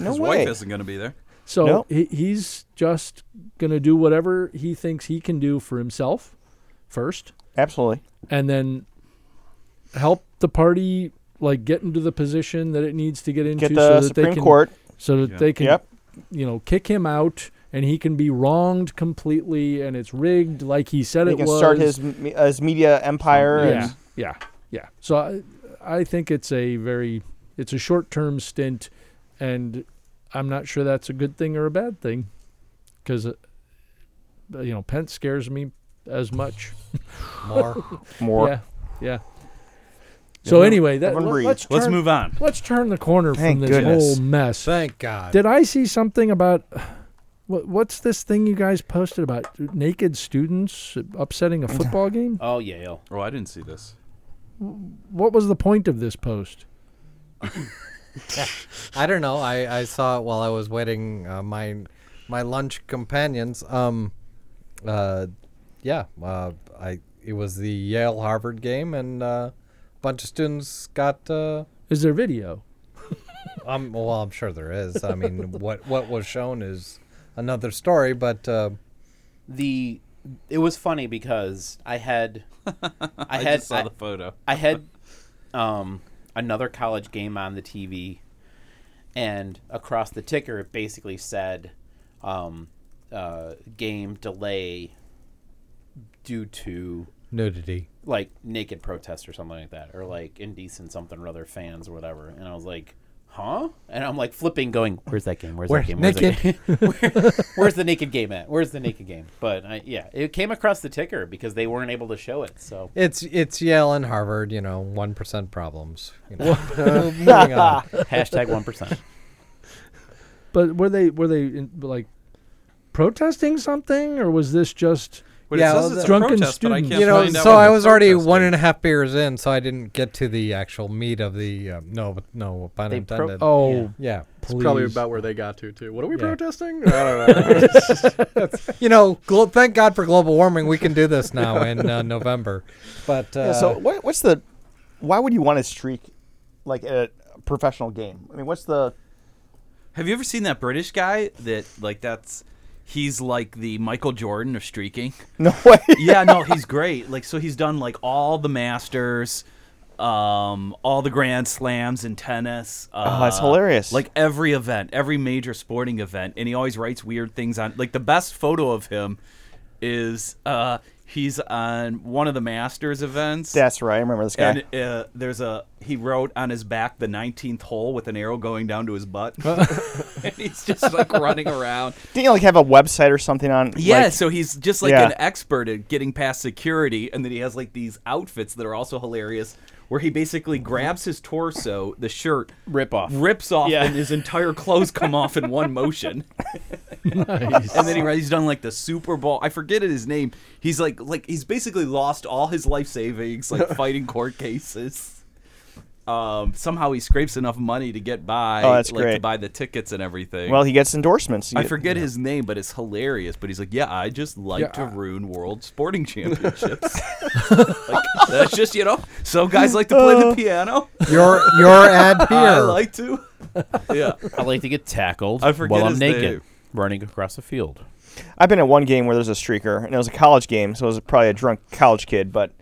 [SPEAKER 6] No
[SPEAKER 7] His
[SPEAKER 6] way.
[SPEAKER 7] wife isn't going to be there.
[SPEAKER 1] So
[SPEAKER 6] No.
[SPEAKER 1] he, he's just going to do whatever he thinks he can do for himself first,
[SPEAKER 6] Absolutely.
[SPEAKER 1] and then help the party like get into the position that it needs to get into
[SPEAKER 6] Get
[SPEAKER 1] so that
[SPEAKER 6] the
[SPEAKER 1] they
[SPEAKER 6] Supreme
[SPEAKER 1] can
[SPEAKER 6] Court.
[SPEAKER 1] so that
[SPEAKER 7] Yeah.
[SPEAKER 1] they can
[SPEAKER 6] Yep.
[SPEAKER 1] you know kick him out and he can be wronged completely and it's rigged like he said
[SPEAKER 6] He
[SPEAKER 1] it
[SPEAKER 6] can
[SPEAKER 1] was.
[SPEAKER 6] start his m- his media empire.
[SPEAKER 1] yeah,
[SPEAKER 6] and-
[SPEAKER 1] yeah, yeah. So I, I think it's a very it's a short term stint, and I'm not sure that's a good thing or a bad thing, because uh, you know Pence scares me as much.
[SPEAKER 4] More.
[SPEAKER 6] more.
[SPEAKER 1] yeah, yeah. So
[SPEAKER 6] Everyone-
[SPEAKER 1] anyway, that,
[SPEAKER 6] everyone
[SPEAKER 1] let,
[SPEAKER 6] breathe.
[SPEAKER 1] let's turn,
[SPEAKER 7] Let's move on.
[SPEAKER 1] Let's turn the corner
[SPEAKER 6] Thank
[SPEAKER 1] from this
[SPEAKER 6] goodness.
[SPEAKER 1] whole mess.
[SPEAKER 4] Thank God.
[SPEAKER 1] Did I see something about what, what's this thing you guys posted about naked students upsetting a football game?
[SPEAKER 2] Oh, Yale.
[SPEAKER 7] Oh, I didn't see this.
[SPEAKER 1] What was the point of this post?
[SPEAKER 4] I don't know. I, I saw it while I was waiting uh, my my lunch companions. Um, uh, yeah. Uh, I it was the Yale Harvard game, and uh, a bunch of students got. Uh,
[SPEAKER 1] Is there video?
[SPEAKER 4] um, well, I'm sure there is. I mean, what what was shown is another story, but uh,
[SPEAKER 2] The it was funny because I had I
[SPEAKER 7] I,
[SPEAKER 2] had
[SPEAKER 7] just saw
[SPEAKER 2] I-
[SPEAKER 7] the photo.
[SPEAKER 2] I had um, another college game on the TV, and across the ticker, it basically said um, uh, game delay due to
[SPEAKER 4] nudity.
[SPEAKER 2] like naked protest or something like that, or like indecent something or other fans or whatever. And I was like, huh? And I'm like flipping, going, "Where's that game? Where's,
[SPEAKER 1] Where's
[SPEAKER 2] that game? Where's That game? Where- where's the naked game at? Where's the naked game?" But I, yeah, it came across the ticker because they weren't able to show it. So
[SPEAKER 4] It's it's Yale and Harvard, you know, one percent problems. You know. Moving on.
[SPEAKER 2] hashtag one percent.
[SPEAKER 1] But were they were they in, like protesting something, or was this just?
[SPEAKER 7] But
[SPEAKER 4] Yeah,
[SPEAKER 7] it
[SPEAKER 4] well,
[SPEAKER 7] says it's
[SPEAKER 4] the-
[SPEAKER 7] a
[SPEAKER 1] Drunken
[SPEAKER 7] protest, but I
[SPEAKER 1] students.
[SPEAKER 7] can't
[SPEAKER 4] You know,
[SPEAKER 7] find out
[SPEAKER 4] so
[SPEAKER 7] what
[SPEAKER 4] I
[SPEAKER 7] the
[SPEAKER 4] was already
[SPEAKER 7] protest
[SPEAKER 4] one
[SPEAKER 7] is.
[SPEAKER 4] and a half beers in, so I didn't get to the actual meat of the uh, no no pun
[SPEAKER 2] They pro-
[SPEAKER 4] intended.
[SPEAKER 1] Oh,
[SPEAKER 2] Yeah.
[SPEAKER 4] yeah,
[SPEAKER 1] please.
[SPEAKER 3] Probably about where they got to too. What are we
[SPEAKER 4] Yeah.
[SPEAKER 3] protesting? I don't know.
[SPEAKER 4] you know, glo- thank God for global warming. We can do this now in uh, November. But uh,
[SPEAKER 6] Yeah, so what, what's the? Why would you want to streak like at a professional game? I mean, what's the?
[SPEAKER 7] Have you ever seen that British guy that like that's he's like the Michael Jordan of streaking?
[SPEAKER 6] No way.
[SPEAKER 7] yeah, no, he's great. Like so he's done like all the Masters, um, all the Grand Slams in tennis. Uh,
[SPEAKER 6] that's hilarious.
[SPEAKER 7] Like every event, every major sporting event, and he always writes weird things on. Like the best photo of him is uh, he's on one of the Masters events.
[SPEAKER 6] That's right. I remember this guy.
[SPEAKER 7] And uh, there's a he wrote on his back the 19th hole with an arrow going down to his butt, and he's just like running around.
[SPEAKER 6] Didn't you like have a website or something on?
[SPEAKER 7] Yeah,
[SPEAKER 6] like-
[SPEAKER 7] so he's just like
[SPEAKER 6] Yeah.
[SPEAKER 7] an expert at getting past security, and then he has like these outfits that are also hilarious, where he basically grabs his torso, the shirt,
[SPEAKER 2] Rip off.
[SPEAKER 7] rips off,
[SPEAKER 2] Yeah.
[SPEAKER 7] and his entire clothes come off in one motion. And then he, he's done like the Super Bowl. I forget his name. He's like like he's basically lost all his life savings, like fighting court cases. Um, somehow he scrapes enough money to get by,
[SPEAKER 6] Oh, that's
[SPEAKER 7] like to
[SPEAKER 6] great.
[SPEAKER 7] buy the tickets and everything.
[SPEAKER 6] well, he gets endorsements. You
[SPEAKER 7] I
[SPEAKER 6] get-
[SPEAKER 7] forget his name, but it's hilarious. But he's like, yeah, I just like
[SPEAKER 1] Yeah,
[SPEAKER 7] to
[SPEAKER 1] I-
[SPEAKER 7] ruin world sporting championships. like, that's just you know, some guys like to
[SPEAKER 6] Uh,
[SPEAKER 7] play the piano.
[SPEAKER 4] your your ad beer.
[SPEAKER 7] I like to. Yeah,
[SPEAKER 2] I like to get tackled
[SPEAKER 7] I forget
[SPEAKER 2] while I'm
[SPEAKER 7] his
[SPEAKER 2] naked,
[SPEAKER 7] name.
[SPEAKER 2] running across a field.
[SPEAKER 6] I've been at one game where there's a streaker, and it was a college game, so it was probably a drunk college kid. But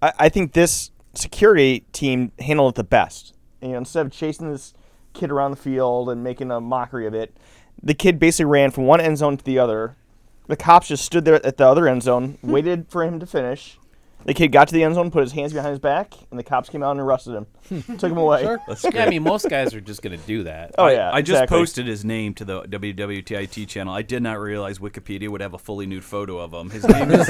[SPEAKER 6] I, I think this security team handled it the best. You know, instead of chasing this kid around the field and making a mockery of it, the kid basically ran from one end zone to the other. The cops just stood there at the other end zone,
[SPEAKER 7] Hmm.
[SPEAKER 6] waited for him to finish. The kid got to the end zone, put his hands behind his back, and the cops came out and arrested him. Took him away.
[SPEAKER 7] that's
[SPEAKER 2] Yeah, I mean, most guys are just gonna do that.
[SPEAKER 6] Oh yeah,
[SPEAKER 7] Hmm. I just
[SPEAKER 6] exactly.
[SPEAKER 7] posted his name to the WWTIT channel. I did not realize Wikipedia would have a fully nude photo of him. His name is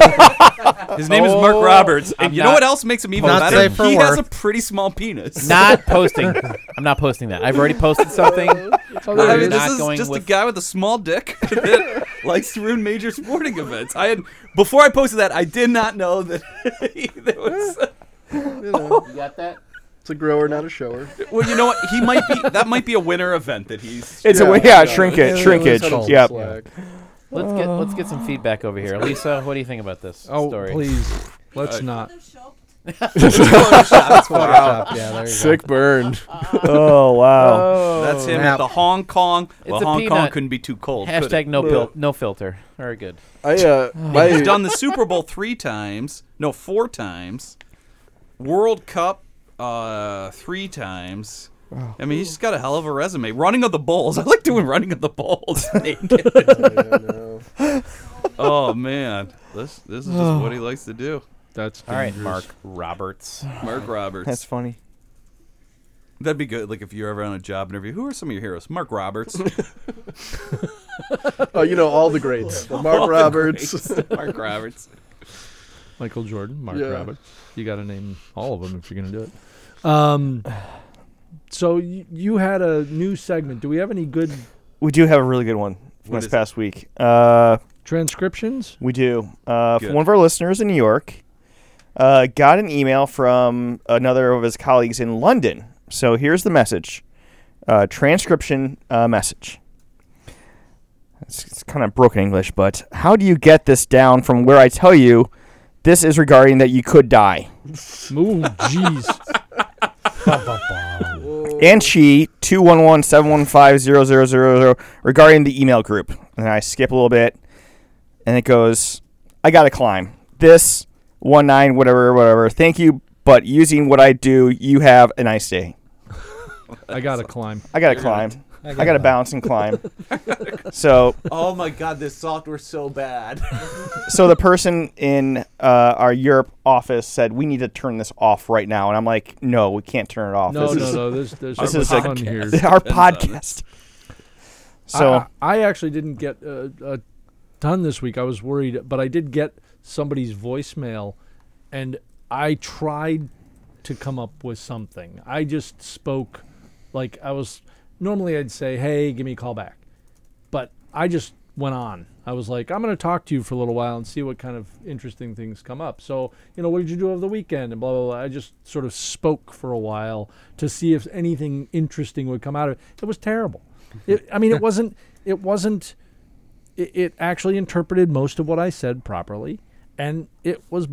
[SPEAKER 7] his name is Mark
[SPEAKER 2] Oh,
[SPEAKER 7] Roberts, and
[SPEAKER 2] I'm
[SPEAKER 7] you know
[SPEAKER 2] not-
[SPEAKER 7] what else makes him even
[SPEAKER 4] Not
[SPEAKER 7] better?
[SPEAKER 4] safe for
[SPEAKER 7] he has a
[SPEAKER 4] work.
[SPEAKER 7] pretty small penis.
[SPEAKER 2] Not posting. I'm not posting that. I've already posted something.
[SPEAKER 1] Oh,
[SPEAKER 7] I
[SPEAKER 1] there
[SPEAKER 2] We're
[SPEAKER 7] mean,
[SPEAKER 1] it is.
[SPEAKER 7] this
[SPEAKER 2] not
[SPEAKER 7] is
[SPEAKER 2] going
[SPEAKER 7] just a
[SPEAKER 2] with-
[SPEAKER 7] guy with a small dick that likes to ruin major sporting events. I had before I posted that, I did not know that there was.
[SPEAKER 2] You got that?
[SPEAKER 3] it's a grower, not a shower.
[SPEAKER 7] Well, you know what? He might be. That might be a winter event that he's.
[SPEAKER 6] It's a
[SPEAKER 3] Yeah,
[SPEAKER 6] way, yeah,
[SPEAKER 3] yeah.
[SPEAKER 6] shrinkage,
[SPEAKER 4] Yeah,
[SPEAKER 6] shrinkage.
[SPEAKER 4] yeah,
[SPEAKER 3] Cut him
[SPEAKER 6] Yep.
[SPEAKER 3] some slack.
[SPEAKER 2] Let's get let's get some feedback over here. Lisa, what do you think about this
[SPEAKER 1] Oh,
[SPEAKER 2] story?
[SPEAKER 1] please, let's not.
[SPEAKER 8] Photoshop.
[SPEAKER 4] Photoshop. Yeah, there you
[SPEAKER 3] Sick burn.
[SPEAKER 6] Oh wow.
[SPEAKER 7] That's him
[SPEAKER 4] Snap.
[SPEAKER 7] at the Hong Kong. Well,
[SPEAKER 2] It's a
[SPEAKER 7] Hong Kong
[SPEAKER 2] peanut.
[SPEAKER 7] couldn't be too cold. could
[SPEAKER 2] Hashtag
[SPEAKER 7] it?
[SPEAKER 2] no pil- no filter. Very good.
[SPEAKER 3] I uh, my,
[SPEAKER 7] He's done the Super Bowl three times. No, four times. World Cup uh, three times. I mean, he's just got a hell of a resume. Running of the Bulls. I like doing running of the Bulls. naked. oh man, this this is just what he likes to do.
[SPEAKER 1] That's
[SPEAKER 2] All right, Mark Roberts.
[SPEAKER 7] Mark Roberts.
[SPEAKER 6] That's funny.
[SPEAKER 7] That'd be good. Like if you're ever on a job interview, who are some of your heroes? Mark Roberts.
[SPEAKER 3] oh, you know all the greats. Mark
[SPEAKER 7] All the
[SPEAKER 3] Roberts.
[SPEAKER 7] greats. Mark Roberts.
[SPEAKER 1] Michael Jordan, Mark
[SPEAKER 3] Yeah.
[SPEAKER 1] Roberts. You got to name all of them if you're going to do it. Um, so y- you had a new segment. Do we have any good
[SPEAKER 6] We do have a really good one from
[SPEAKER 7] What
[SPEAKER 6] this
[SPEAKER 7] is it?
[SPEAKER 6] past week. Uh,
[SPEAKER 1] transcriptions?
[SPEAKER 6] we do. Uh, from
[SPEAKER 7] Good.
[SPEAKER 6] one of our listeners in New York uh, got an email from another of his colleagues in London. So here's the message uh, transcription uh, message. It's, it's kind of broken English, but how do you get this down from where I tell you this is regarding that you could die?
[SPEAKER 1] Ooh, jeez.
[SPEAKER 4] go.
[SPEAKER 6] and she 211-715-0000 regarding the email group and i skip a little bit and it goes i gotta climb this one nine whatever whatever thank you but using what i do you have a nice day
[SPEAKER 1] I got to climb.
[SPEAKER 6] i gotta climb I got to bounce and climb. so
[SPEAKER 7] Oh my god, this software's so bad.
[SPEAKER 6] so the person in uh, our Europe office said we need to turn this off right now, and I'm like, no, we can't turn it off.
[SPEAKER 1] No,
[SPEAKER 6] this
[SPEAKER 1] no,
[SPEAKER 6] is
[SPEAKER 1] no. There's, there's
[SPEAKER 6] this
[SPEAKER 1] no
[SPEAKER 6] is a-
[SPEAKER 1] fun here.
[SPEAKER 6] our
[SPEAKER 7] Depends on it.
[SPEAKER 6] podcast. So
[SPEAKER 1] I, I actually didn't get uh, a ton this week. I was worried, but I did get somebody's voicemail, and I tried to come up with something. I just spoke like I was. Normally, I'd say, "Hey, give me a call back," but I just went on. I was like, "I'm going to talk to you for a little while and see what kind of interesting things come up." So, you know, what did you do over the weekend? And blah blah blah. I just sort of spoke for a while to see if anything interesting would come out of it. It was terrible. It, I mean, it wasn't. It wasn't. It, it actually interpreted most of what I said properly, and it was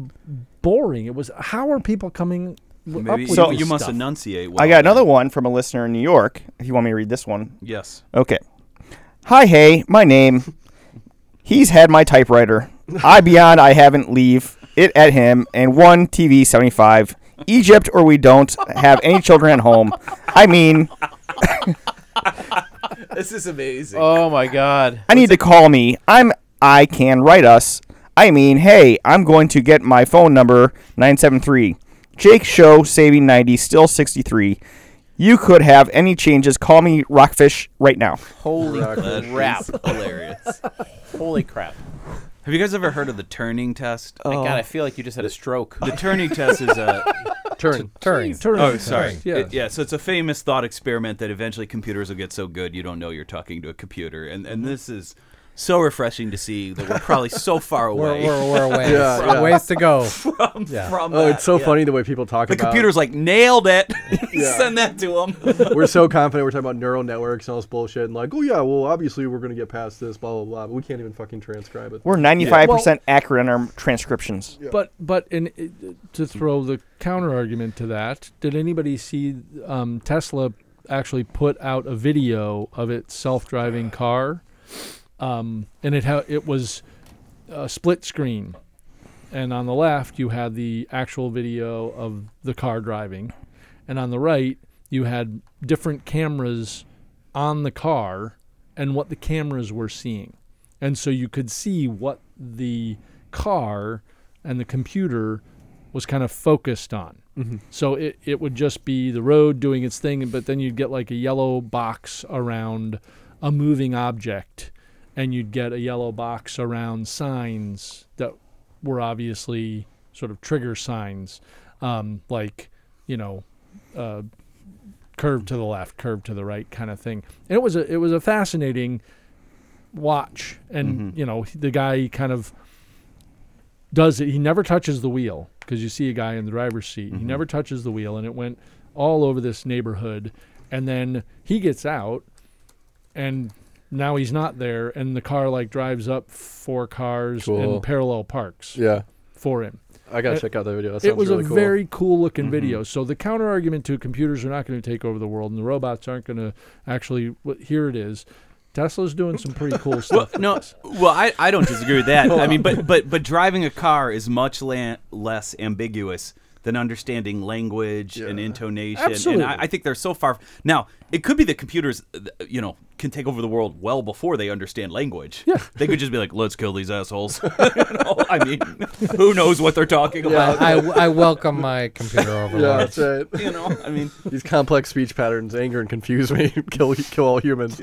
[SPEAKER 1] boring. It was how are people coming w- up
[SPEAKER 7] Maybe
[SPEAKER 1] with
[SPEAKER 6] So-
[SPEAKER 1] this
[SPEAKER 7] you must
[SPEAKER 1] stuff?
[SPEAKER 7] enunciate. Well
[SPEAKER 6] I got another one from a listener in New York. If you want me to read this one,
[SPEAKER 7] Yes.
[SPEAKER 6] okay. Hi, hey, my name. He's had my typewriter. I beyond I haven't leave it at him and one TV seventy five. Egypt or we don't have any children at home. I mean,
[SPEAKER 7] This is amazing.
[SPEAKER 2] Oh my god.
[SPEAKER 6] I need to call me. I'm I can write us. I mean, hey, I'm going to get my phone number 973. Jake Show saving 90 still 63. You could have any changes. Call me Rockfish right now.
[SPEAKER 2] Holy
[SPEAKER 7] That is
[SPEAKER 2] crap.
[SPEAKER 7] hilarious.
[SPEAKER 2] Holy crap.
[SPEAKER 7] Have you guys ever heard of the Turning Test?
[SPEAKER 1] Oh.
[SPEAKER 7] Oh.
[SPEAKER 2] My god, I feel like you just had a stroke.
[SPEAKER 7] The Turning Test is a
[SPEAKER 3] Turn.
[SPEAKER 4] Turn.
[SPEAKER 1] Turn
[SPEAKER 7] Oh,
[SPEAKER 1] it.
[SPEAKER 7] sorry.
[SPEAKER 1] Yeah.
[SPEAKER 7] It- yeah, so it's a famous thought experiment that eventually computers will get so good you don't know you're talking to a computer. And and this is so refreshing to see that we're probably so far
[SPEAKER 4] We're,
[SPEAKER 7] away
[SPEAKER 4] we're, we're a ways.
[SPEAKER 3] Yeah, yeah.
[SPEAKER 4] Ways to go.
[SPEAKER 7] from,
[SPEAKER 4] Yeah.
[SPEAKER 7] from
[SPEAKER 3] Oh,
[SPEAKER 7] that,
[SPEAKER 3] it's so
[SPEAKER 7] yeah.
[SPEAKER 3] funny the way people talk
[SPEAKER 7] The
[SPEAKER 3] about.
[SPEAKER 7] computer's like, nailed it.
[SPEAKER 3] Yeah.
[SPEAKER 7] Send that to them.
[SPEAKER 3] we're so confident we're talking about neural networks and all this bullshit, and like, oh yeah, well obviously we're gonna get past this, blah blah blah. But we can't even fucking transcribe it.
[SPEAKER 6] We're 95% accurate in our transcriptions.
[SPEAKER 1] But but in it- to throw the counter argument to that, did anybody see um, Tesla actually put out a video of its self-driving car, um, and it ha- it was a split screen, and on the left you had the actual video of the car driving, and on the right you had different cameras on the car and what the cameras were seeing. And so you could see what the car and the computer was kind of focused on. So it, it would just be the road doing its thing, but then you'd get like a yellow box around a moving object, and you'd get a yellow box around signs that were obviously sort of trigger signs, um, like, you know, uh, curve to the left, curve to the right kind of thing. And it was a it was a fascinating watch and
[SPEAKER 3] Mm-hmm.
[SPEAKER 1] you know the guy kind of does it he never touches the wheel because you see a guy in the driver's seat
[SPEAKER 3] Mm-hmm.
[SPEAKER 1] he never touches the wheel and it went all over this neighborhood and then he gets out and now he's not there and the car like drives up four cars
[SPEAKER 3] Cool.
[SPEAKER 1] and parallel parks
[SPEAKER 3] yeah,
[SPEAKER 1] for him
[SPEAKER 3] I gotta
[SPEAKER 1] It-
[SPEAKER 3] check out that video. That
[SPEAKER 1] it
[SPEAKER 3] sounds
[SPEAKER 1] was
[SPEAKER 3] really
[SPEAKER 1] a
[SPEAKER 3] cool. Mm-hmm.
[SPEAKER 1] very cool looking video. So the counter argument to computers are not going to take over the world, and the robots aren't going to actually. wh- Here it is. Tesla's doing some pretty cool
[SPEAKER 7] well,
[SPEAKER 1] stuff.
[SPEAKER 7] no, well, I, I don't disagree with that. I mean, but but but driving a car is much la- less ambiguous than understanding language and intonation.
[SPEAKER 1] Absolutely.
[SPEAKER 7] And I, I think they're so far. Now, it could be that computers, uh, th- you know, can take over the world well before they understand language. Yeah. They could just be like, "Let's kill these assholes." You know, I mean, who knows what they're talking about?
[SPEAKER 4] I, I welcome my computer
[SPEAKER 3] Yeah,
[SPEAKER 4] overlords.
[SPEAKER 3] that's right.
[SPEAKER 7] You know, I mean,
[SPEAKER 3] These complex speech patterns anger and confuse me. kill kill all humans.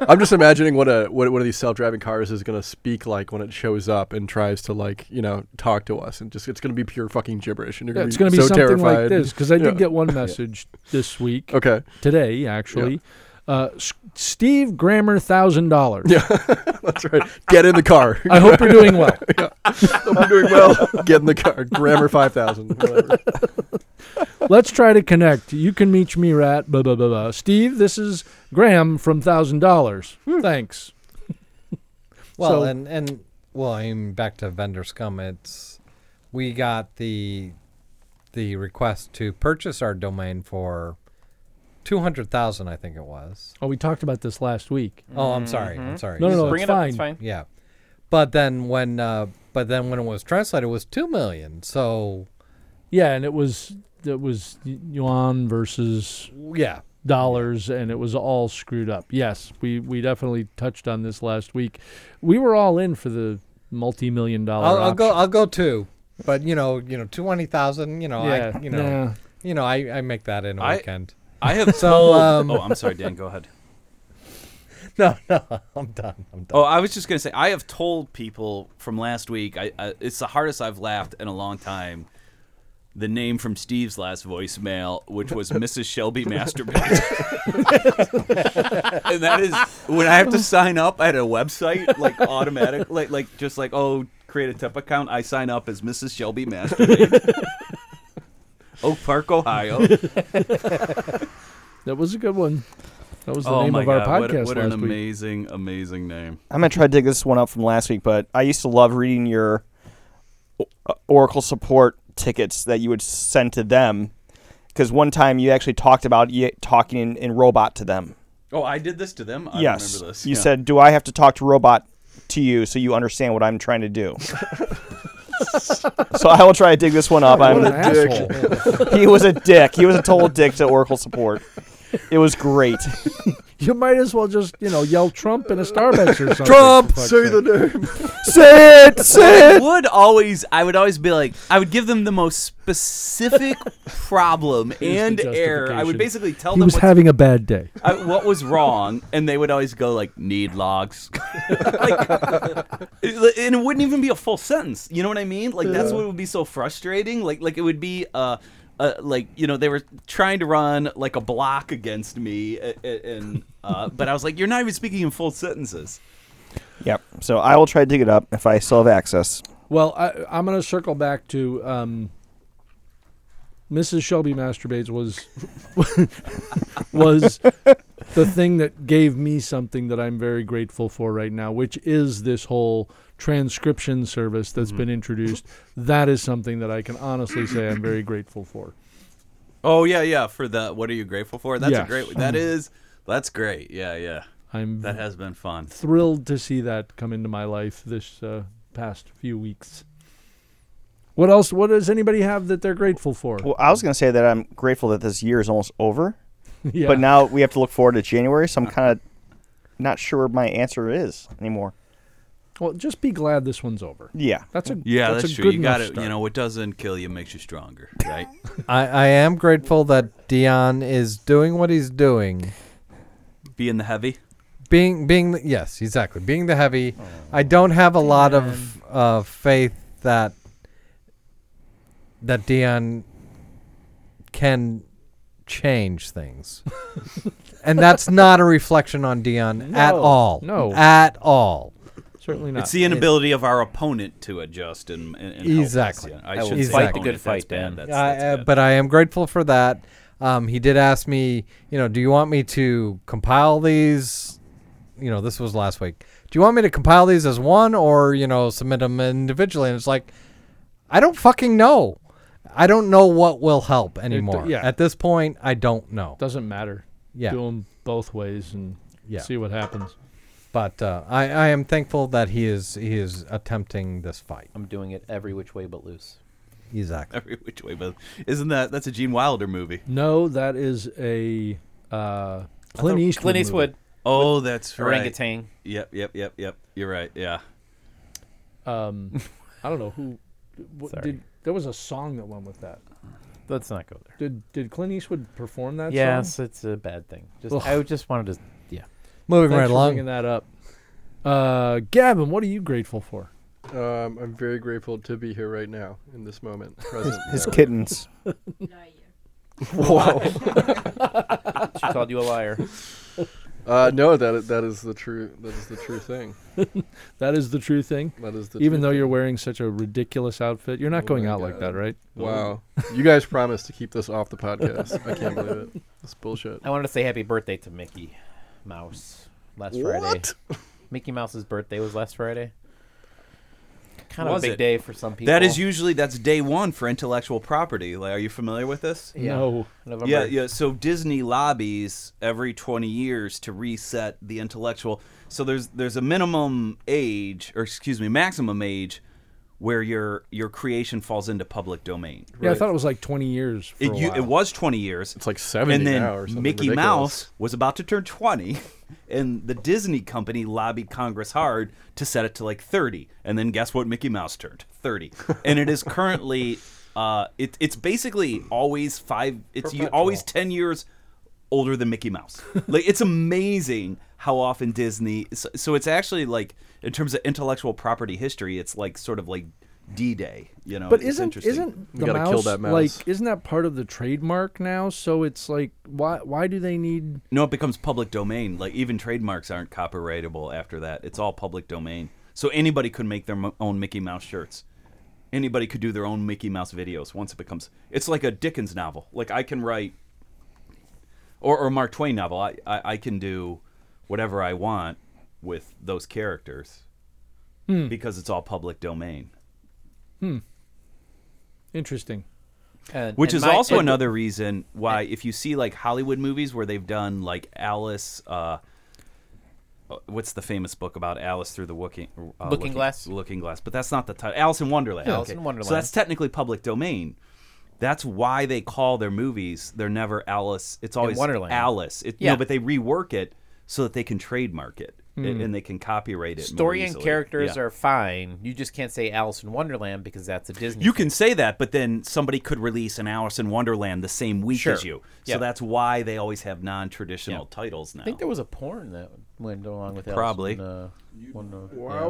[SPEAKER 3] I'm just imagining what a what one of these self-driving cars is gonna speak like when it shows up and tries to like you know talk to us, and just it's gonna be pure fucking gibberish, and you're
[SPEAKER 1] Yeah,
[SPEAKER 3] gonna
[SPEAKER 1] it's
[SPEAKER 3] be
[SPEAKER 1] going to be
[SPEAKER 3] so
[SPEAKER 1] something
[SPEAKER 3] terrified.
[SPEAKER 1] like this because I did
[SPEAKER 3] Yeah.
[SPEAKER 1] get one message this week,
[SPEAKER 3] Okay.
[SPEAKER 1] today actually. Uh, S- Steve Grammer, thousand dollars.
[SPEAKER 3] Yeah. That's right. Get in the car.
[SPEAKER 1] I hope you're doing well.
[SPEAKER 3] Hope you're doing well. Get in the car. Grammar five thousand.
[SPEAKER 1] Let's try to connect. You can meet me at blah blah blah blah. Steve, this is Graham from thousand dollars.
[SPEAKER 3] Hmm.
[SPEAKER 1] Thanks. So-
[SPEAKER 4] Well, and and well, I'm back to vendor scum. It's we got the the request to purchase our domain for two hundred thousand, I think it was.
[SPEAKER 1] Oh, we talked about this last week.
[SPEAKER 4] Oh, I'm sorry. I'm sorry.
[SPEAKER 1] Mm-hmm. No, no, no.
[SPEAKER 2] Bring
[SPEAKER 1] it's
[SPEAKER 2] it up.
[SPEAKER 1] fine.
[SPEAKER 2] It's fine.
[SPEAKER 4] Yeah, but then when uh, but then when it was translated, it was two million. So
[SPEAKER 1] Yeah, and it was it was y- yuan versus
[SPEAKER 4] yeah,
[SPEAKER 1] dollars and it was all screwed up. Yes, we we definitely touched on this last week. We were all in for the multi-million dollar
[SPEAKER 4] I'll, I'll go.
[SPEAKER 1] option.
[SPEAKER 4] I'll go two. But you know, you know, twenty thousand. You know,
[SPEAKER 1] Yeah,
[SPEAKER 4] I, you know,
[SPEAKER 1] nah.
[SPEAKER 4] you know, I, I make that in a
[SPEAKER 7] I-
[SPEAKER 4] weekend.
[SPEAKER 7] I have
[SPEAKER 4] So,
[SPEAKER 7] told.
[SPEAKER 4] um,
[SPEAKER 7] oh, I'm sorry, Dan. Go ahead.
[SPEAKER 4] No, no, I'm done. I'm done.
[SPEAKER 7] Oh, I was just gonna say I have told people from last week. I, I it's the hardest I've laughed in a long time. The name from Steve's last voicemail, which was Mrs. Shelby masturbate, and that is when I have to sign up at a website, like automatic, like like just like oh, create a tip account. I sign up as Mrs. Shelby masturbate, Oak Park, Ohio.
[SPEAKER 1] That was a good one. That was the
[SPEAKER 7] oh
[SPEAKER 1] name
[SPEAKER 7] my
[SPEAKER 1] of our
[SPEAKER 7] god, what,
[SPEAKER 1] podcast
[SPEAKER 7] what
[SPEAKER 1] last
[SPEAKER 7] an
[SPEAKER 1] week.
[SPEAKER 7] amazing, amazing name!
[SPEAKER 6] I'm gonna try to dig this one up from last week, but I used to love reading your o- uh, Oracle support tickets that you would send to them. Because one time you actually talked about you talking in, in robot to them.
[SPEAKER 7] Oh, I did this to them. I
[SPEAKER 6] yes,
[SPEAKER 7] remember this.
[SPEAKER 6] you
[SPEAKER 7] Yeah.
[SPEAKER 6] said, "Do I have to talk to robot to you so you understand what I'm trying to do?" so I will try to dig this one up.
[SPEAKER 1] What an
[SPEAKER 6] I'm,
[SPEAKER 1] asshole.
[SPEAKER 6] he was a dick. He was a total dick to Oracle support. It was great.
[SPEAKER 1] You might as well just, you know, yell Trump in a Starbucks or something.
[SPEAKER 6] Trump,
[SPEAKER 1] for fuck's
[SPEAKER 5] Say
[SPEAKER 1] sake.
[SPEAKER 5] the name.
[SPEAKER 6] say it, say
[SPEAKER 7] I
[SPEAKER 6] it.
[SPEAKER 7] would always I would always be like I would give them the most specific problem and
[SPEAKER 1] the
[SPEAKER 7] error. I would
[SPEAKER 1] justification.
[SPEAKER 7] basically tell
[SPEAKER 1] He
[SPEAKER 7] them
[SPEAKER 1] was
[SPEAKER 7] what,
[SPEAKER 1] having a bad day.
[SPEAKER 7] I, what was wrong, and they would always go like need logs, like, it- and it wouldn't even be a full sentence. You know what I mean? Like that's what would be so frustrating. Like like it would be uh. Uh, like you know, they were trying to run like a block against me, a- a- and uh, but I was like, "You're not even speaking in full sentences."
[SPEAKER 6] Yep. So I will try to dig it up if I still have access.
[SPEAKER 1] Well, I, I'm going to circle back to um, Mrs. Shelby masturbates was was the thing that gave me something that I'm very grateful for right now, which is this whole transcription service
[SPEAKER 6] Mm-hmm.
[SPEAKER 1] that's been introduced. That is something that I can honestly say I'm very grateful for.
[SPEAKER 7] Oh yeah, yeah. For the what are you grateful for? That's
[SPEAKER 1] Yeah.
[SPEAKER 7] a great. That is. That's great. Yeah, yeah.
[SPEAKER 1] I'm
[SPEAKER 7] That has been fun.
[SPEAKER 1] thrilled to see that come into my life this uh, past few weeks. What else? What does anybody have that they're grateful for?
[SPEAKER 6] Well, I was going to say that I'm grateful that this year is almost over,
[SPEAKER 1] yeah.
[SPEAKER 6] but now we have to look forward to January, so I'm kind of not sure where my answer is anymore.
[SPEAKER 1] Well, just be glad this one's over.
[SPEAKER 6] Yeah.
[SPEAKER 1] That's a
[SPEAKER 7] Yeah, that's,
[SPEAKER 1] that's, a
[SPEAKER 7] true.
[SPEAKER 1] Good
[SPEAKER 7] You got
[SPEAKER 1] enough
[SPEAKER 7] it. You
[SPEAKER 1] start.
[SPEAKER 7] know, what doesn't kill you makes you stronger, right?
[SPEAKER 4] I, I am grateful that Dion is doing what he's doing.
[SPEAKER 7] Being the heavy.
[SPEAKER 4] Being being the, yes, exactly. Being the heavy. I don't have a lot of uh, faith that that Dion can change things. and that's not a reflection on Dion at
[SPEAKER 1] No,
[SPEAKER 4] all.
[SPEAKER 1] no.
[SPEAKER 4] At all.
[SPEAKER 1] certainly not.
[SPEAKER 7] It's the inability of our opponent to adjust and, and, and help us,
[SPEAKER 4] Exactly.
[SPEAKER 7] yeah.
[SPEAKER 4] I
[SPEAKER 7] I should
[SPEAKER 4] will
[SPEAKER 7] say
[SPEAKER 4] fight the
[SPEAKER 7] opponent,
[SPEAKER 2] good
[SPEAKER 7] that's
[SPEAKER 2] fight,
[SPEAKER 7] bad,
[SPEAKER 2] Dan.
[SPEAKER 7] That's,
[SPEAKER 4] I-
[SPEAKER 7] that's
[SPEAKER 4] uh,
[SPEAKER 7] bad.
[SPEAKER 4] but I am grateful for that. Um, he did ask me, you know, do you want me to compile these? You know, this was last week. Do you want me to compile these as one or, you know, submit them individually? And it's like, I don't fucking know. I don't know what will help anymore.
[SPEAKER 1] yeah.
[SPEAKER 4] At this point, I don't know.
[SPEAKER 1] doesn't matter.
[SPEAKER 4] Yeah.
[SPEAKER 1] Do them both ways and
[SPEAKER 4] Yeah.
[SPEAKER 1] see what happens.
[SPEAKER 4] But uh, I, I am thankful that he is he is attempting this fight.
[SPEAKER 2] I'm doing it every which way but loose.
[SPEAKER 4] Exactly.
[SPEAKER 7] Every which way, but isn't that that's a Gene Wilder movie?
[SPEAKER 1] No, that is a uh, Clint Eastwood.
[SPEAKER 2] Clint
[SPEAKER 1] movie.
[SPEAKER 2] Eastwood,
[SPEAKER 7] Oh, that's right.
[SPEAKER 2] orangutan.
[SPEAKER 7] Yep, yep, yep, yep. You're right. Yeah.
[SPEAKER 1] Um, I don't know who. What,
[SPEAKER 2] Sorry.
[SPEAKER 1] did there was a song that went with that?
[SPEAKER 2] Let's not go there.
[SPEAKER 1] Did Did Clint Eastwood perform that?
[SPEAKER 2] yes,
[SPEAKER 1] Song?
[SPEAKER 2] it's a bad thing. Just
[SPEAKER 1] Ugh.
[SPEAKER 2] I just wanted to.
[SPEAKER 4] Moving
[SPEAKER 1] Thanks
[SPEAKER 4] right
[SPEAKER 1] for bringing
[SPEAKER 4] along.
[SPEAKER 1] that up. Uh, Gavin, what are you grateful for?
[SPEAKER 3] Um, I'm very grateful to be here right now in this moment, present.
[SPEAKER 6] His kittens.
[SPEAKER 2] She called you a liar.
[SPEAKER 3] Uh, no, that that is the true that is the true thing.
[SPEAKER 1] That is the true thing.
[SPEAKER 3] That is the
[SPEAKER 1] Even
[SPEAKER 3] true
[SPEAKER 1] though
[SPEAKER 3] thing.
[SPEAKER 1] you're wearing such a ridiculous outfit, you're not
[SPEAKER 3] Oh
[SPEAKER 1] going
[SPEAKER 3] my
[SPEAKER 1] out like
[SPEAKER 3] God.
[SPEAKER 1] that, right?
[SPEAKER 3] wow, you guys promised to keep this off the podcast. I can't believe it. It's bullshit.
[SPEAKER 2] I wanted to say happy birthday to Mickey Mouse last Friday.
[SPEAKER 3] What?
[SPEAKER 2] Mickey Mouse's birthday was last Friday. Kind
[SPEAKER 7] Was
[SPEAKER 2] of a big
[SPEAKER 7] it?
[SPEAKER 2] day for some people.
[SPEAKER 7] That is usually that's day one for intellectual property. Like, are you familiar with this?
[SPEAKER 2] Yeah.
[SPEAKER 1] No.
[SPEAKER 2] November.
[SPEAKER 7] Yeah, yeah. So Disney lobbies every 20 years to reset the intellectual. So there's there's a minimum age, or excuse me, maximum age, where your your creation falls into public domain.
[SPEAKER 1] Yeah, I thought it was like 20 years. For
[SPEAKER 7] It,
[SPEAKER 1] a
[SPEAKER 7] you,
[SPEAKER 1] while.
[SPEAKER 7] it was 20 years.
[SPEAKER 3] It's like 70
[SPEAKER 7] And then
[SPEAKER 3] now or something
[SPEAKER 7] Mickey
[SPEAKER 3] ridiculous.
[SPEAKER 7] Mouse was about to turn 20, and the Disney company lobbied Congress hard to set it to like 30. And then guess what Mickey Mouse turned? 30. And it is currently, uh, it, it's basically always five, it's you, always 10 years older than Mickey Mouse. like, it's amazing how often Disney, so, so it's actually like, in terms of intellectual property history, it's like sort of like D Day, you know?
[SPEAKER 1] But
[SPEAKER 7] It's
[SPEAKER 1] isn't
[SPEAKER 7] interesting.
[SPEAKER 1] isn't
[SPEAKER 3] We
[SPEAKER 1] the
[SPEAKER 3] gotta
[SPEAKER 1] mouse,
[SPEAKER 3] kill that mouse.
[SPEAKER 1] like isn't that part of the trademark now? So it's like why why do they need?
[SPEAKER 7] No, it becomes public domain. Like even trademarks aren't copyrightable after that. It's all public domain. So anybody could make their mo- own Mickey Mouse shirts. Anybody could do their own Mickey Mouse videos once it becomes. It's like a Dickens novel. Like I can write, or or Mark Twain novel. I I, I can do whatever I want with those characters because it's all public domain.
[SPEAKER 1] Interesting.
[SPEAKER 2] And-
[SPEAKER 7] Which
[SPEAKER 2] and
[SPEAKER 7] is
[SPEAKER 2] my-
[SPEAKER 7] also
[SPEAKER 2] and-
[SPEAKER 7] another reason why, if you see like Hollywood movies where they've done like Alice, uh, uh, what's the famous book about Alice through the Looking, uh,
[SPEAKER 2] Looking Glass?
[SPEAKER 7] Looking Glass, but that's not the title. Alice in Wonderland.
[SPEAKER 2] Alice in Wonderland.
[SPEAKER 7] So that's technically public domain. That's why they call their movies. They're never Alice. It's always
[SPEAKER 2] Wonderland.
[SPEAKER 7] Alice. It,
[SPEAKER 2] Yeah. Hmm.
[SPEAKER 7] No, but they rework it so that they can trademark it and, and they can copyright it. more
[SPEAKER 2] Story and
[SPEAKER 7] easily.
[SPEAKER 2] characters
[SPEAKER 7] Yeah.
[SPEAKER 2] are fine. You just can't say Alice in Wonderland because that's a Disney.
[SPEAKER 7] You can say that, but then somebody could release an Alice in Wonderland the same week
[SPEAKER 2] Sure.
[SPEAKER 7] as you. So
[SPEAKER 2] Yeah.
[SPEAKER 7] that's why they always have non-traditional titles now.
[SPEAKER 2] I think there was a porn that went along with Alice.
[SPEAKER 7] Probably.
[SPEAKER 2] in, uh, Wonder- yeah.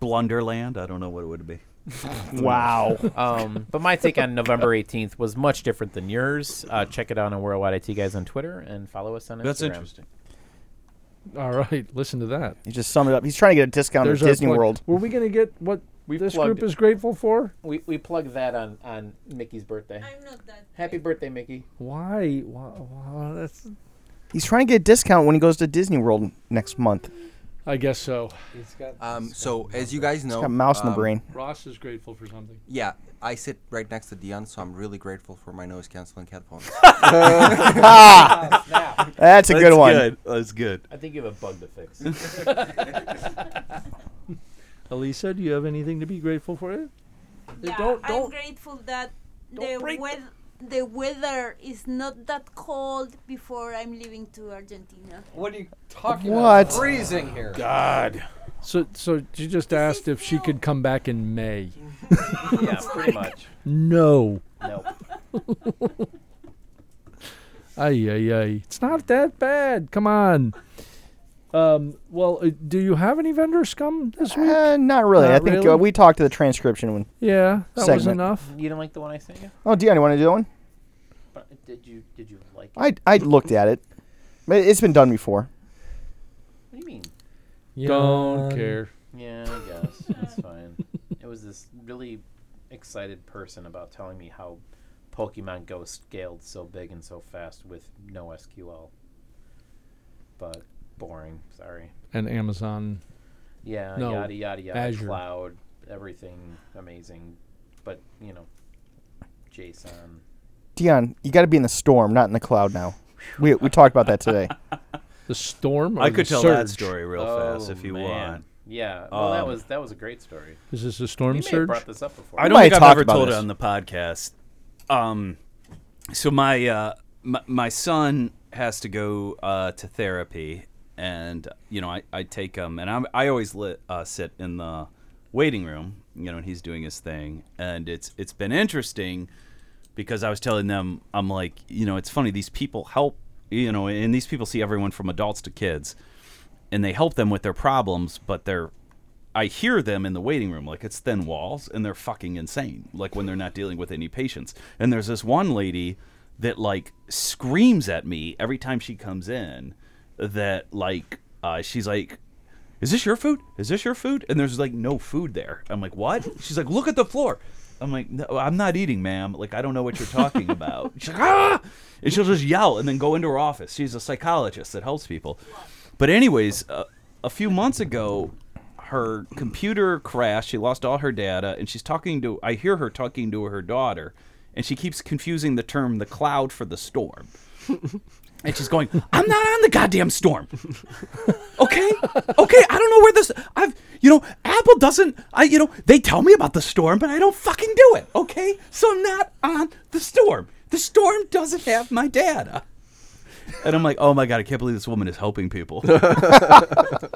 [SPEAKER 7] Blunderland. I don't know what it would be.
[SPEAKER 6] Wow.
[SPEAKER 2] Um, but my take on November 18th was much different than yours. Uh, check it out on Worldwide IT Guys on Twitter and follow us on Instagram.
[SPEAKER 1] All right, listen to that.
[SPEAKER 6] You just sum it up. He's trying to get a discount at
[SPEAKER 1] our
[SPEAKER 6] Disney
[SPEAKER 1] plug.
[SPEAKER 6] World.
[SPEAKER 1] Were we gonna get what
[SPEAKER 2] We've
[SPEAKER 1] this
[SPEAKER 2] plugged
[SPEAKER 1] group
[SPEAKER 2] it.
[SPEAKER 1] is grateful for?
[SPEAKER 2] We, we plug that on, on Mickey's birthday.
[SPEAKER 8] I'm not that.
[SPEAKER 2] Happy birthday, Mickey.
[SPEAKER 1] Why? Wow, wow, that's.
[SPEAKER 6] He's trying to get a discount when he goes to Disney World next month.
[SPEAKER 1] I guess so.
[SPEAKER 9] Um, so as you guys know,
[SPEAKER 6] He's got mouse in the
[SPEAKER 9] um,
[SPEAKER 6] brain.
[SPEAKER 1] Ross is grateful for something.
[SPEAKER 9] Yeah, I sit right next to Dion, so I'm really grateful for my noise canceling headphones.
[SPEAKER 6] That's a good one.
[SPEAKER 7] That's good.
[SPEAKER 2] I think you have a bug to fix.
[SPEAKER 1] Elisa, do you have anything to be grateful for?
[SPEAKER 8] Yeah,
[SPEAKER 1] don't-
[SPEAKER 8] I'm
[SPEAKER 1] don't-
[SPEAKER 8] grateful that
[SPEAKER 1] don't
[SPEAKER 8] the
[SPEAKER 1] break the-
[SPEAKER 8] weather the weather is not that cold before I'm leaving to Argentina.
[SPEAKER 4] What are you talking
[SPEAKER 6] about? What?
[SPEAKER 4] Freezing here.
[SPEAKER 1] So, so she just asked if she could come back in May.
[SPEAKER 2] yeah, pretty much.
[SPEAKER 1] No.
[SPEAKER 2] Nope.
[SPEAKER 1] Ay, ay, ay. It's not that bad. Come on. Um, well, uh, do you have any vendor scum this week?
[SPEAKER 6] Uh, not really.
[SPEAKER 1] Not
[SPEAKER 6] I think
[SPEAKER 1] really?
[SPEAKER 6] Uh, we talked to the transcription one.
[SPEAKER 1] Yeah, that was
[SPEAKER 6] segment.
[SPEAKER 1] enough.
[SPEAKER 2] You don't like the one I sent you?
[SPEAKER 6] Oh, Dion, you want to do that one?
[SPEAKER 2] But did you did you like it?
[SPEAKER 6] I, I looked at it. But It's been done before.
[SPEAKER 2] What do you mean?
[SPEAKER 1] Don't care.
[SPEAKER 2] Yeah, I guess that's fine. It was this really excited person about telling me how Pokemon Go scaled so big and so fast with no SQL. But boring. Sorry.
[SPEAKER 1] And Amazon.
[SPEAKER 2] Yeah,
[SPEAKER 1] No,
[SPEAKER 2] yada yada yada.
[SPEAKER 1] Azure.
[SPEAKER 2] Cloud, everything amazing, but you know, JSON.
[SPEAKER 6] Dion, you got to be in the storm, not in the cloud now. We, we talked about that today.
[SPEAKER 1] The storm. Or
[SPEAKER 7] I
[SPEAKER 1] the
[SPEAKER 7] could tell that
[SPEAKER 1] surge?
[SPEAKER 7] story real fast if you want.
[SPEAKER 2] Oh, Yeah. Well, that
[SPEAKER 7] Um,
[SPEAKER 2] was that was a great story.
[SPEAKER 1] Is this a
[SPEAKER 2] We
[SPEAKER 1] storm
[SPEAKER 2] may have
[SPEAKER 1] surge?
[SPEAKER 2] brought this up before.
[SPEAKER 7] I
[SPEAKER 6] We
[SPEAKER 7] don't
[SPEAKER 6] might
[SPEAKER 7] think I've
[SPEAKER 6] talk
[SPEAKER 7] ever
[SPEAKER 6] about
[SPEAKER 7] told
[SPEAKER 6] this.
[SPEAKER 7] it on the podcast. Um, so my uh, my, my son has to go uh, to therapy, and you know I, I take him, and I'm, I always li- uh, sit in the waiting room, you know, and he's doing his thing, and it's it's been interesting because I was telling them I'm like you know it's funny these people help you know, and these people see everyone from adults to kids, and they help them with their problems, but they're I hear them in the waiting room, like it's thin walls, and they're fucking insane, like when they're not dealing with any patients. And there's this one lady that like screams at me every time she comes in that like uh, she's like, Is this your food? Is this your food? And there's like no food there. I'm like, What? She's like, Look at the floor. I'm like, no, I'm not eating, ma'am. Like, I don't know what you're talking about. She's like, ah! And she'll just yell and then go into her office. She's a psychologist that helps people. But, anyways, uh, a few months ago, her computer crashed. She lost all her data, and she's talking to. I hear her talking to her daughter, and she keeps confusing the term "the cloud" for the storm. And she's going, I'm not on the goddamn storm. Okay? Okay, I don't know where this I've you know, Apple doesn't I you know, they tell me about the storm, but I don't fucking do it. Okay? So I'm not on the storm. The storm doesn't have my data. And I'm like, oh my god, I can't believe this woman is helping people.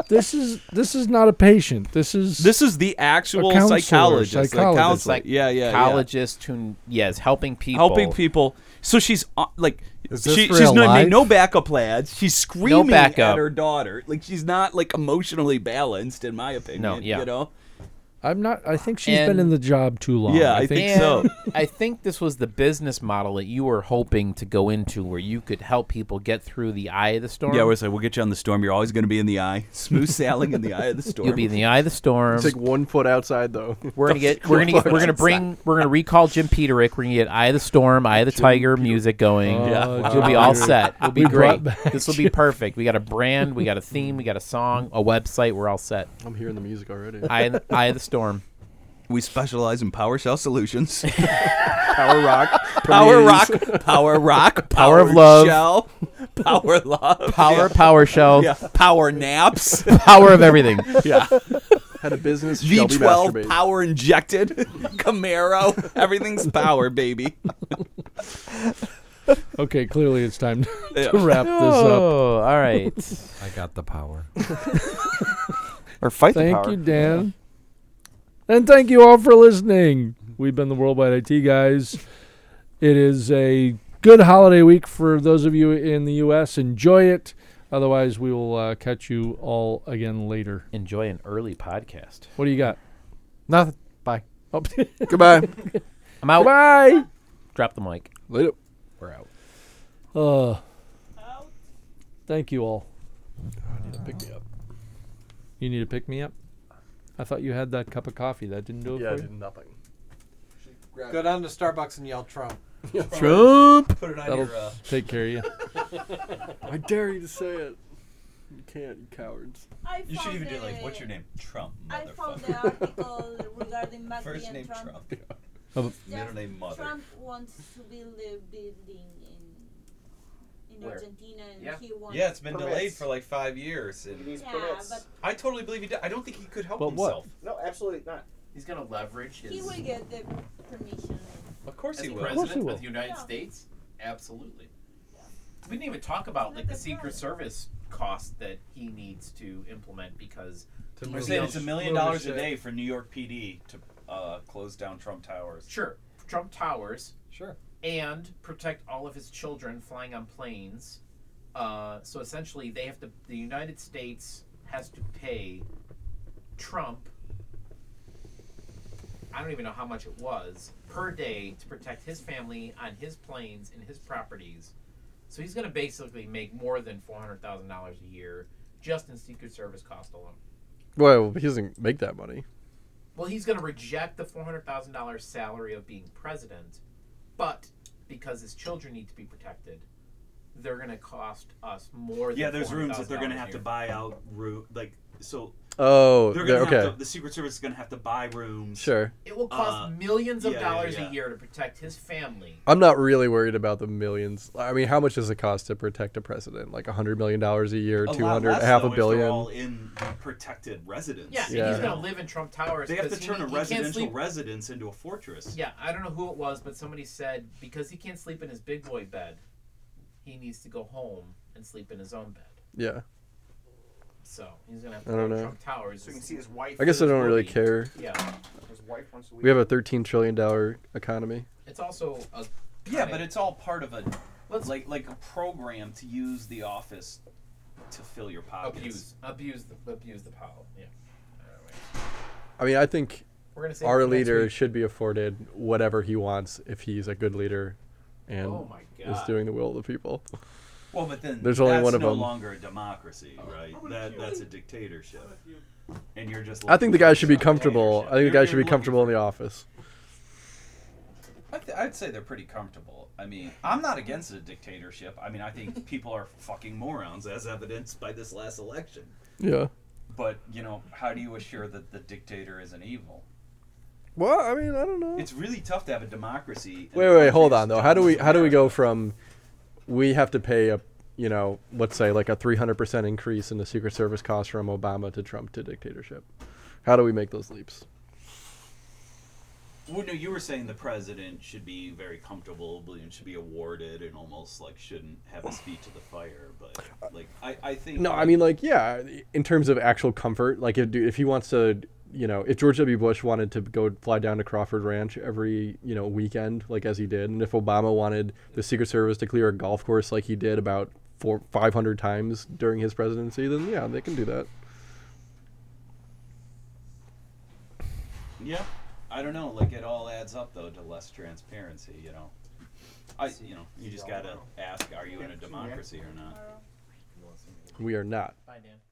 [SPEAKER 1] This is this is not a patient. This is
[SPEAKER 7] this is the actual
[SPEAKER 1] A counselor,
[SPEAKER 7] psychologist, the
[SPEAKER 1] psychologist.
[SPEAKER 7] counselor.
[SPEAKER 1] Like
[SPEAKER 7] yeah, yeah, yeah.
[SPEAKER 2] Psychologist who yeah is helping people.
[SPEAKER 7] helping people. So she's uh, like,
[SPEAKER 4] Is this
[SPEAKER 7] she,
[SPEAKER 4] real
[SPEAKER 7] she's not
[SPEAKER 4] life?
[SPEAKER 7] no backup plans. She's screaming at
[SPEAKER 2] backup.
[SPEAKER 7] her daughter. Like she's not like emotionally balanced, in my opinion.
[SPEAKER 2] yeah.
[SPEAKER 7] you know.
[SPEAKER 1] I'm not. I think she's been
[SPEAKER 2] And-
[SPEAKER 1] in the job too long.
[SPEAKER 7] Yeah, I think
[SPEAKER 2] And
[SPEAKER 7] so.
[SPEAKER 2] I think this was the business model that you were hoping to go into, where you could help people get through the eye of the storm.
[SPEAKER 7] Yeah, we're like, we'll get you on the storm. You're always going to be in the eye, smooth sailing in the eye of the storm.
[SPEAKER 2] You'll be in the eye of the storm.
[SPEAKER 3] It's like one foot outside though.
[SPEAKER 2] We're gonna get. We're gonna. Get, we're gonna bring. We're gonna recall Jim Peterick. We're gonna get Eye of the Storm, Eye of the Tiger music going.
[SPEAKER 1] Oh,
[SPEAKER 2] We'll
[SPEAKER 1] Jim
[SPEAKER 2] be all
[SPEAKER 1] Peterick.
[SPEAKER 2] set. We'll be
[SPEAKER 1] We brought
[SPEAKER 2] great.
[SPEAKER 1] back
[SPEAKER 2] This will be perfect. We got a brand. We got a theme. We got a song. A website. We're all set.
[SPEAKER 3] I'm hearing the music already.
[SPEAKER 2] Eye, of- Eye of the Storm.
[SPEAKER 7] we specialize in PowerShell solutions,
[SPEAKER 5] Power rock.
[SPEAKER 7] power rock, power rock,
[SPEAKER 2] Power of love.
[SPEAKER 7] shell, power love,
[SPEAKER 2] Power. Power show.
[SPEAKER 7] yeah, power naps,
[SPEAKER 2] Power of everything.
[SPEAKER 7] yeah,
[SPEAKER 3] Had a business. Shelby
[SPEAKER 7] V12
[SPEAKER 3] masturbates.
[SPEAKER 7] power injected, Camaro, everything's power, baby.
[SPEAKER 1] Okay, clearly it's time to
[SPEAKER 7] Yeah.
[SPEAKER 1] wrap this up.
[SPEAKER 2] Oh, all right.
[SPEAKER 4] I got the power.
[SPEAKER 6] Or fight the
[SPEAKER 1] Thank
[SPEAKER 6] power.
[SPEAKER 1] you, Dan. And thank you all for listening. We've been the Worldwide IT guys. It is a good holiday week for those of you in the U.S. Enjoy it. Otherwise, we will uh, catch you all again later.
[SPEAKER 2] Enjoy an early podcast.
[SPEAKER 1] What do you got?
[SPEAKER 4] Nothing. Bye.
[SPEAKER 1] Oh,
[SPEAKER 3] Goodbye.
[SPEAKER 2] I'm out.
[SPEAKER 1] Bye.
[SPEAKER 2] Drop the mic.
[SPEAKER 3] Later.
[SPEAKER 2] We're out.
[SPEAKER 1] Uh, thank you all. You need to pick me up. I thought you had that cup of coffee. That didn't do it
[SPEAKER 3] Yeah, I
[SPEAKER 1] for you.
[SPEAKER 3] did nothing.
[SPEAKER 4] Go down to Starbucks and yell Trump.
[SPEAKER 1] Trump.
[SPEAKER 4] Put it on
[SPEAKER 1] That'll
[SPEAKER 7] uh,
[SPEAKER 1] take care of you.
[SPEAKER 3] I dare you to say it. You can't, you cowards.
[SPEAKER 8] I
[SPEAKER 7] You should
[SPEAKER 8] found
[SPEAKER 7] even do like,
[SPEAKER 8] the-
[SPEAKER 7] what's your name? Trump,
[SPEAKER 8] I found
[SPEAKER 7] motherfucker.
[SPEAKER 8] the article regarding Macri
[SPEAKER 7] First
[SPEAKER 8] and
[SPEAKER 7] name
[SPEAKER 8] Trump.
[SPEAKER 7] Trump,
[SPEAKER 8] Just
[SPEAKER 7] middle name Mother.
[SPEAKER 8] Trump wants to build a building in in
[SPEAKER 7] Where?
[SPEAKER 8] Argentina, and
[SPEAKER 5] Yeah.
[SPEAKER 8] he wants.
[SPEAKER 7] Yeah, it's been delayed
[SPEAKER 5] Permits.
[SPEAKER 7] for like five years. And
[SPEAKER 5] He's
[SPEAKER 8] Yeah,
[SPEAKER 5] permits.
[SPEAKER 7] I totally believe he did. I don't think he could help
[SPEAKER 1] But what?
[SPEAKER 7] himself.
[SPEAKER 5] No, absolutely not. He's gonna leverage
[SPEAKER 8] but he will get the permission.
[SPEAKER 7] Of course
[SPEAKER 5] as
[SPEAKER 7] he
[SPEAKER 5] the
[SPEAKER 7] will.
[SPEAKER 1] course he
[SPEAKER 5] president
[SPEAKER 1] will.
[SPEAKER 5] of the United
[SPEAKER 8] Yeah.
[SPEAKER 5] States. Absolutely. We didn't even talk about like the Secret Service cost that he needs to implement because
[SPEAKER 7] We're
[SPEAKER 5] Move
[SPEAKER 7] saying
[SPEAKER 5] the
[SPEAKER 7] it's a
[SPEAKER 5] shit.
[SPEAKER 7] million
[SPEAKER 3] Move the
[SPEAKER 7] dollars a
[SPEAKER 3] shit.
[SPEAKER 7] day for New York PD to uh, close down Trump Towers.
[SPEAKER 5] sure, Trump towers
[SPEAKER 4] Sure.
[SPEAKER 5] and protect all of his children flying on planes. Uh, so essentially, they have to. The United States has to pay Trump. I don't even know how much it was per day to protect his family on his planes and his properties. So he's going to basically make more than four hundred thousand dollars a year just in Secret Service cost alone.
[SPEAKER 3] Well, he doesn't make that money.
[SPEAKER 5] Well, he's going to reject the four hundred thousand dollars salary of being president, but because his children need to be protected, they're going to cost us more. Than
[SPEAKER 7] Yeah, there's rooms that they're going
[SPEAKER 5] going
[SPEAKER 7] to have to buy out. Roo- like, so
[SPEAKER 3] Oh,
[SPEAKER 7] they're going to
[SPEAKER 3] okay.
[SPEAKER 7] have to, the Secret Service is going to have to buy rooms.
[SPEAKER 3] Sure.
[SPEAKER 5] It will cost
[SPEAKER 7] Uh,
[SPEAKER 5] millions of
[SPEAKER 7] yeah, yeah,
[SPEAKER 5] dollars
[SPEAKER 7] yeah.
[SPEAKER 5] a year to protect his family.
[SPEAKER 3] I'm not really worried about the millions. I mean, how much does it cost to protect a president? Like a $100 million a year,
[SPEAKER 7] A lot
[SPEAKER 3] 200,
[SPEAKER 7] less,
[SPEAKER 3] half
[SPEAKER 7] though,
[SPEAKER 3] a
[SPEAKER 7] if they're
[SPEAKER 3] billion.
[SPEAKER 7] all in the protected residence.
[SPEAKER 5] Yeah, and
[SPEAKER 3] Yeah.
[SPEAKER 5] he's going to live in Trump Towers.
[SPEAKER 7] They have to
[SPEAKER 5] 'cause he-
[SPEAKER 7] turn
[SPEAKER 5] he
[SPEAKER 7] a
[SPEAKER 5] can't
[SPEAKER 7] residential
[SPEAKER 5] sleep-
[SPEAKER 7] residence into a fortress.
[SPEAKER 5] Yeah, I don't know who it was, but somebody said because he can't sleep in his big boy bed, he needs to go home and sleep in his own bed.
[SPEAKER 3] Yeah.
[SPEAKER 5] So he's going to have
[SPEAKER 3] I
[SPEAKER 5] to go
[SPEAKER 3] don't
[SPEAKER 5] to
[SPEAKER 3] know.
[SPEAKER 5] Trump Towers.
[SPEAKER 10] So you can see his wife.
[SPEAKER 3] I guess I
[SPEAKER 10] in
[SPEAKER 3] don't
[SPEAKER 10] this
[SPEAKER 3] really
[SPEAKER 10] movie.
[SPEAKER 3] care.
[SPEAKER 5] Yeah,
[SPEAKER 10] His wife wants to
[SPEAKER 3] We have a $13 trillion economy.
[SPEAKER 5] it's also a.
[SPEAKER 7] Yeah,
[SPEAKER 5] kinda-
[SPEAKER 7] but it's all part of a
[SPEAKER 5] Let's-
[SPEAKER 7] like like a program to use the office to fill your pockets.
[SPEAKER 5] abuse, abuse the abuse the power. Yeah. Anyway,
[SPEAKER 3] I mean, I think
[SPEAKER 5] We're gonna say
[SPEAKER 3] our leader should be afforded whatever he wants if he's a good leader and
[SPEAKER 5] Oh my
[SPEAKER 3] is
[SPEAKER 5] god.
[SPEAKER 3] doing the will of the people.
[SPEAKER 7] Well, but then
[SPEAKER 3] There's only
[SPEAKER 7] that's
[SPEAKER 3] one of
[SPEAKER 7] no
[SPEAKER 3] them.
[SPEAKER 7] longer a democracy, right? That that's a dictatorship. And you're just.
[SPEAKER 3] I think the
[SPEAKER 7] looking
[SPEAKER 3] guy
[SPEAKER 7] for
[SPEAKER 3] should be
[SPEAKER 7] some
[SPEAKER 3] comfortable. I
[SPEAKER 7] dictatorship.
[SPEAKER 3] think the
[SPEAKER 7] You're-
[SPEAKER 3] guy
[SPEAKER 7] you're
[SPEAKER 3] should be
[SPEAKER 7] looking
[SPEAKER 3] comfortable in the office.
[SPEAKER 7] I th- I'd say they're pretty comfortable. I mean, I'm not against a dictatorship. I mean, I think people are fucking morons, as evidenced by this last election.
[SPEAKER 3] Yeah.
[SPEAKER 7] But you know, how do you assure that the dictator isn't evil?
[SPEAKER 3] Well, I mean, I don't know.
[SPEAKER 7] It's really tough to have a democracy. in
[SPEAKER 3] Wait,
[SPEAKER 7] a
[SPEAKER 3] wait,
[SPEAKER 7] country
[SPEAKER 3] hold
[SPEAKER 7] that's
[SPEAKER 3] on though. How do we how do we go from we have to pay a you know let's say like a 300% increase in the secret service costs from obama to trump to dictatorship how do we make those leaps
[SPEAKER 7] Well, no, you were saying the president should be very comfortable and should be awarded and almost like shouldn't have his feet to the fire. But like, I, I think
[SPEAKER 3] No, I mean like yeah, in terms of actual comfort, like if if he wants to, you know, if George W. Bush wanted to go fly down to Crawford Ranch every you know weekend, like as he did, and if Obama wanted the Secret Service to clear a golf course like he did about four five hundred times during his presidency, then yeah, they can do that.
[SPEAKER 7] yeah, I don't know. Like, it all adds up though to less transparency. You know, I, you know, you just gotta ask: Are you in a democracy or not?
[SPEAKER 3] We are not.
[SPEAKER 5] Bye, Dan.